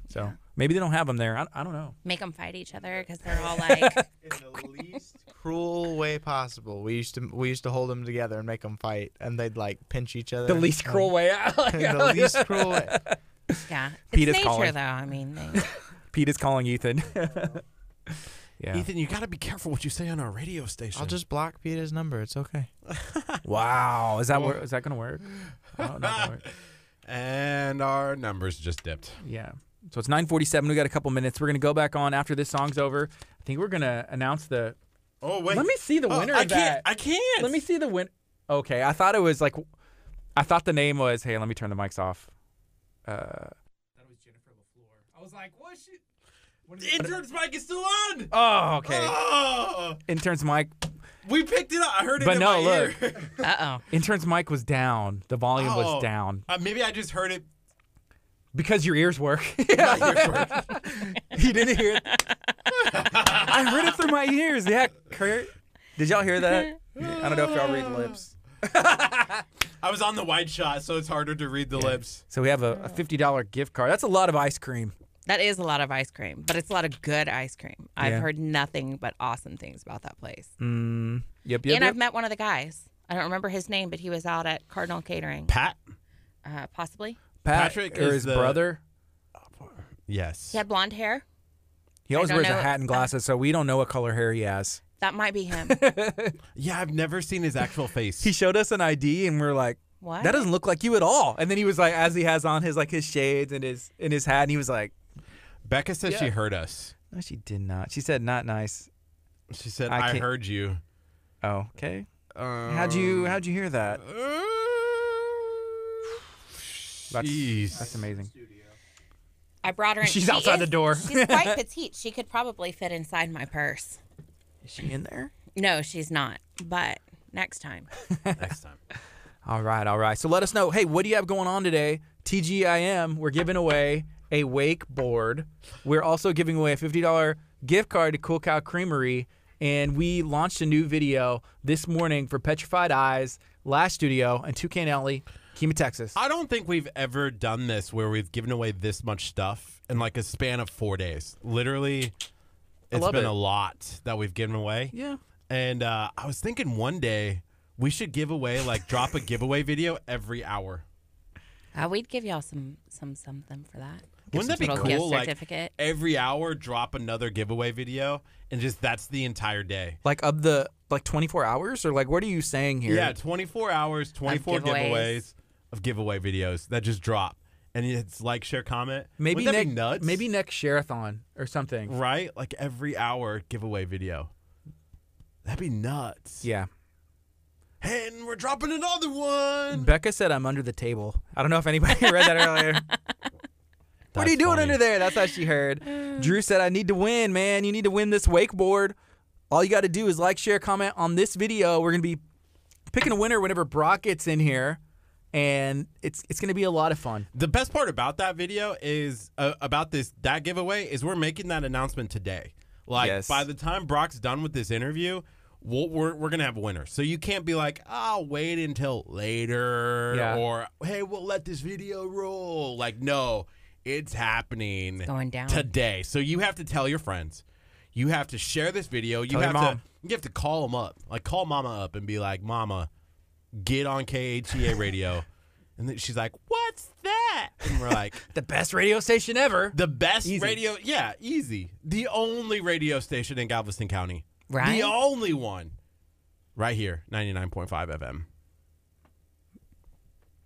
So maybe they don't have them there. I, I don't know.
Make them fight each other because they're all like,
in the least cruel way possible. We used to we used to hold them together and make them fight, and they'd like pinch each other.
The least cruel way out.
the least cruel way.
yeah. It's
Pete is
nature
calling.
though. I mean, they,
Pete is calling Ethan. Yeah.
Ethan, you got to be careful what you say on our radio station.
I'll just block Peter's number. It's okay.
wow. Is that wor- is that gonna work? Oh, I don't know. if that works.
and our numbers just dipped.
Yeah. So it's 9:47. We got a couple minutes. We're gonna go back on after this song's over. I think we're gonna announce the.
Oh wait.
Let me see the
Oh,
winner
I
of that.
can't. I can't.
Let me see the win. Okay, I thought it was like, I thought the name was. Hey, let me turn the mics off. Uh,
The intern's mic is still on.
oh, okay.
Oh,
Intern's mic,
we picked it up. I heard it
But
in
no,
my
look.
ear.
uh oh.
intern's mic was down. The volume
Oh.
was down
Uh, maybe I just heard it.
because your ears work. you didn't hear it. I heard it through my ears. Yeah, Kurt. Did y'all hear that? I don't know if y'all read lips.
I was on the wide shot, so it's harder to read the lips.
So we have a, a fifty dollar gift card. That's a lot of ice cream.
That is a lot of ice cream, but it's a lot of good ice cream. I've
Yeah.
heard nothing but awesome things about that place.
Mm, yep, yep.
and
yep.
I've met one of the guys. I don't remember his name, but he was out at Cardinal Catering,
Pat.
uh, possibly.
Pat
Patrick
or
is
his
the-
brother.
Yes.
He had blonde hair.
He always
don't
wears a
know-
hat and glasses, so we don't know what color hair he has.
That might be him.
Yeah, I've never seen his actual face.
he showed us an ID and we are like,
What?
that doesn't look like you at all. And then he was like, as he has on his like his shades and his in his hat, and he was like,
Becca said she heard us.
no, she did not. She said not nice.
She said,
I
"I,
can't-
heard you."
Oh, okay.
Um,
How'd you how'd you hear that? That's,
Jeez.
that's amazing.
I brought her in.
She's
She
outside the
is-
door.
She's quite petite. She could probably fit inside my purse.
Is she in there?
No, she's not. But next time.
Next time.
All right, all right. So let us know. Hey, what do you have going on today? TGIM, we're giving away a wakeboard. We're also giving away a $50 gift card to Cool Cow Creamery. And we launched a new video this morning for Petrified Eyes, Lash Studio, and Toucan Alley, Kima, Texas.
I don't think we've ever done this where we've given away this much stuff in like a span of four days. Literally, it's
love
been
it.
a lot that we've given away.
Yeah.
And uh, I was thinking one day we should give away, like, drop a giveaway video every hour.
Uh, we'd give y'all some some something for that.
Wouldn't that be
little gift
cool? Like,
certificate.
every hour, drop another giveaway video, and just that's the entire day.
Like of the like 24 hours or like what are you saying here?
Yeah, 24 hours, 24 giveaways.
giveaways.
of giveaway videos that just drop. And it's like, share, comment.
Maybe
Wouldn't that
next
be nuts?
maybe next Share-a-thon or something.
right? Like every hour giveaway video. That'd be nuts.
Yeah.
And we're dropping another one.
Becca said I'm under the table. I don't know if anybody read that earlier. what are you doing under there? That's how she heard. Drew said, I need to win, man. You need to win this wakeboard. All you got to do is like, share, comment on this video. We're going to be picking a winner whenever Brock gets in here. And it's it's going to be a lot of fun.
The best part about that video is uh, about this that giveaway is we're making that announcement today. Like
Yes.
by the time Brock's done with this interview, we'll, we're we're gonna have a winner. So you can't be like, I'll wait until later,
Yeah.
or hey, we'll let this video roll. Like no, it's happening.
going down.
today. So you have to tell your friends. You have to share this video. You
Tell your
have
mom.
to you have to call them up. Like call mama up and be like, "Mama, get on KHTA radio." and then she's like, "What's that?" And we're like,
The best radio station ever.
"The best
Easy.
radio. Yeah, easy. The only radio station in Galveston County.
Right?
The only one. Right here, 99.5 FM.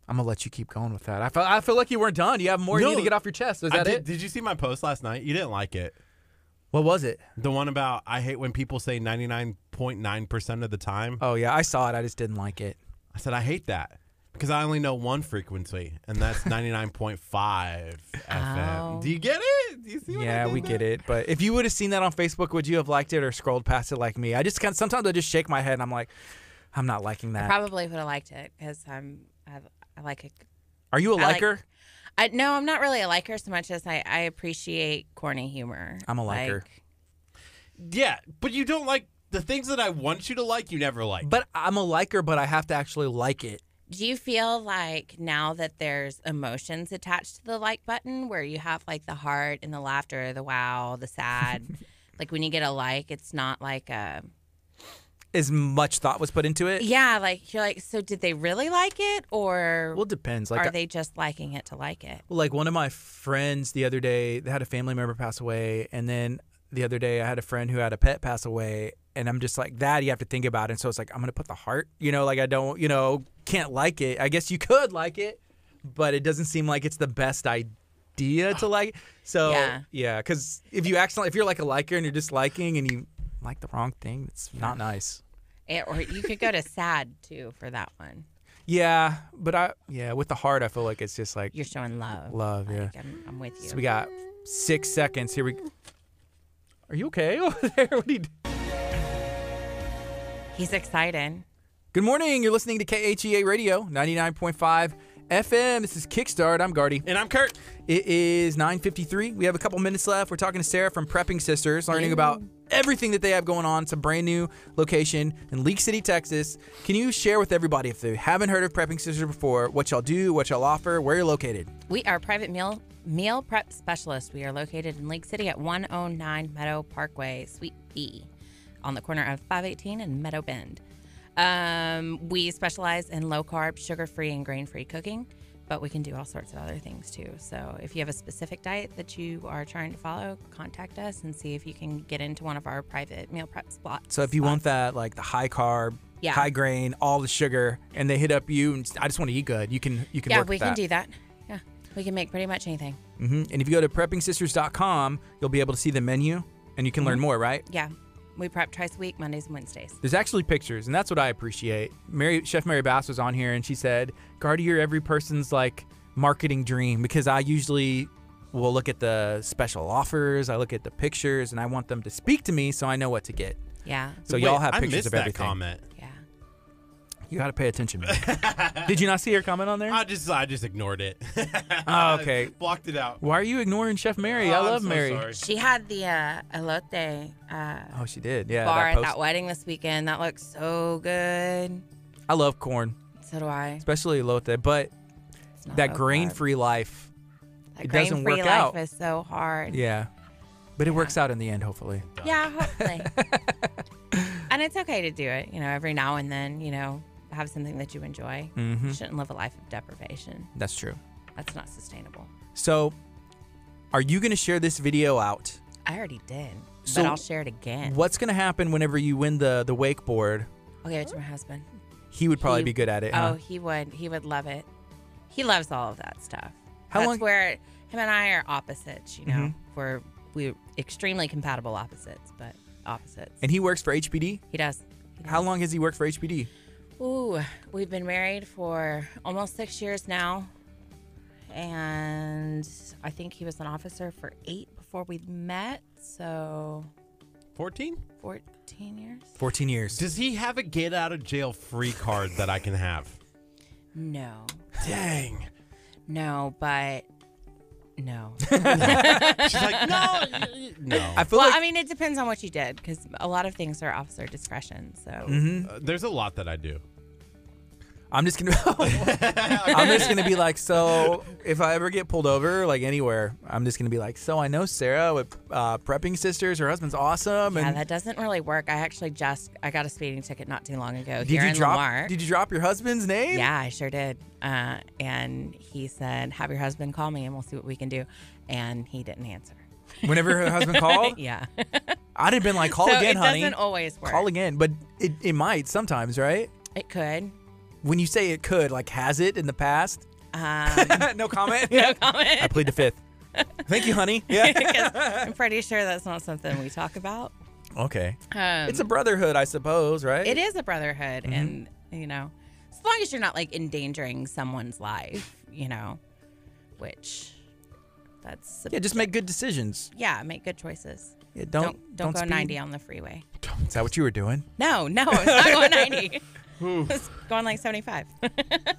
I'm going to let you keep going with that. I feel, I feel like you weren't done. You have more you
No.
need to get off your chest. Is
I
that
did,
it?
did you see my post last night? You didn't like it.
What was it?
The one about I hate when people say 99.9% of the time.
Oh, yeah. I saw it. I just didn't like it.
I said, I hate that. Because I only know one frequency, and that's 99.5
Oh.
FM. Do you get it? Do you see what I
Yeah,
did
we
there?
get it. But if you would have seen that on Facebook, would you have liked it or scrolled past it like me? I just kind of, sometimes I just shake my head and I'm like, I'm not liking that.
Probably would have liked it because I'm I, I like a
Are you a
I like-
liker?
I no, I'm not really a liker so much as I, I appreciate corny humor.
I'm a liker.
Like,
Yeah, but you don't like the things that I want you to like. You never like.
but I'm a liker, but I have to actually like it.
do you feel like now that there's emotions attached to the like button where you have like the heart and the laughter, the wow, the sad? like when you get a like, it's not like a
As much thought was put into it.
yeah, like you're like, so did they really like it or
Well, it depends. Like,
are
I-
they just liking it to like it?
Well, like one of my friends the other day they had a family member pass away and then the other day i had a friend who had a pet pass away and i'm just like that you have to think about it and so it's like i'm gonna put the heart you know like i don't you know can't like it i guess you could like it but it doesn't seem like it's the best idea to like so
Yeah.
yeah because if you accidentally if you're like a liker and you're just liking and you like the wrong thing it's not nice
Eh, Or you could go to sad too for that one.
yeah but i yeah with the heart i feel like it's just like
You're showing love.
love yeah
Like, I'm, I'm with you.
So we got six seconds. Here we. Are you okay over there? What do you do?
He's excited.
Good morning. You're listening to KHEA Radio 99.5 FM. This is Kickstart. I'm Gardy.
and I'm Kurt.
It is 9:53. We have a couple minutes left. We're talking to Sarah from Prepping Sisters, learning about everything that they have going on. It's a brand new location in League City, Texas. Can you share with everybody if they haven't heard of Prepping Sisters before, what y'all do, what y'all offer, where you're located?
We are private meal meal prep specialists. We are located in League City at 109 Meadow Parkway, Suite B, on the corner of 518 and Meadow Bend. Um, we specialize in low carb, sugar free, and grain free cooking, but we can do all sorts of other things too. So if you have a specific diet that you are trying to follow, contact us and see if you can get into one of our private meal prep spots.
So if you want that, like the high carb,
Yeah.
high grain, all the sugar, and they hit up you, and I just want to eat good, you can you can
yeah,
work
we
with
can
that.
do that. Yeah, we can make pretty much anything.
hmm And if you go to prepping-sisters.com, you'll be able to see the menu, and you can
Mm-hmm.
learn more. Right?
Yeah, we prep twice a week, Mondays and Wednesdays.
There's actually pictures, and that's what I appreciate. Mary Chef Mary Bass was on here, and she said, "Guard you're every person's like marketing dream," because I usually will look at the special offers, I look at the pictures, and I want them to speak to me so I know what to get.
Yeah,
So y'all
Wait,
have
I
pictures
missed
of
that
everything.
comment.
yeah.
You got to pay attention. Man. Did you not see her comment on there?
I just I just ignored it.
Oh, okay.
blocked it out.
Why are you ignoring Chef Mary? I
Oh, I'm
love
so
Mary.
sorry.
She had the uh, elote uh,
Oh, she did. Yeah.
bar
that
at
post.
that wedding this weekend. That looks so good.
I love corn,
So do I.
especially elote, but
It's not
that
low carb.
grain-free life.
That
it doesn't
grain-free
work
life
out.
is so hard. Yeah,
Yeah. But it works out in the end, hopefully.
hopefully. and it's okay to do it. You know, every now and then. You know, have something that you enjoy.
Mm-hmm.
You shouldn't live a life of deprivation.
That's true.
That's not sustainable.
So, are you going to share this video out?
I already did,
So-
but I'll share it again.
What's going to happen whenever you win the the wakeboard?
I'll give it to my husband.
He would probably
He-
be good at it.
Oh,
huh?
he would. He would love it. He loves all of that stuff.
How
That's
long- Mm-hmm.
where him and I are opposites. You know, we're we're extremely compatible opposites, but opposites.
And he works for HPD.
He does. He does.
How long has he worked for HPD?
Ooh, we've been married for almost six years now, and I think he was an officer for eight before we met. So
14.
fourteen years.
14 years.
Does he have a get out of jail free card that I can have?
No,
Dang.
no, but no.
She's like, no, y- y- no.
I feel
well,
like
I mean, it depends on what you did because a lot of things are officer discretion. So
Mm-hmm.
Uh, there's a lot that I do.
I'm just gonna I'm just gonna be like, so if I ever get pulled over, like anywhere, I'm just gonna be like, so I know Sarah with uh, prepping sisters, her husband's awesome.
yeah,
and
that doesn't really work. I actually just I got a speeding ticket not too long ago
did
here
you
in
drop?
Lamar.
Did you drop your husband's name?
yeah, I sure did. Uh, and he said, "Have your husband call me, and we'll see what we can do." And he didn't answer.
Whenever her husband called,
Yeah,
I'd have been like, call
so
again,
it
honey.
doesn't always work.
Call again, but it, it might sometimes, right?
it could.
When you say it could, like has it in the past?
Um,
no comment.
no
I
comment.
plead the fifth. Thank you, honey. Yeah.
'Cause I'm pretty sure that's not something we talk about.
Okay.
Um,
It's a brotherhood, I suppose, right? Mm-hmm.
it is a brotherhood and you know as long as you're not like endangering someone's life, you know, which that's
Yeah, just make good decisions.
yeah, make good choices.
Yeah, don't,
Don't don't, go
speed.
90 on the freeway.
Is that what you were doing?
No, no, it's not going 90. it's going like 75.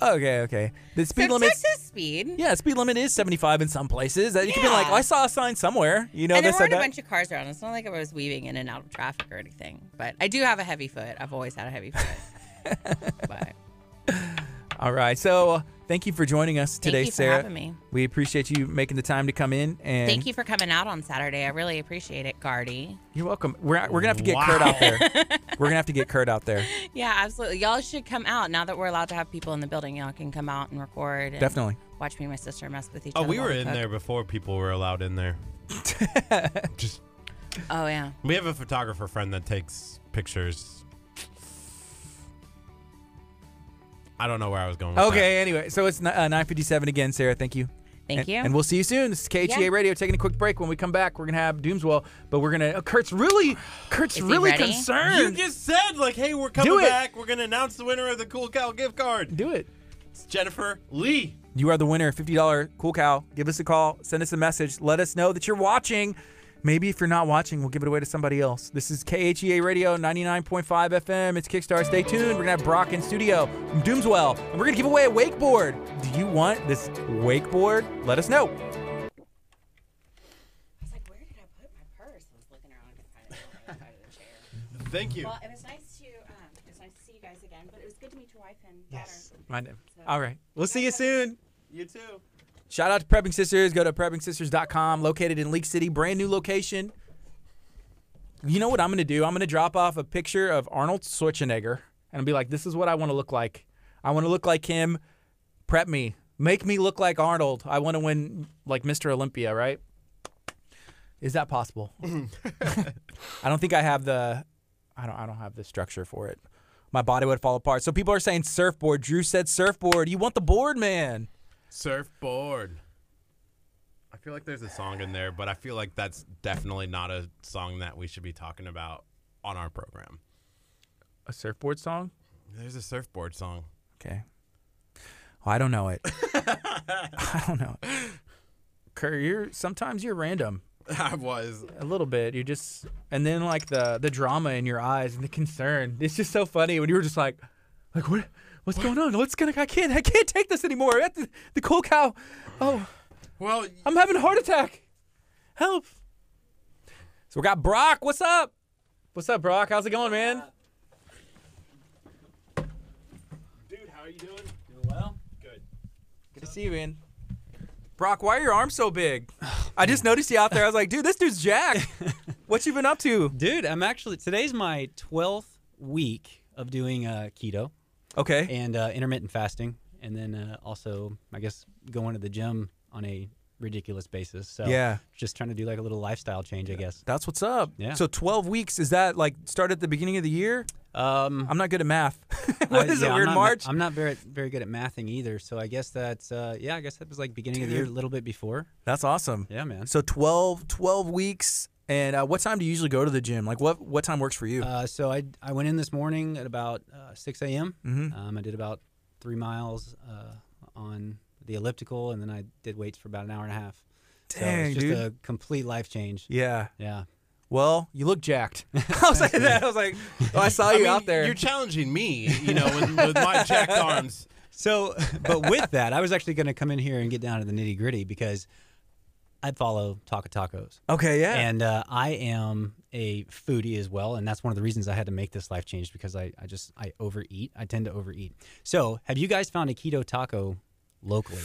Okay, okay. The speed
so
limit.
Texas speed.
Yeah, speed limit is 75 in some places. That You can be like,
Yeah.
oh, I saw a sign somewhere. You know,
and
they
there
said
weren't a
that.
bunch of cars around. It's not like I was weaving in and out of traffic or anything. But I do have a heavy foot. I've always had a heavy foot. but
All right. So uh, thank you for joining us today,
thank you
Sarah.
for having me.
We appreciate you making the time to come in. And
Thank you for coming out on Saturday. I really appreciate it, Gardy.
You're welcome. We're, we're going to have to get Kurt out there. we're going to have to get Kurt out there.
Yeah, absolutely. Y'all should come out now that we're allowed to have people in the building. Y'all can come out and record. And
Definitely.
Watch me and my sister mess with each
Oh,
other.
we
while
were in
cook.
there before people were allowed in there. Just
Oh, yeah.
we have a photographer friend that takes pictures. I don't know where I was going. With that.
Okay, anyway. So it's ni- uh, 957 again, Sarah. Thank you.
Thank
and,
you.
And we'll see you soon. This is KHEA
Yeah.
Radio taking a quick break. When we come back, we're going to have Doomswell, but we're going to. Kurt's really, Kurt's
Is he
really
ready?
You
concerned.
just said like, "Hey, we're coming
Do it.
back. We're gonna announce the winner of the Cool Cow gift card."
Do it.
It's Jennifer Lee.
You are the winner. $50 Cool Cow. Give us a call. Send us a message. Let us know that you're watching. Maybe if you're not watching, we'll give it away to somebody else. This is KHEA Radio 99.5 FM. It's Kickstarter. Stay tuned. We're going to have Brock in studio from Doomswell. And we're going to give away a wakeboard. Do you want this wakeboard? Let us know.
I was like, where did I put my purse? I was looking around. I couldn't find it. I was under the chair.
Thank you.
Well, it was nice to um, it was nice to see you guys again, but it was good to meet your wife and yes. daughter.
My name. All right. We'll see you soon.
You too.
Shout out to Prepping Sisters. Go to preppingsisters.com, located in Leak City, brand new location. You know what I'm going to do? I'm going to drop off a picture of Arnold Schwarzenegger and be like, this is what I want to look like. I want to look like him. Prep me. Make me look like Arnold. I want to win like Mr. Olympia, right? Is that possible? I don't think I have the I don't I don't have the structure for it. My body would fall apart. So people are saying surfboard. Drew said surfboard. You want the board, man.
Surfboard. I feel like there's a song in there, but I feel like that's definitely not a song that we should be talking about on our program.
A surfboard song?
There's a surfboard song.
Okay. Well, I don't know it. I don't know. Kerr, you're sometimes you're random
I was.
a little bit. You just and then like the the drama in your eyes and the concern. It's just so funny when you were just like, like what what's going on? What's going? I can't I can't take this anymore. I have to- the cool cow. Oh,
Well,
I'm having a heart attack. Help. So we got Brock. What's up? What's up, Brock? How's it going, man?
dude, how are you doing?
Good to see you, man. Brock, why are your arms so big? I just noticed you out there. I was like, dude, this dude's jacked. what you been up to?
Dude, I'm actually today's my 12th week of doing uh, keto
Okay.
and uh, intermittent fasting, and then uh, also I guess going to the gym on a ridiculous basis. So
Yeah.
just trying to do like a little lifestyle change, I guess.
That's what's up.
Yeah.
So 12 weeks, is that like start at the beginning of the year?
Um,
I'm not good at math. what
I-
is
Uh,
it?
yeah, I'm
We're in
not ma-
March?
I'm not very very good at mathing either, so I guess that's uh, yeah. I guess that was like beginning of the year, a little bit before.
That's awesome.
Yeah, man.
So 12, 12 weeks. And uh, what time do you usually go to the gym? Like what, what time works for you?
Uh, so I, I went in this morning at about uh, 6 a.m. Um, I did about three miles uh, on the elliptical, and then I did weights for about an hour and a half. so
Dang,
it's just
dude.
a complete life change.
yeah.
Yeah.
Well, you look jacked. I was like that. I was like, oh, I saw you out there.
You're challenging me, you know, with, with my jacked arms.
So, but with that, I was actually going to come in here and get down to the nitty gritty because I follow Taco Tacos.
okay. Yeah.
And uh, I am a foodie as well, and that's one of the reasons I had to make this life change because I, I just I overeat. I tend to overeat. So, have you guys found a keto taco locally?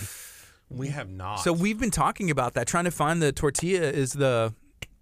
We have not.
So we've been talking about that. Trying to find the tortilla is the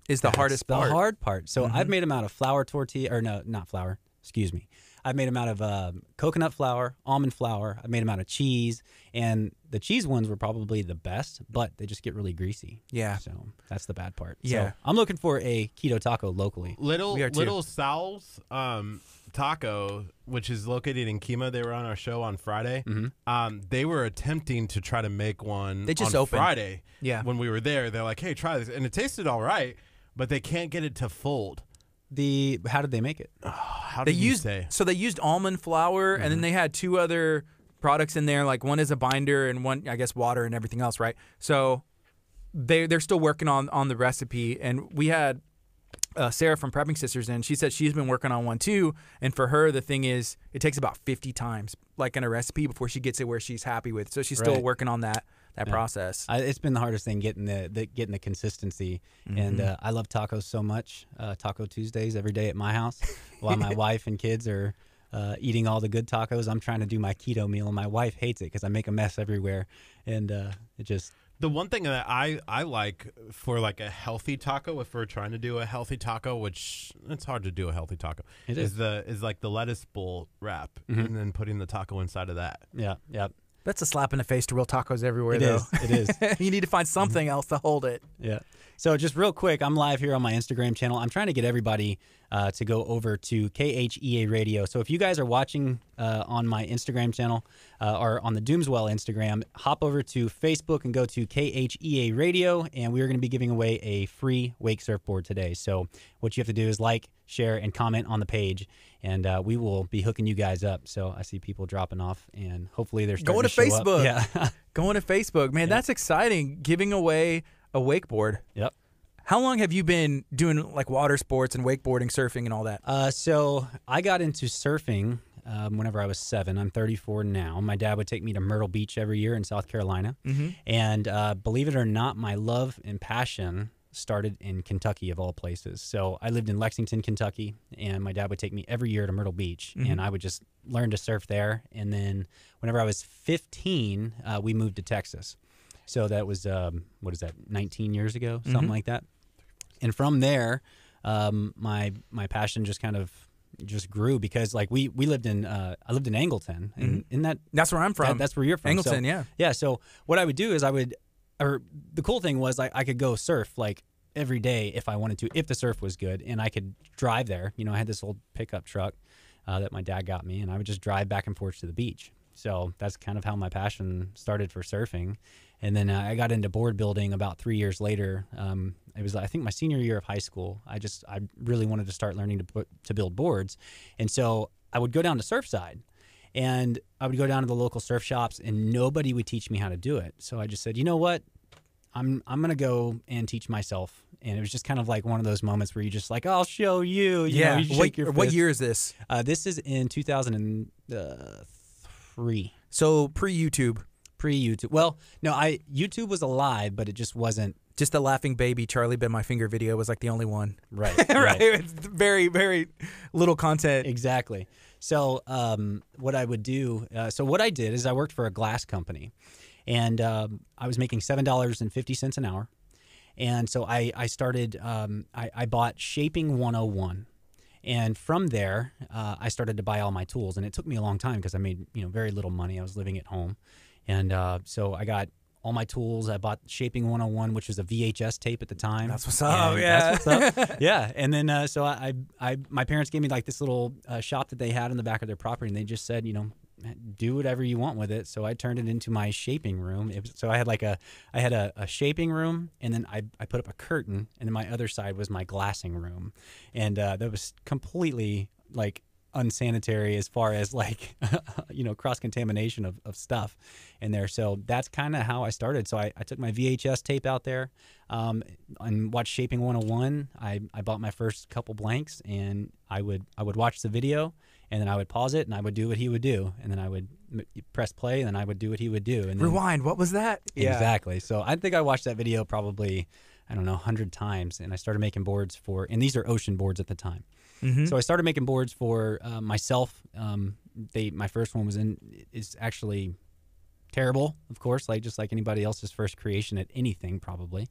is the hardest
the
part. Mm-hmm.
hard part. So I've made them out of flour tortilla, or no, not flour. Excuse me. I've made them out of um, coconut flour, almond flour. I've made them out of cheese, and the cheese ones were probably the best, but they just get really greasy.
Yeah.
So that's the bad part.
Yeah.
So I'm looking for a keto taco locally.
Little
We are too.
Little Sal's um, Taco, which is located in Kima, they were on our show on Friday. Um, they were attempting to try to make one.
Mm-hmm. They just
on
opened.
Friday.
Yeah.
when we were there, they're like, "Hey, try this," and it tasted all right, but they can't get it to fold.
the how did they make it?
How
They
did you
used
say?
so they used almond flour, and
Mm-hmm.
then they had two other products in there. Like one is a binder, and one I guess water and everything else, right? So they they're still working on on the recipe, and we had uh, Sarah from Prepping Sisters, and she said she's been working on one too. And for her, the thing is, it takes about fifty times, like in a recipe, before she gets it where she's happy with. So she's still
Right.
working on that that process.
I, it's been the hardest thing getting the, the getting the consistency. And uh, I love tacos so much. Uh, Taco Tuesdays every day at my house, while my wife and kids are uh, eating all the good tacos. I'm trying to do my keto meal, and my wife hates it because I make a mess everywhere, and uh, it just
The one thing that I, I like for like a healthy taco, if we're trying to do a healthy taco, which it's hard to do a healthy taco,
It
is
is.
the is like the lettuce bowl wrap, and then putting the taco inside of that.
yeah yeah.
That's a slap in the face to real tacos everywhere,
It is. It is. Mm-hmm.
you need to find something else to hold it.
Yeah. So just real quick, I'm live here on my Instagram channel. I'm trying to get everybody uh, to go over to KHEA Radio. So if you guys are watching uh, on my Instagram channel uh, or on the Doomswell Instagram, hop over to Facebook and go to KHEA Radio, and we are going to be giving away a free Wake surfboard today. So what you have to do is like, share, and comment on the page, and uh, we will be hooking you guys up. So I see people dropping off, and hopefully they're starting
Go to
show up.
Facebook.
Yeah.
Going to Facebook, man, that's exciting. Giving away a wakeboard.
yep.
How long have you been doing like water sports and wakeboarding, surfing, and all that?
Uh, so I got into surfing um, whenever I was seven. I'm 34 now. My dad would take me to Myrtle Beach every year in South Carolina. And uh, believe it or not, my love and passion started in Kentucky, of all places. So I lived in Lexington, Kentucky, and my dad would take me every year to Myrtle Beach. And I would just learn to surf there. And then whenever I was 15, uh, we moved to Texas. So that was, um, what is that, 19 years ago, something like that and from there, um, my my passion just kind of just grew because like we we lived in uh, I lived in Angleton and in that
That's where I'm from.
that- that's where you're from. So-
Angleton, yeah.
Yeah. So what I would do is I would, or the cool thing was like I could go surf like every day if I wanted to, if the surf was good, and I could drive there. You know, I had this old pickup truck uh, that my dad got me, and I would just drive back and forth to the beach. So that's kind of how my passion started for surfing, and then uh, I got into board building about three years later. Um, it was I think my senior year of high school. I just I really wanted to start learning to put, to build boards, and so I would go down to Surfside, and I would go down to the local surf shops, and nobody would teach me how to do it. So I just said, you know what? I'm I'm gonna go and teach myself. And it was just kind of like one of those moments where you just like, I'll show you. you know, you shake
what,
your
what
fist.
year is this?
Uh, this is in uh, 2003,
So pre YouTube,
pre YouTube. Well, no, I YouTube was alive, but it just wasn't
just the laughing baby Charlie bit my finger video was like the only one.
right.
right. It's very very little content.
Exactly. So um, what I would do, uh, so what I did is I worked for a glass company, and um, I was making seven dollars and fifty cents an hour, and so I I started um, I, I bought Shaping One Hundred One. And from there, uh, I started to buy all my tools, and it took me a long time because I made you know very little money. I was living at home, and uh, so I got all my tools. I bought Shaping 101, which was a VHS tape at the time. That's
what's up,
That's what's up. yeah. And then uh, so I, I, I, my parents gave me like this little uh, shop that they had in the back of their property, and they just said, you know, do whatever you want with it. So I turned it into my shaping room. It was, so I had like a, I had a, a shaping room, and then I, I put up a curtain, and then my other side was my glassing room, and uh, that was completely like unsanitary as far as like you know cross contamination of, of stuff in there so that's kind of how i started so I, I took my vhs tape out there um, and watched shaping 101 I, I bought my first couple blanks and i would i would watch the video and then i would pause it and i would do what he would do and then i would m- press play and then i would do what he would do and then
Rewind. What was that?
Exactly. So I think I watched that video probably, I don't know, 100 times. And I started making boards for, and these are ocean boards at the time. So I started making boards for uh, myself. Um, they My first one was in, is actually terrible, of course, like just like anybody else's first creation at anything, probably.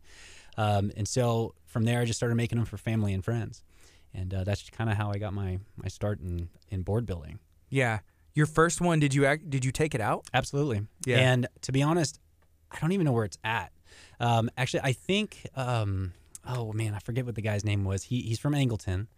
Um, and so from there, I just started making them for family and friends. And uh, that's kind of how I got my, my start in, in board building.
Yeah. Your first one, did you act, did you take it out?
Absolutely.
Yeah.
And to be honest, I don't even know where it's at. Um, actually, I think. Um, oh man, I forget what the guy's name was. He he's from Angleton.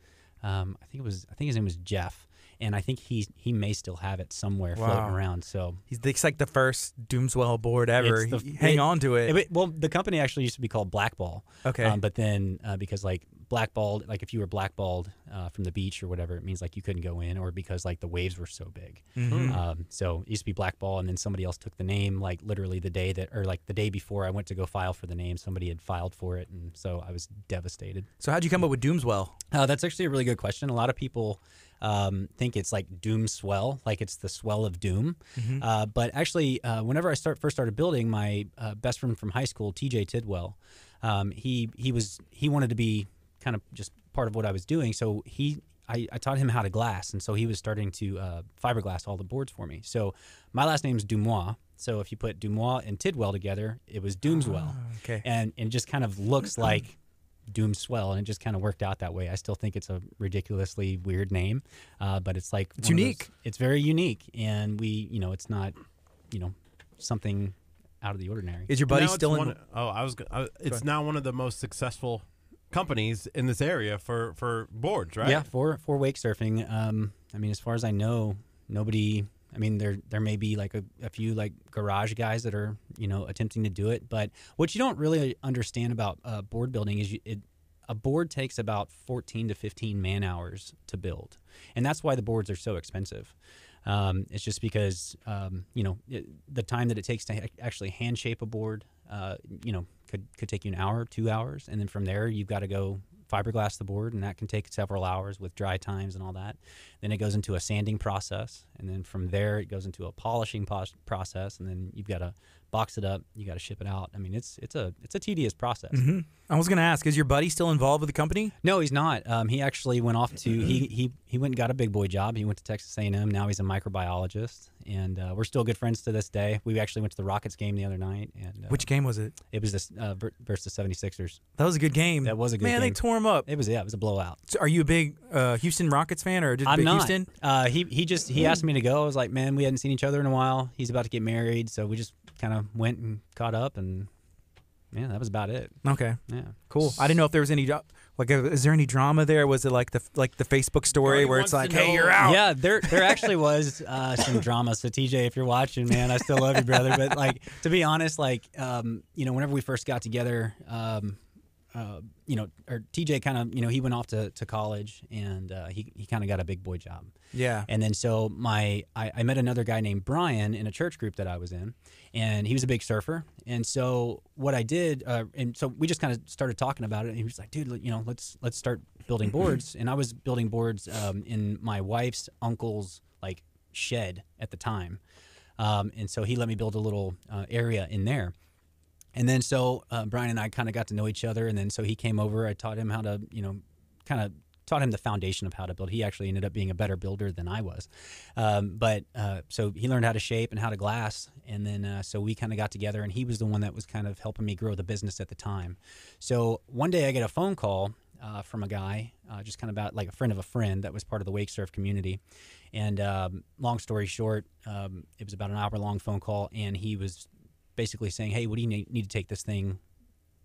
Um, I think it was. I think his name was Jeff. And I think he he may still have it somewhere floating
Wow.
around. So
He's it's like the first Doomswell board ever.
It's the-
He- Hang
it-
on to it.
Yeah, Um, but- well, the company actually used to be called Blackball.
Okay.
Um, but then uh, because like blackballed, like if you were blackballed uh, from the beach or whatever, it means like you couldn't go in, or because like the waves were so big. Um, so it used to be blackball, and then somebody else took the name, like literally the day that, or like the day before I went to go file for the name, somebody had filed for it, and so I was devastated.
So how'd you come up with Doomswell?
Uh, that's actually a really good question. A lot of people um, think it's like doom swell, like it's the swell of doom. Uh, but actually, uh, whenever I start first started building, my uh, best friend from high school, TJ Tidwell, um, he he was he wanted to be kind of just part of what I was doing. So he I, I taught him how to glass, and so he was starting to uh, fiberglass all the boards for me. So my last name's Dumois. So if you put Dumois and Tidwell together, it was Doomswell.
okay.
And and it just kind of looks like Doom Swell, and it just kind of worked out that way. I still think it's a ridiculously weird name, uh, but it's like it's
unique.
it's very unique, and we, you know, it's not, you know, something out of the ordinary.
Is your buddy
Now it's
still in?
one- oh, I was. go- I, it's now one of the most successful companies in this area for for boards, right?
Yeah, for for wake surfing. Um, I mean, as far as I know, nobody. I mean, there there may be like a, a few like garage guys that are you know attempting to do it, but what you don't really understand about uh, board building is you, it. A board takes about 14 to 15 man hours to build, and that's why the boards are so expensive. Um, it's just because um, you know it, the time that it takes to ha- actually hand shape a board, uh, you know, could could take you an hour, two hours, and then from there you've got to go fiberglass the board, and that can take several hours with dry times and all that. Then it goes into a sanding process, and then from there it goes into a polishing pos- process, and then you've got to box it up, you got to ship it out. I mean, it's it's a it's a tedious process.
I was gonna ask, is your buddy still involved with the company?
No, he's not. Um, he actually went off to he, he he went and got a big boy job. He went to Texas A&M. Now he's a microbiologist, and uh, we're still good friends to this day. We actually went to the Rockets game the other night, and uh,
Which game was it?
it was this uh, ver- versus the 76ers.
That was a good game.
That was a good
Man, they
game.
tore him up.
It was yeah, it was a blowout.
So Are you a big uh, Houston Rockets fan or just
I'm
big
not.
Houston?
Uh, he he just he asked me to go. I was like, man, we hadn't seen each other in a while. He's about to get married, so we just kind of went and caught up, and yeah, that was about it.
Okay,
Yeah.
cool. I didn't know if there was any dra- like, uh, is there any drama there? Was it like the like the Facebook story
Nobody
where it's
wants
like,
to
hey,
know-
you're out?
Yeah, there there actually was uh, some drama. So TJ, if you're watching, man, I still love you, brother. But like to be honest, like um, you know, whenever we first got together, um, uh, you know, or TJ kind of, you know, he went off to, to college and uh, he he kind of got a big boy job.
Yeah.
And then so my I, I met another guy named Brian in a church group that I was in, and he was a big surfer. And so what I did, uh, and so we just kind of started talking about it. And he was like, "Dude, let- you know, let's let's start building boards." and I was building boards um, in my wife's uncle's like shed at the time, um, and so he let me build a little uh, area in there. And then so uh, Brian and I kind of got to know each other, and then so he came over. I taught him how to, you know, kind of taught him the foundation of how to build. He actually ended up being a better builder than I was, um, but uh, so he learned how to shape and how to glass, and then uh, so we kind of got together, and he was the one that was kind of helping me grow the business at the time. So one day I get a phone call uh, from a guy, uh, just kind of about like a friend of a friend that was part of the wake surf community. And um, long story short, um, it was about an hour long phone call, and he was basically saying, "Hey, what do you need, need to take this thing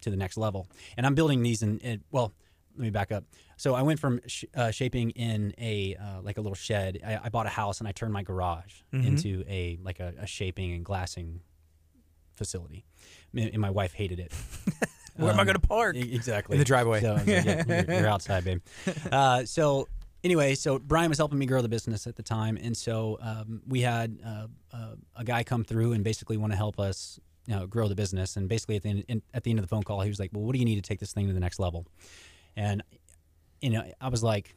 to the next level?" And I'm building these in, in well, let me back up. So I went from sh- uh, shaping in a uh, like a little shed. I, I bought a house and I turned my garage into a like a, a shaping and glassing facility. M- And my wife hated it.
Where am I gonna park?
E- Exactly.
In the driveway.
So I was like, yeah, you're, you're outside, babe. Uh, so anyway, so Brian was helping me grow the business at the time, and so um, we had uh, uh, a guy come through and basically want to help us. You know, grow the business, and basically at the end, in, at the end of the phone call, he was like, "Well, what do you need to take this thing to the next level?" And you know, I was like,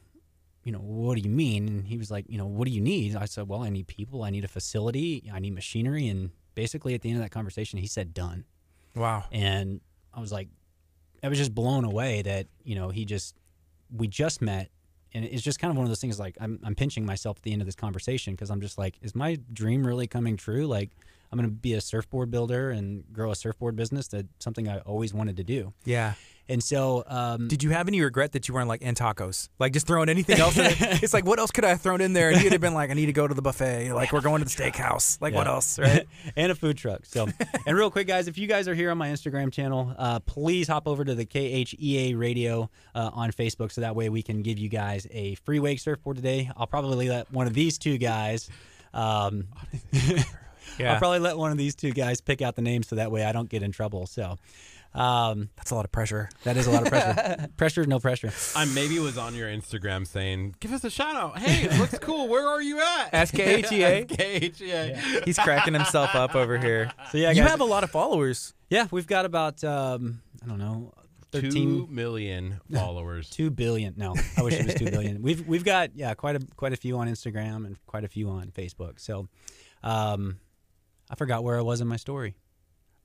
you know, what do you mean? And he was like, you know, what do you need? I said, well, I need people, I need a facility, I need machinery, and basically at the end of that conversation, he said, done.
Wow.
And I was like, I was just blown away that you know he just we just met, and it's just kind of one of those things like I'm I'm pinching myself at the end of this conversation because I'm just like, is my dream really coming true? Like I'm gonna be a surfboard builder and grow a surfboard business that something I always wanted to do.
Yeah.
And so um,
Did you have any regret that you weren't like in tacos? Like just throwing anything else? in it? It's like what else could I have thrown in there? And you'd have been like, I need to go to the buffet. Like we're going to the steakhouse. Like what
Yeah.
else? Right?
and a food truck. So, and real quick, guys, if you guys are here on my Instagram channel, uh, please hop over to the KHEA Radio uh, on Facebook, so that way we can give you guys a free wake surfboard today. I'll probably let one of these two guys. Um, I'll probably let one of these two guys pick out the name, so that way I don't get in trouble. So, Um,
That's a lot of pressure.
that is a lot of pressure. pressure, no pressure.
I maybe was on your Instagram saying, "Give us a shout out. Hey, it looks cool. Where are you at?"
SKHEA.
SKHEA.
He's cracking himself up over here.
So yeah,
You
guys-
have a lot of followers.
yeah, we've got about um, I don't know, 13,
Two million followers.
Two billion. No, I wish it was two billion. We've we've got yeah quite a quite a few on Instagram and quite a few on Facebook. So, um, I forgot where I was in my story.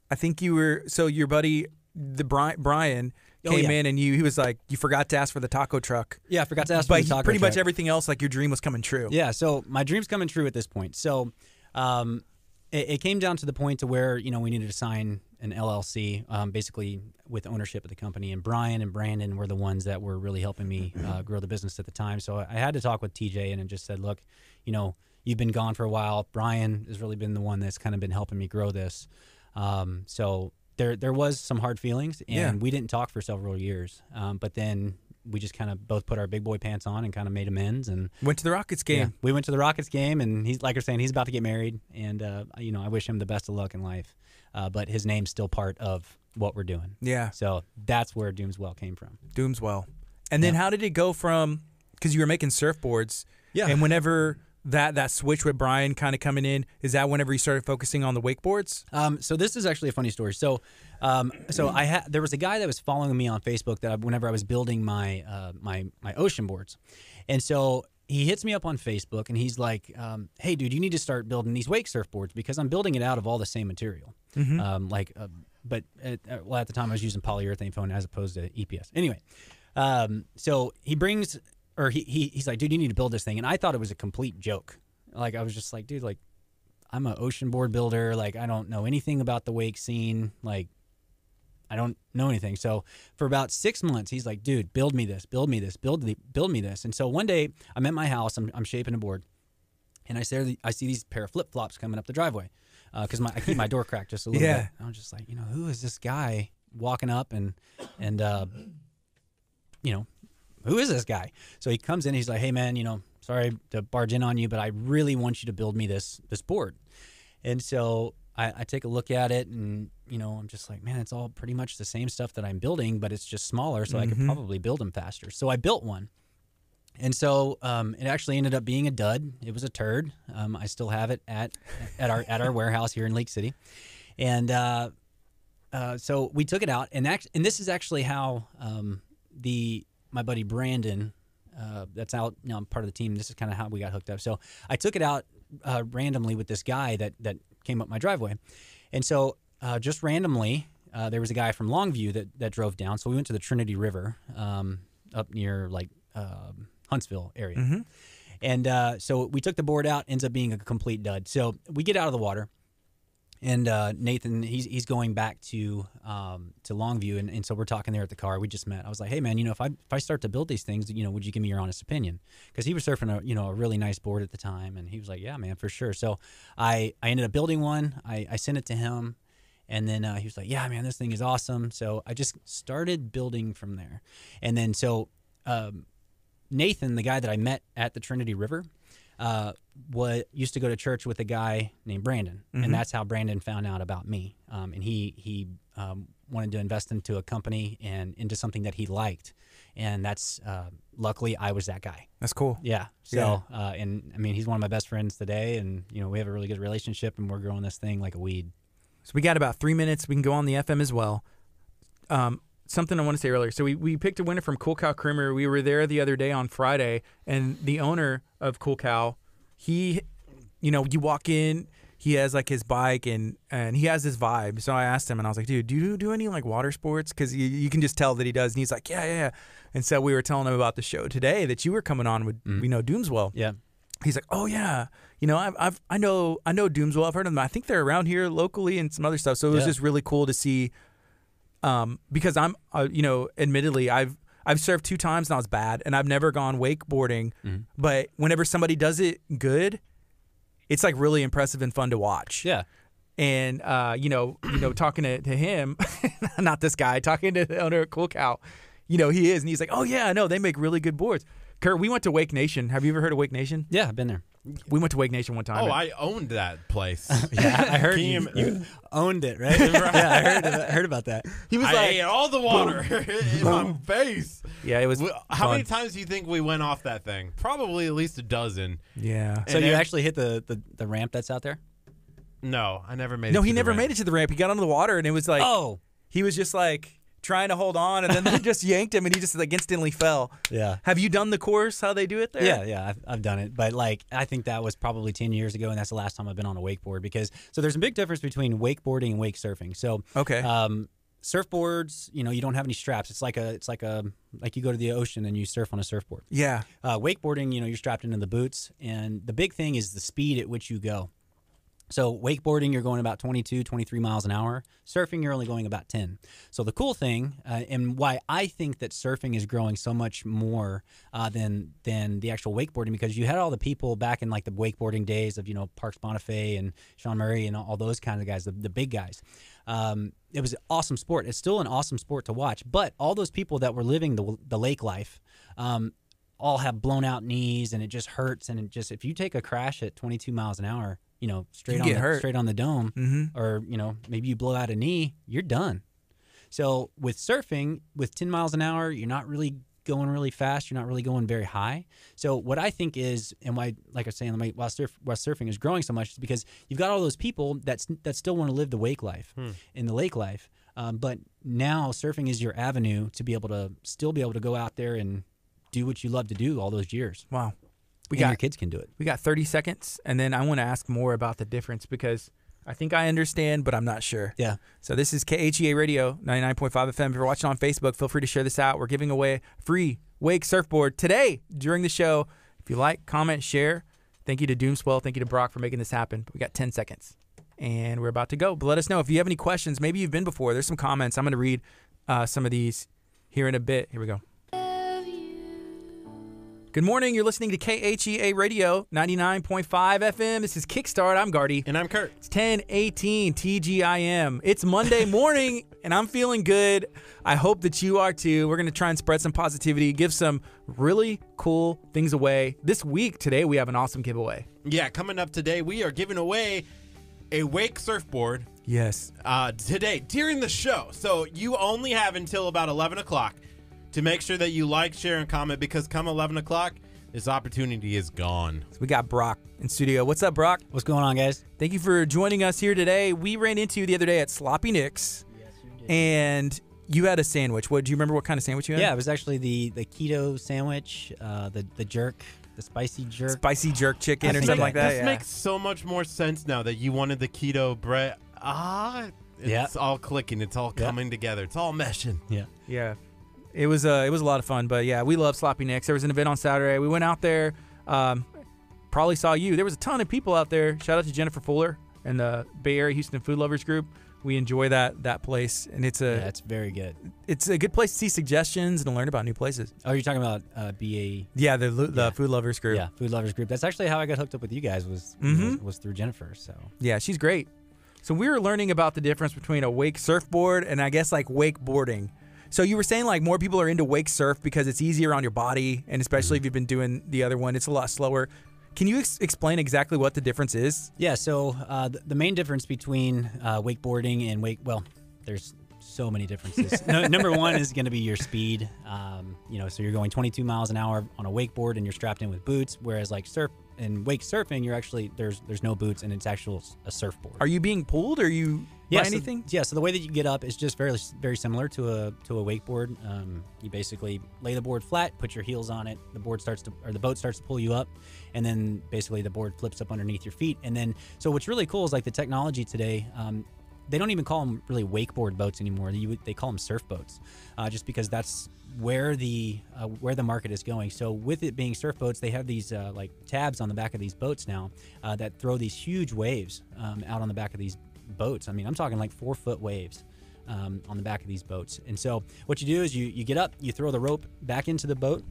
I think you were so your buddy the Bri- Brian
Oh,
came
yeah.
in and you he was like you forgot to ask for the taco truck.
Yeah, I forgot to ask. for
But
the
he-
taco
pretty much
truck.
everything else like your dream was coming true.
Yeah, so my dream's coming true at this point. So, um, it, it came down to the point to where you know we needed to sign an LLC, um, basically with ownership of the company. And Brian and Brandon were the ones that were really helping me
Mm-hmm.
uh, grow the business at the time. So I, I had to talk with TJ and it just said, look, you know, you've been gone for a while. Brian has really been the one that's kind of been helping me grow this. Um, so there there was some hard feelings, and
Yeah.
we didn't talk for several years. Um, but then we just kind of both put our big boy pants on and kind of made amends and
Went to the Rockets game.
yeah, we went to the Rockets game, and he's like you're saying, he's about to get married, and uh, you know I wish him the best of luck in life, uh, but his name's still part of what we're doing.
Yeah,
So that's where Doomswell came from.
Doomswell. And then how did it go from because you were making surfboards?
Yeah.
And whenever that that switch with Brian kind of coming in, is that whenever you started focusing on the wakeboards?
Um, so this is actually a funny story. So, um, so I had there was a guy that was following me on Facebook that I, whenever I was building my uh, my my ocean boards, and so he hits me up on Facebook and he's like, um, "Hey, dude, you need to start building these wake surfboards because I'm building it out of all the same material, um, like." Uh, but at, uh, well, at the time I was using polyurethane foam as opposed to EPS. Anyway, um, so he brings or he, he he's like, "Dude, you need to build this thing," and I thought it was a complete joke. Like I was just like, "Dude, like." I'm an ocean board builder. Like, I don't know anything about the wake scene. Like, I don't know anything. So for about six months, he's like, dude, build me this, build me this, build the, build me this. And so one day I'm at my house, I'm, I'm shaping a board and I see, I see these pair of flip flops coming up the driveway. Uh, cause my, I keep my door cracked just a little
Yeah.
bit. I'm just like, you know, who is this guy walking up and, and, uh, you know, who is this guy? So he comes in, he's like, hey man, you know, sorry to barge in on you, but I really want you to build me this, this board. And so I, I take a look at it and, you know, I'm just like, man, it's all pretty much the same stuff that I'm building, but it's just smaller. So I could probably build them faster. So I built one. And so um, it actually ended up being a dud. It was a turd. Um, I still have it at at our at our warehouse here in Lake City, and uh, uh, so we took it out. And act- and this is actually how um, the my buddy Brandon, uh, that's out now I'm part of the team. This is kind of how we got hooked up. So I took it out uh, randomly with this guy that that came up my driveway, and so uh, just randomly. Uh, there was a guy from Longview that, that drove down, so we went to the Trinity River um, up near like um Huntsville area. And uh, so we took the board out, ends up being a complete dud. So we get out of the water, and uh, Nathan he's he's going back to um, to Longview, and, and so we're talking there at the car. We just met. I was like, hey man, you know if I if I start to build these things, you know, would you give me your honest opinion? Because he was surfing a you know a really nice board at the time, and he was like, yeah man, for sure. So I I ended up building one. I I sent it to him. And then uh, he was like, "Yeah, man, this thing is awesome." So I just started building from there, and then so um, Nathan, the guy that I met at the Trinity River, uh, was used to go to church with a guy named Brandon, and that's how Brandon found out about me. Um, and he he um, wanted to invest into a company and into something that he liked, and that's uh, luckily I was that guy.
That's cool.
Yeah. So Uh, and I mean he's one of my best friends today, and you know we have a really good relationship, and we're growing this thing like a weed.
So we got about three minutes. We can go on the FM as well. Um, something I want to say earlier. So we, we picked a winner from Cool Cow Creamery. We were there the other day on Friday, and the owner of Cool Cow, he, you know, you walk in, he has like his bike and and he has his vibe. So I asked him, and I was like, dude, do you do any like water sports? Because you, you can just tell that he does. And he's like, yeah, yeah, yeah. And so we were telling him about the show today that you were coming on with, you know, Doomswell
Yeah.
he's like, oh yeah, you know, I've, I've I know I know Doomswell. I've heard of them. I think they're around here locally and some other stuff. So it was
Yeah.
just really cool to see, um, because I'm, uh, you know, admittedly I've I've surfed two times and I was bad, and I've never gone wakeboarding.
Mm-hmm.
But whenever somebody does it good, it's like really impressive and fun to watch
Yeah.
and uh, you know, you know, talking to, to him, not this guy, talking to the owner of Cool Cow, you know, he is, and he's like, oh yeah, I know they make really good boards. Kurt, we went to Wake Nation. Have you ever heard of Wake Nation?
Yeah, I've been there.
We went to Wake Nation one time.
Oh,
and-
I owned that place.
Yeah, I heard you,
Kim-
you owned it, right? yeah, I heard, about- heard about that.
He was I ate all the water in my face.
yeah, it was.
We- How many
fun.
times do you think we went off that thing? Probably at least a dozen.
Yeah.
So
And
you
ev-
actually hit the, the, the ramp that's out there?
No, I never made it.
No,
to
he
the
never
ramp.
made it to the ramp. He got under the water and it was like
Oh,
he was just like trying to hold on, and then they just yanked him, and he just like instantly fell.
yeah.
Have you done the course? How they do it there?
Yeah, yeah, I've, I've done it, but like I think that was probably ten years ago, and that's the last time I've been on a wakeboard because so there's a big difference between wakeboarding and wake surfing. So
Okay.
um, surfboards, you know, you don't have any straps. It's like a, it's like a, like you go to the ocean and you surf on a surfboard.
yeah.
Uh, wakeboarding, you know, you're strapped into the boots, and the big thing is the speed at which you go. So wakeboarding, you're going about 22, 23 miles an hour. Surfing, you're only going about 10. So the cool thing, uh, and why I think that surfing is growing so much more uh, than than the actual wakeboarding, because you had all the people back in like the wakeboarding days of you know Parks Bonifay and Sean Murray and all those kinds of guys, the, the big guys. Um, it was an awesome sport. It's still an awesome sport to watch. But all those people that were living the the lake life. Um, all have blown out knees and it just hurts and it just if you take a crash at 22 miles an hour you know straight on
get
the,
hurt.
straight on the dome
Mhm.
or you know maybe you blow out a knee you're done so with surfing with 10 miles an hour you're not really going really fast you're not really going very high so what i think is and why like i was saying why- why, surf, why surfing is growing so much is because you've got all those people that's that still want to live the wake life in the lake life um, but now surfing is your avenue to be able to still be able to go out there and do what you love to do all those years.
Wow.
We
got-
your kids can do it.
We got 30 seconds, and then I want to ask more about the difference because I think I understand, but I'm not sure.
Yeah.
So this is KHEA Radio 99.5 FM. If you're watching on Facebook, feel free to share this out. We're giving away a free Wake surfboard today during the show. If you like, comment, share. Thank you to Doomswell. Thank you to Brock for making this happen. We got 10 seconds, and we're about to go. But let us know if you have any questions. Maybe you've been before. There's some comments. I'm going to read uh, some of these here in a bit. Here we go. Good morning. You're listening to KHEA Radio 99.5 FM. This is Kickstart. I'm Gardy.
And I'm Kurt.
It's 1018 TGIM. It's Monday morning and I'm feeling good. I hope that you are too. We're going to try and spread some positivity, give some really cool things away. This week, today, we have an awesome giveaway.
Yeah, coming up today, we are giving away a wake surfboard
Yes.
uh, today during the show. So you only have until about 11 o'clock to make sure that you like, share, and comment because come 11 o'clock, this opportunity is gone.
We got Brock in studio. What's up, Brock?
What's going on, guys?
Thank you for joining us here today. We ran into you the other day at Sloppy Nick's. And you had a sandwich. What do you remember what kind of sandwich you had?
Yeah, it was actually the the keto sandwich, uh, the the jerk, the spicy jerk.
Spicy jerk chicken or
think
something
I-
like that.
This
yeah.
makes so much more sense now that you wanted the keto bread. Ah, it's
Yeah.
all clicking. It's all coming together. It's all meshing.
yeah.
Yeah, it was uh, it was a lot of fun. But yeah, we love Sloppy Nicks. There was an event on Saturday. We went out there. Um, probably saw you. There was a ton of people out there. Shout out to Jennifer Fuller and the Bay Area Houston Food Lovers Group. We enjoy that that place, and it's a
That's very good.
it's a good place to see suggestions and to learn about new places.
Oh, you're talking about uh, BA.
Yeah, the the Food Lovers Group.
Yeah, food lovers group. Mm-hmm. That's actually how I got hooked up with you guys was was, was through Jennifer. So
Yeah, she's great. So we were learning about the difference between a wake surfboard and I guess like wakeboarding. So you were saying like more people are into wake surf because it's easier on your body, and especially if you've been doing the other one, it's a lot slower. Can you ex- explain exactly what the difference is?
yeah, so uh, the, the main difference between uh, wakeboarding and wake well, there's so many differences. no, number one is going to be your speed. Um, you know, so you're going 22 miles an hour on a wakeboard and you're strapped in with boots, whereas like surf and wake surfing, you're actually there's there's no boots and it's actual s- a surfboard.
Are you being pulled? Are you
yeah,
by
so-
anything?
yeah. So the way that you get up is just very very similar to a to a wakeboard. Um, you basically lay the board flat, put your heels on it. The board starts to or the boat starts to pull you up, and then basically the board flips up underneath your feet. And then so what's really cool is like the technology today. Um, they don't even call them really wakeboard boats anymore. You, would- they call them surf boats, uh, just because that's where the uh, where the market is going. So with it being surf boats, they have these uh, like tabs on the back of these boats now uh, that throw these huge waves um, out on the back of these boats. I mean, I'm talking like four foot waves um, on the back of these boats. And so what you do is you you get up, you throw the rope back into the boat,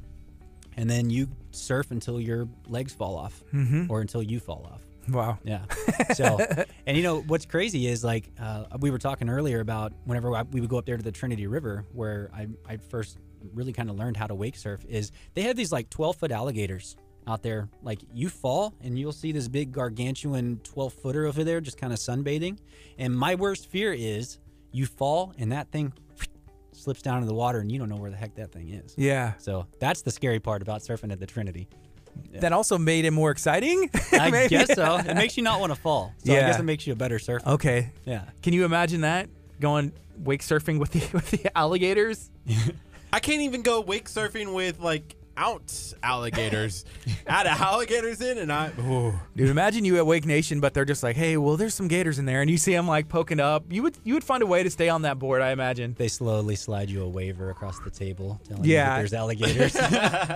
and then you surf until your legs fall off or until you fall off.
Wow.
Yeah. So, and you know what's crazy is like uh, we were talking earlier about whenever I, we would go up there to the Trinity River where I I first really kind of learned how to wake surf is they have these like 12 foot alligators out there. Like you fall and you'll see this big gargantuan 12 footer over there just kind of sunbathing. And my worst fear is you fall and that thing slips down into the water and you don't know where the heck that thing is.
Yeah.
So that's the scary part about surfing at the Trinity.
That also made it more exciting.
I
Maybe.
guess so. It makes you not want to fall. So I
Yeah.
guess it makes you a better surfer.
Okay.
Yeah.
Can you imagine that going wake surfing with the with the alligators?
I can't even go wake surfing with like out alligators. Add alligators in, and I. Ooh.
Dude, imagine you at Wake Nation, but they're just like, hey, well, there's some gators in there, and you see them like poking up. You would you would find a way to stay on that board, I imagine.
They slowly slide you a waiver across the table telling you
Yeah.
that there's alligators.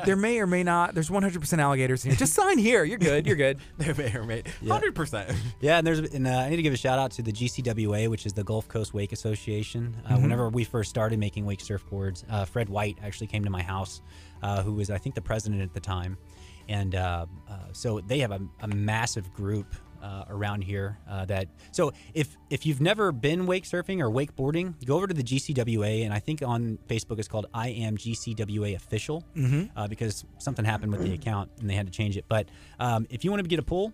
there may or may not. There's 100% alligators in here. Just sign here. You're good. You're good.
They're mayor, mate.
Yeah.
Hundred percent.
Yeah, and there's and, uh, I need to give a shout out to the GCWA, which is the Gulf Coast Wake Association. Uh, Whenever we first started making wake surfboards, uh, Fred White actually came to my house, uh, who was I think the president at the time, and uh, uh, so they have a, a massive group uh, around here uh, that. So if if you've never been wake surfing or wakeboarding, go over to the GCWA, and I think on Facebook it's called I am GCWA official uh, because something happened with the account and they had to change it. But um, if you want to get a pool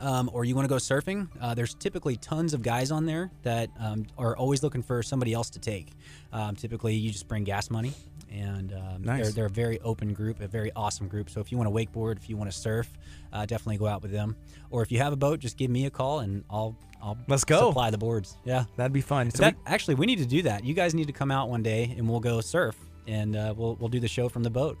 um, or you want to go surfing, uh, there's typically tons of guys on there that um, are always looking for somebody else to take. Um, typically, you just bring gas money, and um, they're, they're a very open group, a very awesome group. So if you want to wakeboard, if you want to surf, uh, definitely go out with them. Or if you have a boat, just give me a call, and I'll I'll
Let's go.
supply the boards. Yeah,
That'd be fun. So
that, actually, we need to do that. You guys need to come out one day, and we'll go surf, and uh, we'll we'll do the show from the boat.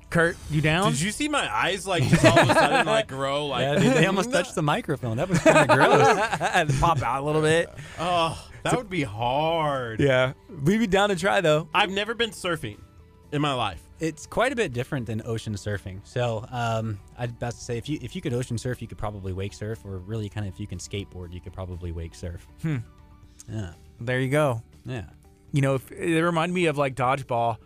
we- Kurt, you down?
Did you see my eyes like just all of a sudden like grow
Um, Yeah,
like?
dude, they almost touched the microphone. That was kind of gross.
pop out a little bit.
Oh, that would be hard.
Yeah. We'd be down to try though.
I've never been surfing in my life.
it's quite a bit different than ocean surfing. So um, I'd best to say if you if you could ocean surf, you could probably wake surf, or really kind of if you can skateboard, you could probably wake surf. Hmm. Yeah.
There you go.
Yeah.
You know, if, it reminded me of like dodgeball.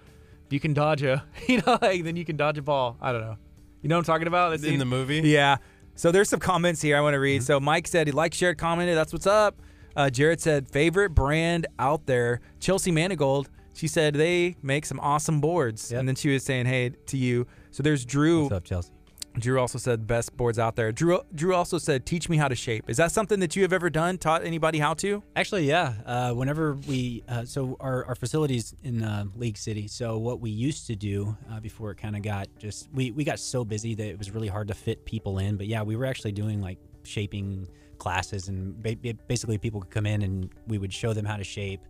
If you can dodge a, you know, like then you can dodge a ball. I don't know. You know what I'm talking about? That
In
scene?
the movie?
Yeah. So there's some comments here I want to read.
Mm-hmm.
So Mike said he liked, shared, commented. That's what's up. Uh, Jared said favorite brand out there, Chelsea Manigold. She said they make some awesome boards,
Yep.
and then she was saying hey to you. So there's Drew.
What's up, Chelsea?
Drew also said best boards out there. Drew Drew also said teach me how to shape. Is that something that you have ever done? Taught anybody how to?
Actually, yeah. Uh, whenever we, uh, so our, our facilities in uh, League City. So what we used to do uh, before it kind of got just, we, we got so busy that it was really hard to fit people in. But yeah, we were actually doing like shaping classes and ba- ba- basically people could come in and we would show them how to shape.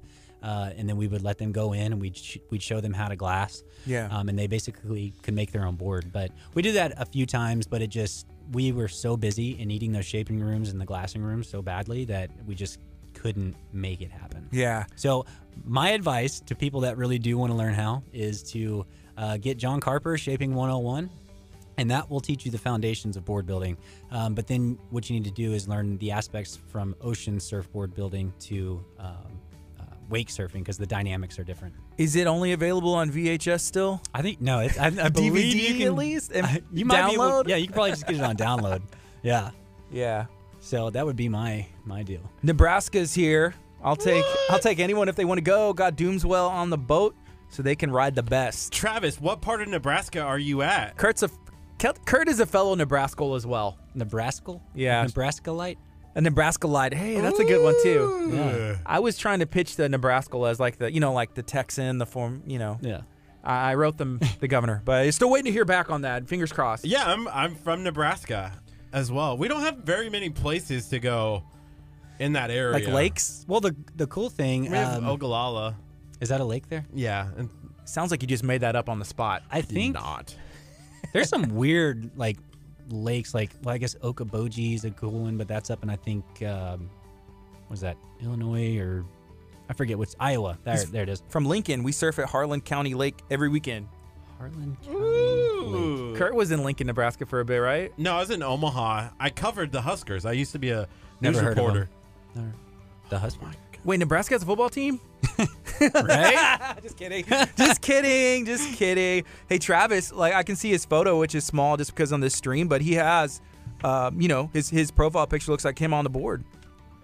Uh, and then we would let them go in and we'd, sh- we'd show them how to glass.
Yeah.
Um, and they basically could make their own board. But we did that a few times, but it just, we were so busy and needing those shaping rooms and the glassing rooms so badly that we just couldn't make it happen.
Yeah.
So, my advice to people that really do want to learn how is to uh, get John Carper Shaping 101, and that will teach you the foundations of board building. Um, but then, what you need to do is learn the aspects from ocean surfboard building to um, uh, wake surfing because the dynamics are different.
Is it only available on VHS still?
I think no, it's, I, I believe you
DVD
can
at least? And
I- you might be able-
download?
yeah, you can probably just get it on download. Yeah.
Yeah.
So that would be my my deal.
Nebraska's here. I'll take I'll take anyone if they want to go. Got Doomswell on the boat so they can ride the best.
Travis, what part of Nebraska are you at?
Kurt's a Kurt Kurt is a fellow Nebraskal as well.
Nebraska.
Yeah.
Nebraska light.
A Nebraska light. Hey, that's a good one too.
Yeah.
I was trying to pitch the Nebraskal as like the you know like the Texan, the form you know.
Yeah.
I, I wrote them the governor, but still waiting to hear back on that. Fingers crossed.
Yeah, I'm I'm from Nebraska as well. We don't have very many places to go in that area.
Like lakes.
Well, the the cool thing
We have
um,
Ogallala.
is that a lake there.
Yeah, and
Sounds like you just made that up on the spot.
I think
not.
there's some weird like lakes. Like, well, I guess Okoboji is a cool one, but that's up in I think um, was that Illinois or I forget what's Iowa. There, there it is.
From Lincoln, we surf at Harlan County Lake every weekend.
Harlan County. Lake.
Ooh.
Kurt was in Lincoln, Nebraska for a bit, right?
No, I was in Omaha. I covered the Huskers. I used to be a news
Never heard of
reporter.
Or The husband.
Wait, Nebraska has a football team?
right?
just kidding. just kidding. Just kidding. Hey, Travis, like I can see his photo, which is small just because on this stream, but he has, um, you know, his his profile picture looks like him on the board.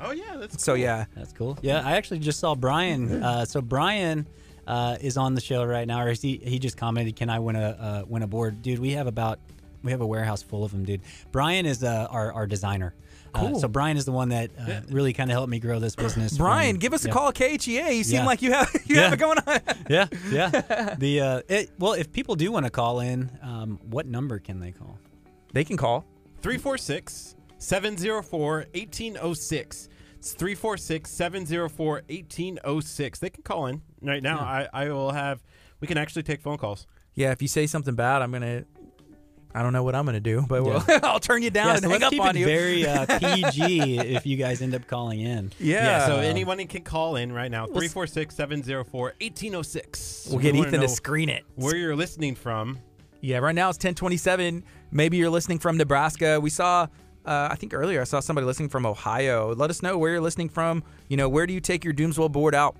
Oh yeah, that's
So yeah,
That's cool. Yeah, I actually just saw Brian. Uh, so Brian uh, is on the show right now, or is he, he just commented, "Can I win a uh, win a board, dude?" We have about we have a warehouse full of them, dude. Brian is uh, our our designer. Uh, so Brian is the one that uh, really kind of helped me grow this business.
Brian,
from-
give us a
yeah.
call at KHEA. You seem
Yeah.
like you have you have
Yeah.
it going on.
Yeah, yeah. the uh, it, well, if people do want to call in, um, what number can they call?
They can call.
346 704 1806. It's 346 704 1806. They can call in right now. I, I will have, we can actually take phone calls.
Yeah, if you say something bad, I'm gonna. I don't know what I'm gonna do, but we'll, I'll turn you down
yeah,
and
so
hang
let's
up
keep
on
it
you.
very uh, PG if you guys end up calling in.
yeah.
so anyone can call in right now. 346 704 1806.
we'll get Ethan to screen it.
Where you're listening from.
Yeah, right now it's 1027. Maybe you're listening from Nebraska. We saw, uh, I think earlier, I saw somebody listening from Ohio. Let us know where you're listening from. You know, where do you take your Doomswell board out?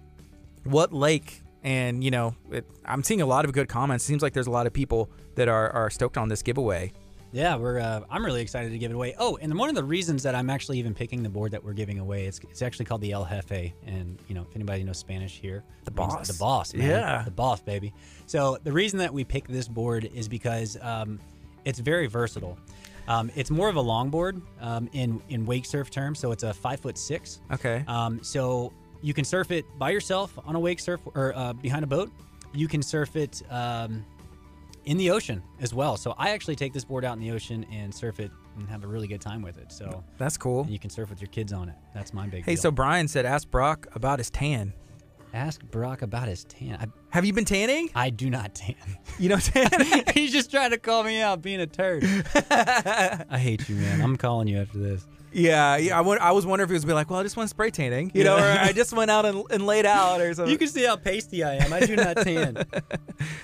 What lake? And, you know, it, I'm seeing a lot of good comments. Seems like there's a lot of people that are, are stoked on this giveaway.
Yeah, we're. Uh, I'm really excited to give it away. Oh, and one of the reasons that I'm actually even picking the board that we're giving away, it's it's actually called the El Jefe, and you know if anybody knows Spanish here, the
boss.
the boss, man,
Yeah.
the boss, baby. So the reason that we pick this board is because um, it's very versatile. Um, it's more of a longboard um, in in wake surf terms, so it's a five foot six.
Okay.
Um, so you can surf it by yourself on a wake surf or uh, behind a boat. You can surf it um, in the ocean as well. So I actually take this board out in the ocean and surf it and have a really good time with it. So
That's cool.
you can surf with your kids on it. That's my big
Hey,
deal.
so Brian said, ask Brock about his tan.
ask Brock about his tan.
Have you been tanning?
I, I do not tan.
You know, tan?
He's just trying to call me out being a turd. I hate you, man. I'm calling you after this.
yeah, yeah. I, won- I was wondering if he was be like, well, I just went spray tanning, you know, or I just went out and, and laid out or something.
You can see how pasty I am. I do not tan.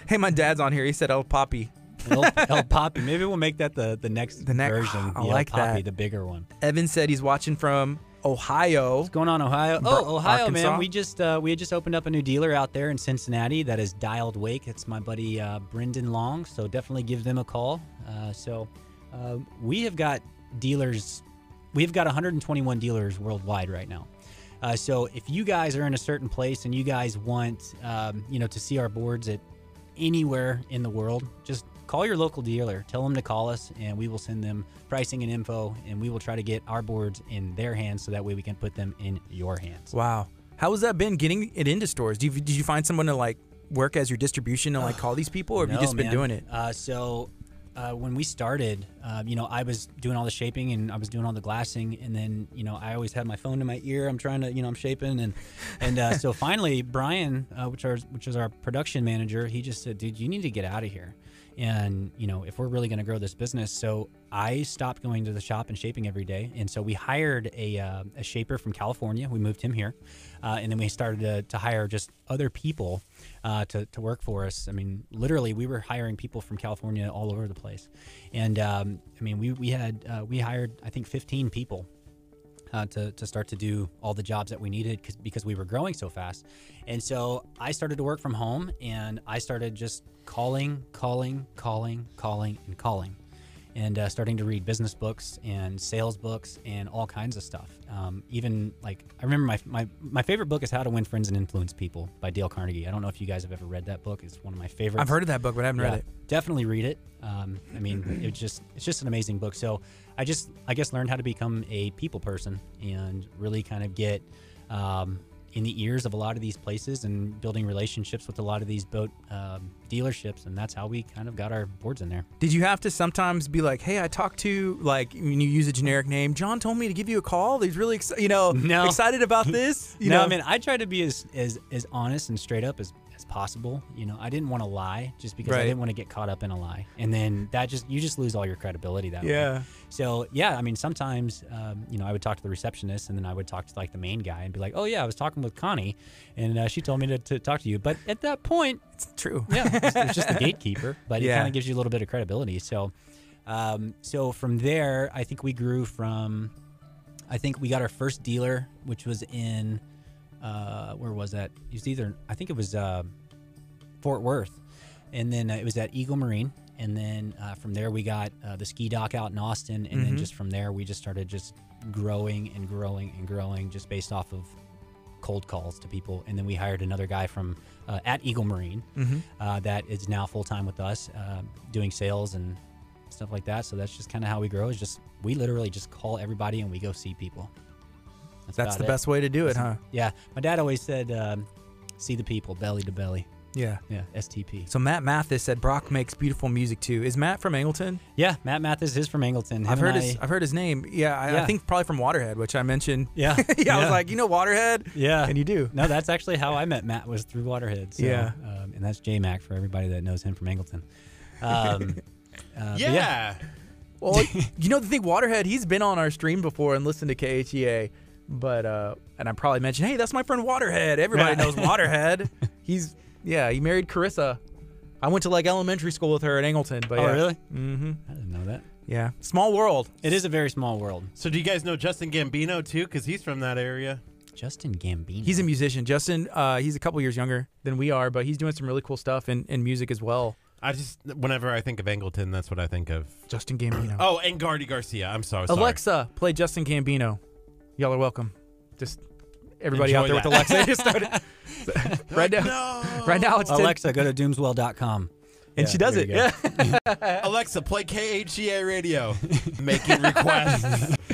hey, my dad's on here. He said, oh, Poppy.
El, El Poppy. Maybe we'll make that the, the next
The next-
version.
I
the
like
El Poppy,
that.
the bigger one.
Evan said he's watching from Ohio.
What's going on, Ohio?
Bur-
Oh, Ohio,
Arkansas?
man. We just uh, we had just opened up a new dealer out there in Cincinnati that is Dialed Wake. It's my buddy uh, Brendan Long, so definitely give them a call. Uh, so uh, we have got dealers. We've got 121 dealers worldwide right now. Uh, so if you guys are in a certain place and you guys want um, you know to see our boards at anywhere in the world, just call your local dealer. Tell them to call us, and we will send them pricing and info, and we will try to get our boards in their hands so that way we can put them in your hands.
Wow. How has that been getting it into stores? Do you, did you find someone to like work as your distribution and like call these people, or have you
No,
just been
man.
doing it?
Uh, so uh, when we started, uh, you know, I was doing all the shaping and I was doing all the glassing, and then you know, I always had my phone in my ear. I'm trying to, you know, I'm shaping, and and uh, so finally, Brian, uh, which are which is our production manager, he just said, "Dude, you need to get out of here." And you know, if we're really going to grow this business, so I stopped going to the shop and shaping every day, and so we hired a, uh, a shaper from California. We moved him here, uh, and then we started to, to hire just other people uh, to, to work for us. I mean, literally, we were hiring people from California all over the place. And um, I mean, we, we had, uh, we hired, I think, 15 people. Uh, to, to start to do all the jobs that we needed 'cause- because we were growing so fast. And so I started to work from home and I started just calling, calling, calling, calling, and calling and uh, starting to read business books and sales books and all kinds of stuff. Um, even like I remember my, my my favorite book is How to Win Friends and Influence People by Dale Carnegie. I don't know if you guys have ever read that book. It's one of my favorites.
I've heard of that book, but I haven't read it.
Definitely read it. Um, I mean, it's just it's just an amazing book. So I just I guess learned how to become a people person and really kind of get um, in the ears of a lot of these places and building relationships with a lot of these boat um, dealerships, and that's how we kind of got our boards in there.
Did you have to sometimes be like, hey, I talked to, like, when you use a generic name, John told me to give you a call. He's really, exci- you know,
No.
excited about this. You
no,
know,
I mean, I tried to be as, as, as honest and straight up as, as possible. You know, I didn't want to lie just because
Right.
I didn't want to get caught up in a lie. And then that just, you just lose all your credibility that way.
Yeah.
So, yeah, I mean, sometimes, um, you know, I would talk to the receptionist and then I would talk to like the main guy and be like, oh, yeah, I was talking with Connie and uh, she told me to, to talk to you. But at that point,
it's true.
yeah, it's, it's just the gatekeeper, but it
Yeah.
kind of gives you a little bit of credibility. So, um, so from there, I think we grew from, I think we got our first dealer, which was in, uh, where was that? It was either I think it was uh, Fort Worth, and then uh, it was at Eagle Marine, and then uh, from there we got uh, the ski dock out in Austin, and
Mm-hmm.
then just from there we just started just growing and growing and growing just based off of cold calls to people. And then we hired another guy from uh, at Eagle Marine
Mm-hmm.
uh, that is now full time with us, uh, doing sales and stuff like that. So that's just kind of how we grow. Is just we literally just call everybody and we go see people.
That's
about
the
it.
best way to do it, huh?
Yeah, my dad always said, um, "See the people, belly to belly."
Yeah.
Yeah, STP.
So Matt Mathis said Brock makes beautiful music too. Is Matt from Angleton?
Yeah, Matt Mathis is from Angleton. Him
I've heard
and
his
I-
I've heard his name. Yeah, I, I
Yeah.
think probably from Waterhead, which I mentioned.
Yeah,
yeah, I was like, you know Waterhead?
yeah,
And you do.
No, that's actually how I met Matt was through Waterhead. So,
Yeah.
um, and that's J Mac for everybody that knows him from Angleton. Um, uh, but
yeah.
Well, you know the thing, Waterhead. He's been on our stream before and listened to KHEA, but uh, and I probably mentioned, hey, that's my friend Waterhead. Everybody
Yeah.
knows Waterhead. He's yeah, he married Carissa. I went to like elementary school with her at Angleton. But
Oh,
yeah.
really? Mm-hmm. I didn't know that.
Yeah, small world.
It is a very small world.
So do you guys know Justin Gambino too? Because he's from that area.
Justin Gambino.
He's a musician. Justin, uh, he's a couple years younger than we are, but he's doing some really cool stuff in, in music as well.
I just whenever I think of Angleton, that's what I think of.
Justin Gambino.
Oh, and Gardy Garcia. I'm so sorry.
Alexa, play Justin Gambino. Y'all are welcome. Just everybody out
Enjoy
there with
that.
Alexa they just started. right now,
No.
right now it's 10
Oh, Alexa, go to doomswell.com.
and
Yeah,
she does
there
it.
you go.
Yeah.
Alexa, play KHEA radio. Making requests.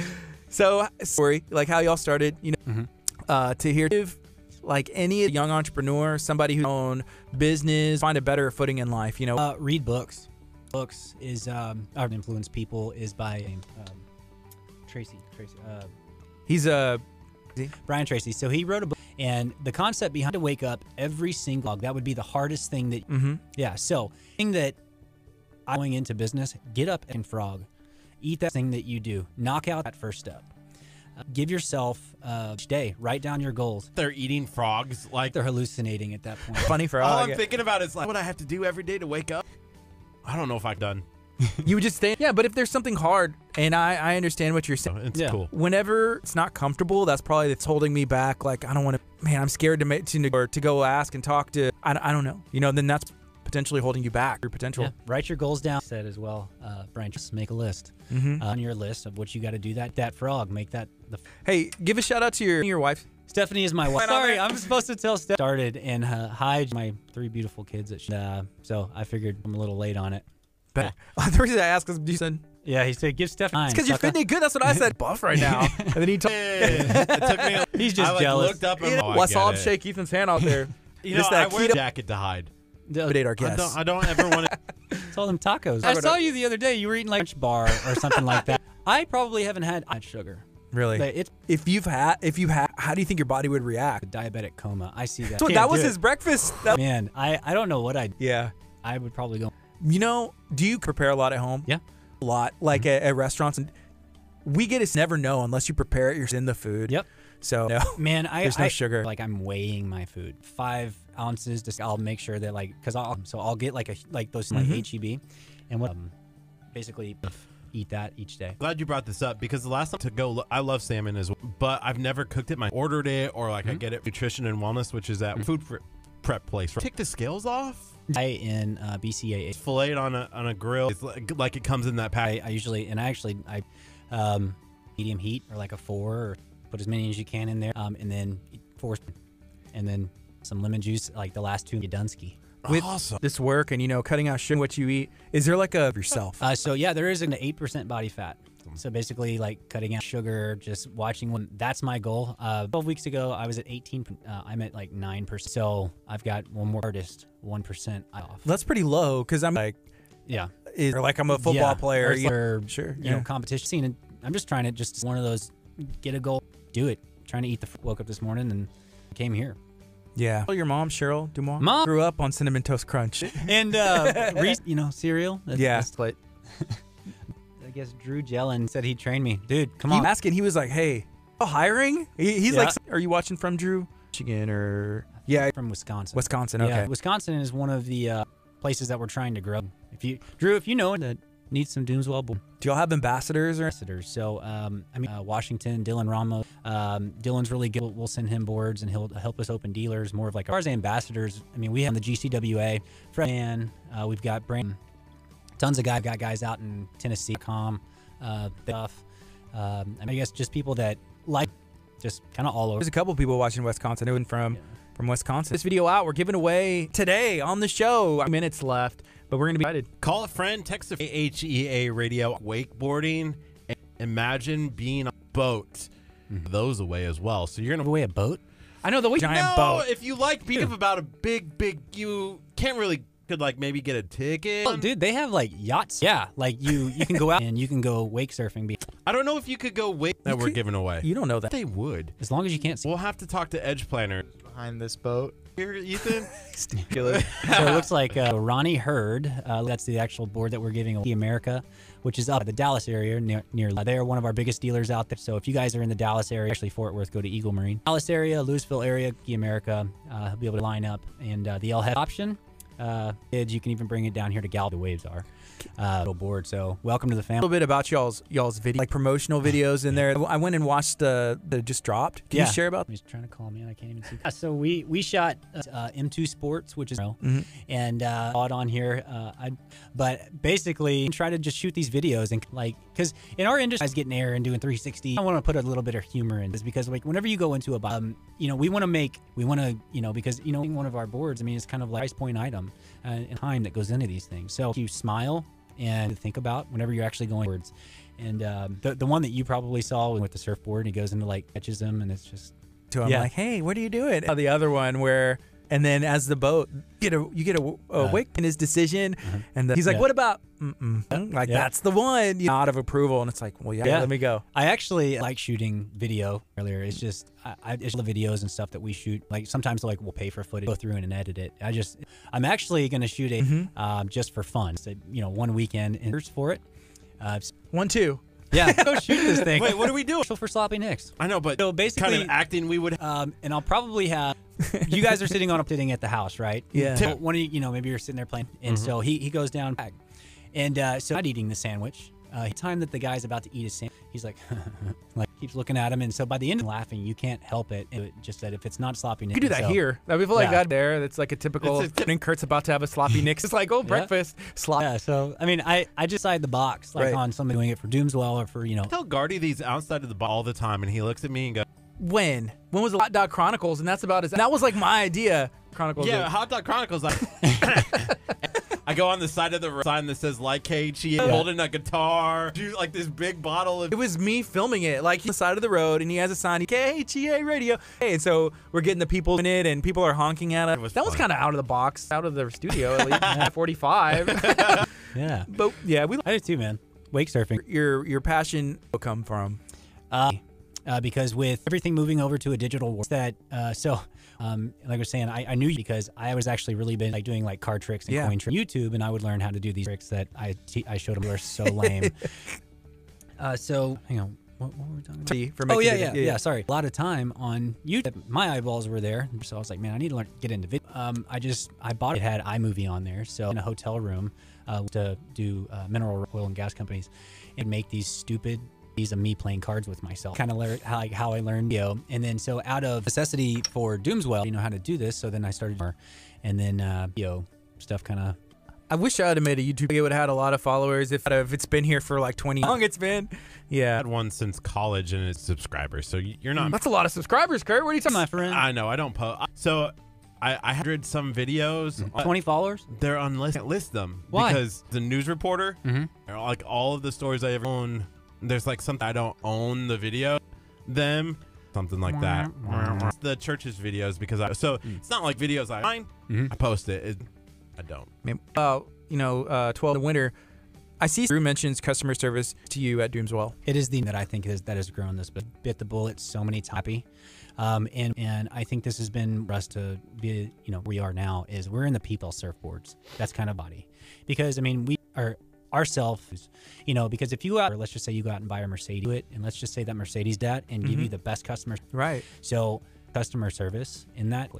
So story, like how y'all started, you know,
Mm-hmm.
uh, to hear if, like any young entrepreneur, somebody who own business, find a better footing in life. You know,
Uh, read books. Books is um, or influence people is by um, Tracy. Tracy. Uh,
he's uh, a
Brian Tracy. So he wrote a book, and the concept behind to wake up every single dog. That would be the hardest thing that. Yeah. So thing that I'm going into business, get up and frog, eat that thing that you do, knock out that first step. Uh, give yourself uh, each day. Write down your goals.
They're eating frogs. Like
They're hallucinating at that point.
funny for
all
all. I
I'm
get-
thinking about is like what I have to do every day to wake up. I don't know if I've done.
you would just think, yeah. But if there's something hard, and I, I understand what you're saying.
So it's
Yeah.
cool.
whenever it's not comfortable, that's probably that's holding me back. Like I don't want to, man. I'm scared to make to or to go ask and talk to. I, don't- I don't know. You know, then that's potentially holding you back. Your potential.
Yeah, write your goals down. Said as well, uh, Brian. Just make a list uh, on your list of what you got to do. That that frog, make that the.
Hey, give a shout out to your your wife.
Stephanie is my wife.
Right on
Sorry,
there.
I'm supposed to tell Steph. Started and uh, hi, my three beautiful kids. That she, uh, so I figured I'm a little late on it.
But the reason I ask is you said
Yeah, he said give Steph. It's
because you're fitting good. That's what I said. Buff right now. and then he told
it took me. A,
He's just
I, like,
jealous.
Looked up and
you know,
oh, I
I
get
saw him
it.
shake Ethan's hand out there.
You know,
Just
I
that
wear
keto-
a jacket to hide.
Update our
I don't.
guests.
I don't ever want to.
Told him tacos. I saw you the other day. You were eating like lunch bar or something like that. I probably haven't had much sugar.
Really.
But it's
if you've had, if you had, how do you think your body would react?
a diabetic coma. I see that.
So
Can't
that was
do it.
his breakfast. That-
man. I I don't know what I.
yeah.
I would probably go.
You know, do you prepare a lot at home?
Yeah.
a lot,
Mm-hmm.
like at, at restaurants. And we get to never know unless you prepare it yourself in the food.
Yep.
So
Man, I
There's no
I-
sugar.
Like I'm weighing my food, five ounces. Just I'll make sure that like, cause I'll so I'll get like a like those
Mm-hmm.
like HEB, and what um, basically eat that each day.
Glad you brought this up because the last time to go, lo- I love salmon as well, but I've never cooked it. My ordered it or like
Mm-hmm.
I get it nutrition and wellness, which is that food pre- prep place. Right? Take the scales off,
I in uh, BCAA.
fillet it on a on a grill. It's like, like it comes in that pack.
I, I usually and I actually I, um, medium heat or like a four or put as many as you can in there, um, and then four, and then some lemon juice like the last two Dunsky.
with
awesome.
this work and you know cutting out sugar, what you eat, is there like a yourself?
Uh, so yeah, there is an eight percent body fat. So basically, like cutting out sugar, just watching when that's my goal. Uh, Twelve weeks ago, I was at eighteen. Uh, I'm at like nine percent. So I've got one more artist, one percent off.
That's pretty low because I'm like,
Yeah,
is, or like I'm a football
Yeah.
player.
Or,
you know?
or,
Sure,
You know,
yeah.
competition scene. And I'm just trying to just one of those get a goal, do it. Trying to eat the. f- Woke up this morning and came here.
yeah. Your mom, Cheryl Dumas,
Mom.
grew up on cinnamon toast crunch.
And uh, re- you know, cereal. That's-
yeah.
that's- I guess Drew Jellin said he trained me, dude. Come
He
on.
asking, he was like, "Hey, oh, hiring?" He, he's like, "Are you watching from Drew, Michigan, or yeah,
from Wisconsin.
Wisconsin?" Okay.
Yeah, uh, Wisconsin is one of the uh, places that we're trying to grow. If you, Drew, if you know that needs some Doomswell bo-
Do y'all have ambassadors or?
ambassadors, so um, I mean uh, Washington, Dylan Ramos, um, Dylan's really good. We'll send him boards, and he'll help us open dealers. More of like ours ambassadors. I mean, we have the GCWA, Fred Man. Uh, we've got Brandon, tons of guys. Got guys out in Tennessee, com, uh, stuff. Um, I, mean, I guess just people that like just kind of all over.
There's a couple people watching Wisconsin who from from Wisconsin. This video out, we're giving away today on the show. Minutes left, but we're gonna be excited.
Call a friend, text a AHEA radio, wakeboarding. and Imagine being on a boat. Those away as well. So you're going to
Mm-hmm. away a boat.
I know the way giant
no,
boat.
if you like beat up about a big, big, you can't really could like maybe get a ticket.
Oh, dude, they have like yachts. Yeah, like you you can go out and you can go wake surfing. Be-
I don't know if you could go wait that we're giving away.
You don't know that.
they would.
As long as you can't see.
We'll have to talk to Edge Planner
behind this boat.
here, Ethan.
so it looks like uh, Ronnie Hurd. Uh, that's the actual board that we're giving away. America, which is up in the Dallas area near. near uh, they are one of our biggest dealers out there. So if you guys are in the Dallas area, actually Fort Worth, go to Eagle Marine. Dallas area, Louisville area, Key America. Uh, he'll be able to line up. And uh, the LHEF option. Uh, kids, you can even bring it down here to Gal. The waves are uh, little board. So welcome to the family.
A little bit about y'all's y'all's video, like promotional videos in there. I went and watched the that just dropped. Can
Yeah.
you share about?
He's trying to call me, and I can't even see. so we we shot uh, M2 Sports, which is and uh, saw it on here. Uh, I, but basically, try to just shoot these videos and like because in our industry, guys getting air and doing 360. I want to put a little bit of humor in this because like whenever you go into a bo- um, you know, we want to make we want to you know because you know one of our boards. I mean, it's kind of like price point item uh, and time that goes into these things. So if you smile and think about whenever you're actually going towards. And um, the, the one that you probably saw with the surfboard, and he goes into like catches them, and it's just
To I'm
Yeah.
like, hey, what are you doing? Uh, the other one where. And then, as the boat, you get a you get a, w- a wake in his decision, and the, he's like,
Yeah.
"What about?" Mm-mm. Like
Yeah.
that's the one you nod of approval, and it's like, "Well, yeah,
Yeah.
let me go."
I actually like shooting video earlier. It's just I, I it's the videos and stuff that we shoot. Like sometimes like we'll pay for footage, go through and edit it. I just I'm actually gonna shoot a
Mm-hmm.
um, just for fun. So, you know, one weekend and search for it. Uh, s-
One two.
yeah, go shoot this thing.
Wait, what are we doing?
So for sloppy nicks.
I know, but
So
kind
basically-
of acting we would.
Um, and I'll probably have you guys are sitting on a sitting at the house, right?
Yeah. Mm-hmm.
So One of you, you know, maybe you're sitting there playing, and so he he goes down back, and uh, so not eating the sandwich. Uh, time that the guy's about to eat his sandwich, he's like, like keeps looking at him, and so by the end of laughing, you can't help it. And it just that if it's not sloppy,
You could do that here. I feel like
Yeah.
that there. That's like a typical.
It's a tip-
and Kurt's about to have a sloppy Nick's. It's like, oh, breakfast sloppy.
Yeah, so I mean, I I just side the box like
Right.
on somebody doing it for Doomswell or for you know
I tell Guardy these outside of the ball all the time, and he looks at me and goes,
When when was the Hot Dog Chronicles? And that's about as that was like my idea. Chronicles.
"Yeah,
is-
Hot Dog Chronicles." I, I go on the side of the road, sign that says like KG, holding a guitar, do like this big bottle of.
It was me filming it, like on the side of the road, and he has a sign, KHEA radio. Hey, and so we're getting the people in it, and people are honking at us.
was
that was
fun.
kind of out of the box, out of the studio, at least at 45.
yeah.
but yeah, we
I do too, man. Wake surfing.
your your passion will come from.
uh, uh, because with everything moving over to a digital world, that uh, so um, like I was saying, I, I knew you because I was actually really been like doing like card tricks and
Yeah.
coin tricks on YouTube, and I would learn how to do these tricks that I te- I showed them were so lame. uh, so hang on, what, what were we talking about?
For
Oh
making
yeah,
it-
yeah, yeah, Sorry, a lot of time on YouTube. My eyeballs were there, so I was like, man, I need to learn get into video. Um, I just I bought it. it had iMovie on there, so in a hotel room uh, to do uh, mineral oil and gas companies and make these stupid. These of me playing cards with myself, kind of like how, like how I learned video, and then so out of necessity for Doomswell, you know how to do this, so then I started, more. and then uh, yo stuff kind of
I wish I would have made a YouTube. It would have had a lot of followers if if it's been here for like 20. How long it's been?
I
Yeah,
had one since college, and it's subscribers, so y- you're not
that's a lot of subscribers, Kurt. What are you talking
my
about?
friend,
I know I don't post. So I I hundred some videos. but
Mm-hmm. twenty followers.
They're unlist. Can't list them
Why?
because the news reporter, or, like all of the stories I ever own, there's like something I don't own the video, them something like that. the church's videos because I so it's not like videos I find. I post it. it. I don't.
Man, uh, you know, uh, 12 in winter. I see Drew mentions customer service to you at Doomswell.
It is the that I think is that has grown this bit, bit the bullet so many times, um, and and I think this has been for us to be you know we are now is we're in the people surfboards. That's kind of body, because I mean we are ourselves, you know. Because if you go out, or let's just say you go out and buy a Mercedes, do it, and let's just say that Mercedes that and give you the best customer.
Right.
So customer service in that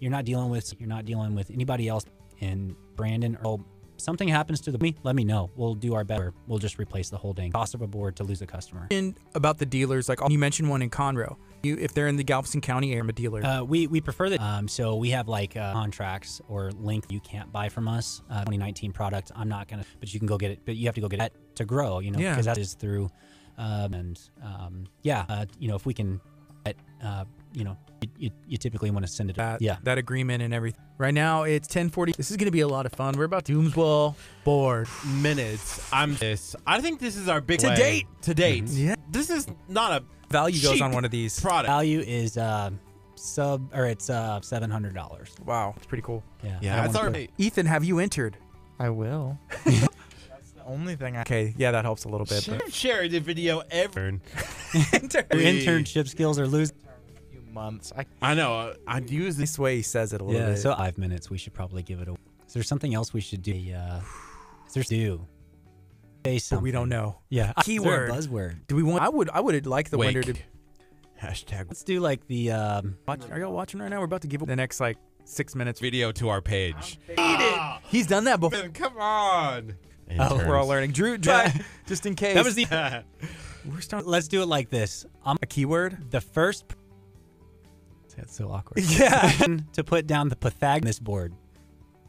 you're not dealing with you're not dealing with anybody else. And Brandon, oh, something happens to the me. Let me know. We'll do our better. We'll just replace the whole dang cost of a board to lose a customer.
mentioned about the dealers, like you mentioned one in Conroe. You, if they're in the Galveston County area, I'm a dealer.
Uh, we we prefer that. Um, so we have like uh, contracts or link you can't buy from us. Uh, 2019 product. I'm not gonna, but you can go get it. But you have to go get it to grow. You know,
Yeah.
because that is through. Um, and um, yeah, uh, you know, if we can that uh, you know you, you, you typically want to send it.
That,
yeah,
that agreement and everything. Right now it's 10:40. This is going to be a lot of fun. We're about Doomswell bored.
minutes. I'm this. I think this is our big
To
way.
date.
To date.
Yeah.
This is not a
Value goes
Cheap.
on one of these.
product.
value is uh, sub or it's uh, seven hundred dollars.
Wow, it's pretty cool.
Yeah, I
yeah,
don't
that's
wanna
our
put-
Ethan, have you entered?
I will. That's the only thing I.
Okay, yeah, that helps a little bit.
Share, share the video ever.
Your internship skills are losing.
Few months. I
I know. uh, I'd use this.
This way he says it a little
Yeah,
bit.
so five minutes. We should probably give it a. Is there something else we should do? Uh, is there do? Say
But we
something.
don't know.
Yeah, is there
Keyword.
a buzzword.
Do we want? I would. I would like the
Wake.
winner to.
Hashtag
Let's do like the um,
Watch, are y'all watching right now? We're about to give the next like six minutes.
video to our page.
He's done that before.
Ben, come on.
Oh,
We're all learning. Drew, try just in case.
That was the.
We're starting
Let's do it like this. I'm
a keyword.
the first. That's so awkward.
Yeah.
to put down the Pythagoras board.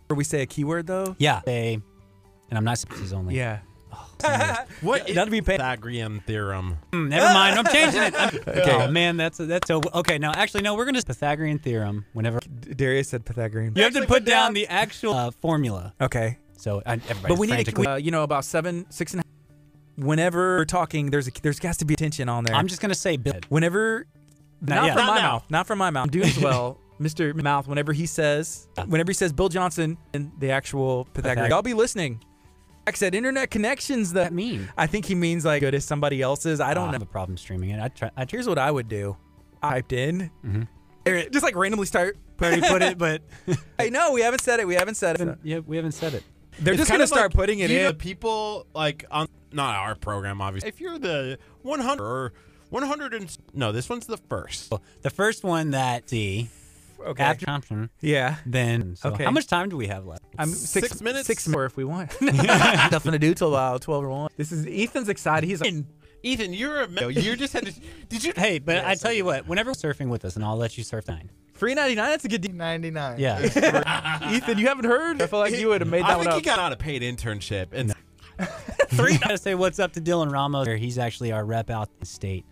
Where we say a keyword though.
Yeah. Say, and I'm not is only.
Yeah.
What?
That'd be paid.
Pythagorean theorem.
Mm, never mind. I'm changing it. okay. Oh man, that's that's so okay. No, actually, no. We're gonna Pythagorean theorem. Whenever
Darius said Pythagorean.
you have to put down the actual uh, formula.
Okay.
So I, everybody's
But we need
frantically.
to, uh, you know, about seven, six and a half. Whenever we're talking, there's a, there's has to be attention on there.
I'm just gonna say bid.
whenever, not
yet.
from
Not
my
now.
mouth, not from my mouth. Doomswell, Mr. Mouth. Whenever he says, whenever he says Bill Johnson and the actual Pythagorean,
Pythag-
I'll be listening. I said internet connections.
That
That
mean?
I think he means like good as somebody else's. I don't
I
know.
have a problem streaming it. I try. I try
Here's what I would do. I typed in. Here, Just like randomly start. Mm-hmm. Put
put it, but
I know we haven't said it. We haven't said it.
yeah, we haven't said it.
They're
It's
just
kind
gonna
of
start
like,
putting it
you know,
in.
people like on not our program, obviously. If you're the 100 or 100 and no, this one's the first.
The first one that D
Okay.
after Thompson,
yeah.
then so
Okay.
How much time do we have left?
I'm
Six minutes?
Six more if we want. Nothing to do till about twelve or one. This is Ethan's excited. He's like,
Ethan, you're a no, you just had to. Did you?
Hey, but I tell you what. Whenever surfing with us, and I'll let you surf nine.
free ninety nine. That's a good deal.
99.
Yeah.
Ethan, you haven't heard? I feel like you would have made
I
that
think
one
he
up.
got out a paid internship, and
Three. Gotta say what's up to Dylan Ramos. here. He's actually our rep out in the state.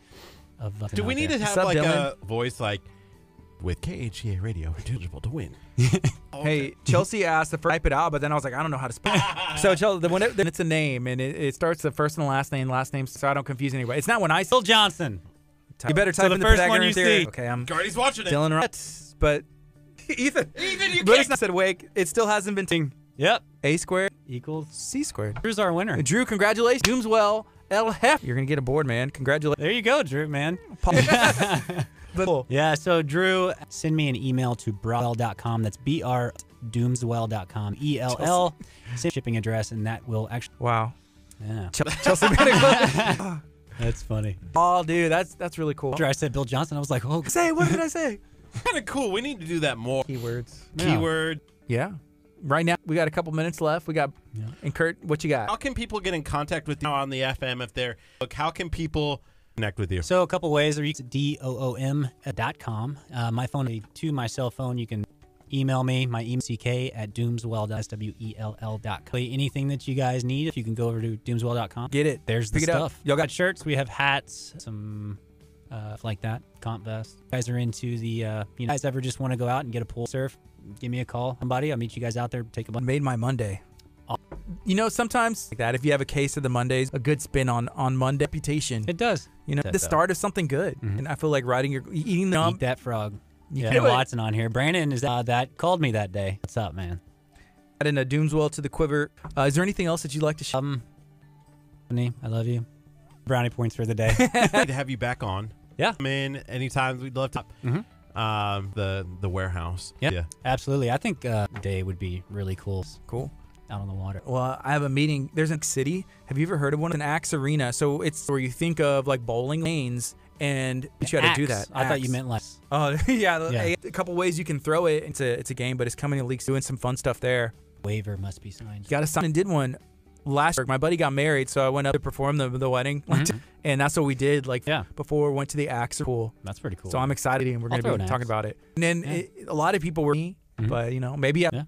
Of, uh,
do we
out
need
there.
to have
Sup,
like
Dylan?
a voice like with KHEA Radio eligible to win?
Hey, Chelsea asked the first type it out, but then I was like, I don't know how to spell. it. so Chelsea, the, when it, then it's a name, and it, it starts the first and last name, last name, so I don't confuse anybody. It's not when I
Phil Johnson?
type. You better type
the
in
first one
Pythagorean
you
theorem.
see.
Okay, I'm
Guardy's watching it.
Dylan Rutz, but Ethan.
Ethan, you
But
can't.
it's not said wake. It still hasn't been ting.
Yep.
A squared,
Equals.
C squared.
Drew's our winner.
Drew, congratulations. Doomswell, L Hef. You're gonna get a board, man. Congratulations.
There you go, Drew, man.
Cool.
Yeah, so Drew, send me an email to browell.com. That's B R doomswell.com. E L L. Send shipping address, and that will actually.
Wow.
Yeah,
Chel- Chelsea Manning.
that's funny.
oh, dude, that's that's really cool.
After I said Bill Johnson, I was like, oh,
Say, what did I say?
kind of cool. We need to do that more.
Keywords.
Keyword.
Yeah. Right now, we got a couple minutes left. We got, and Kurt, what you
How
got?
can people get in contact with you on the FM if they're look? How can people connect with you?
So a couple ways, or you can d o o m dot com. Uh, my phone to my cell phone. You can email me. My email ck at doomswell s w e l l dot com. Anything that you guys need, if you can go over to doomswell dot com.
Get it.
There's the
Pick it up.
stuff.
Y'all
Y'all
got-
got shirts. We have hats. Some. Uh, stuff like that, comp vest. You guys are into the, uh, you know, guys ever just want to go out and get a pool surf? Give me a call, somebody. I'll meet you guys out there. Take a bunch.
Made my Monday. You know, sometimes like that, if you have a case of the Mondays, a good spin on on Monday reputation.
It does.
You know,
That
the
though.
start of something good. And I feel like writing your eating the
Eat that frog. Yeah,
do it.
Watson on here. Brandon is uh, that called me that day. What's up, man?
in a Doomswell to the quiver. Uh, is there anything else that you'd like to share?
Um, Anthony, I love you. Brownie points for the day.
Happy to have you back on.
Yeah.
Come in anytime. We'd love to. Um, the the warehouse.
Yeah. Absolutely. I think uh, day would be really cool
Cool.
out on the water.
Well, I have a meeting. There's a city. Have you ever heard of one? It's an axe arena. So it's where you think of like bowling lanes, and but you got to do that.
Axe. I thought you
Axe.
meant like
Oh yeah,
Yeah.
A, a couple ways you can throw it. It's a it's a game, but it's coming to leagues doing some fun stuff there.
waiver must be signed.
Got a sign and did one last year. My buddy got married, so I went up to perform the the wedding, and that's what we did. Like
Mm-hmm. Yeah.
before, went to the axe pool.
That's pretty cool.
So I'm excited, and we're going
I'll throw
to be
an
talking
axe.
about it. And then
Yeah. Mm-hmm.
it, a lot of people were me, but you know maybe I,
Yeah.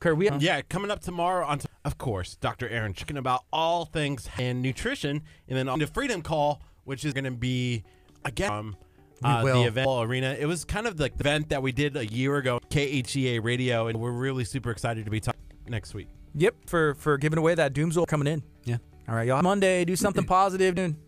Kurt, we
Yeah, coming up tomorrow on, of course, Dr. Aaron talking about all things and nutrition, and then on the Freedom Call, which is going to be again um, uh,
will.
the event Ball arena. It was kind of like the event that we did a year ago, KHEA Radio, and we're really super excited to be talking next week.
Yep, for for giving away that Doomsol coming in.
Yeah.
All right, y'all. Monday, do something positive. dude.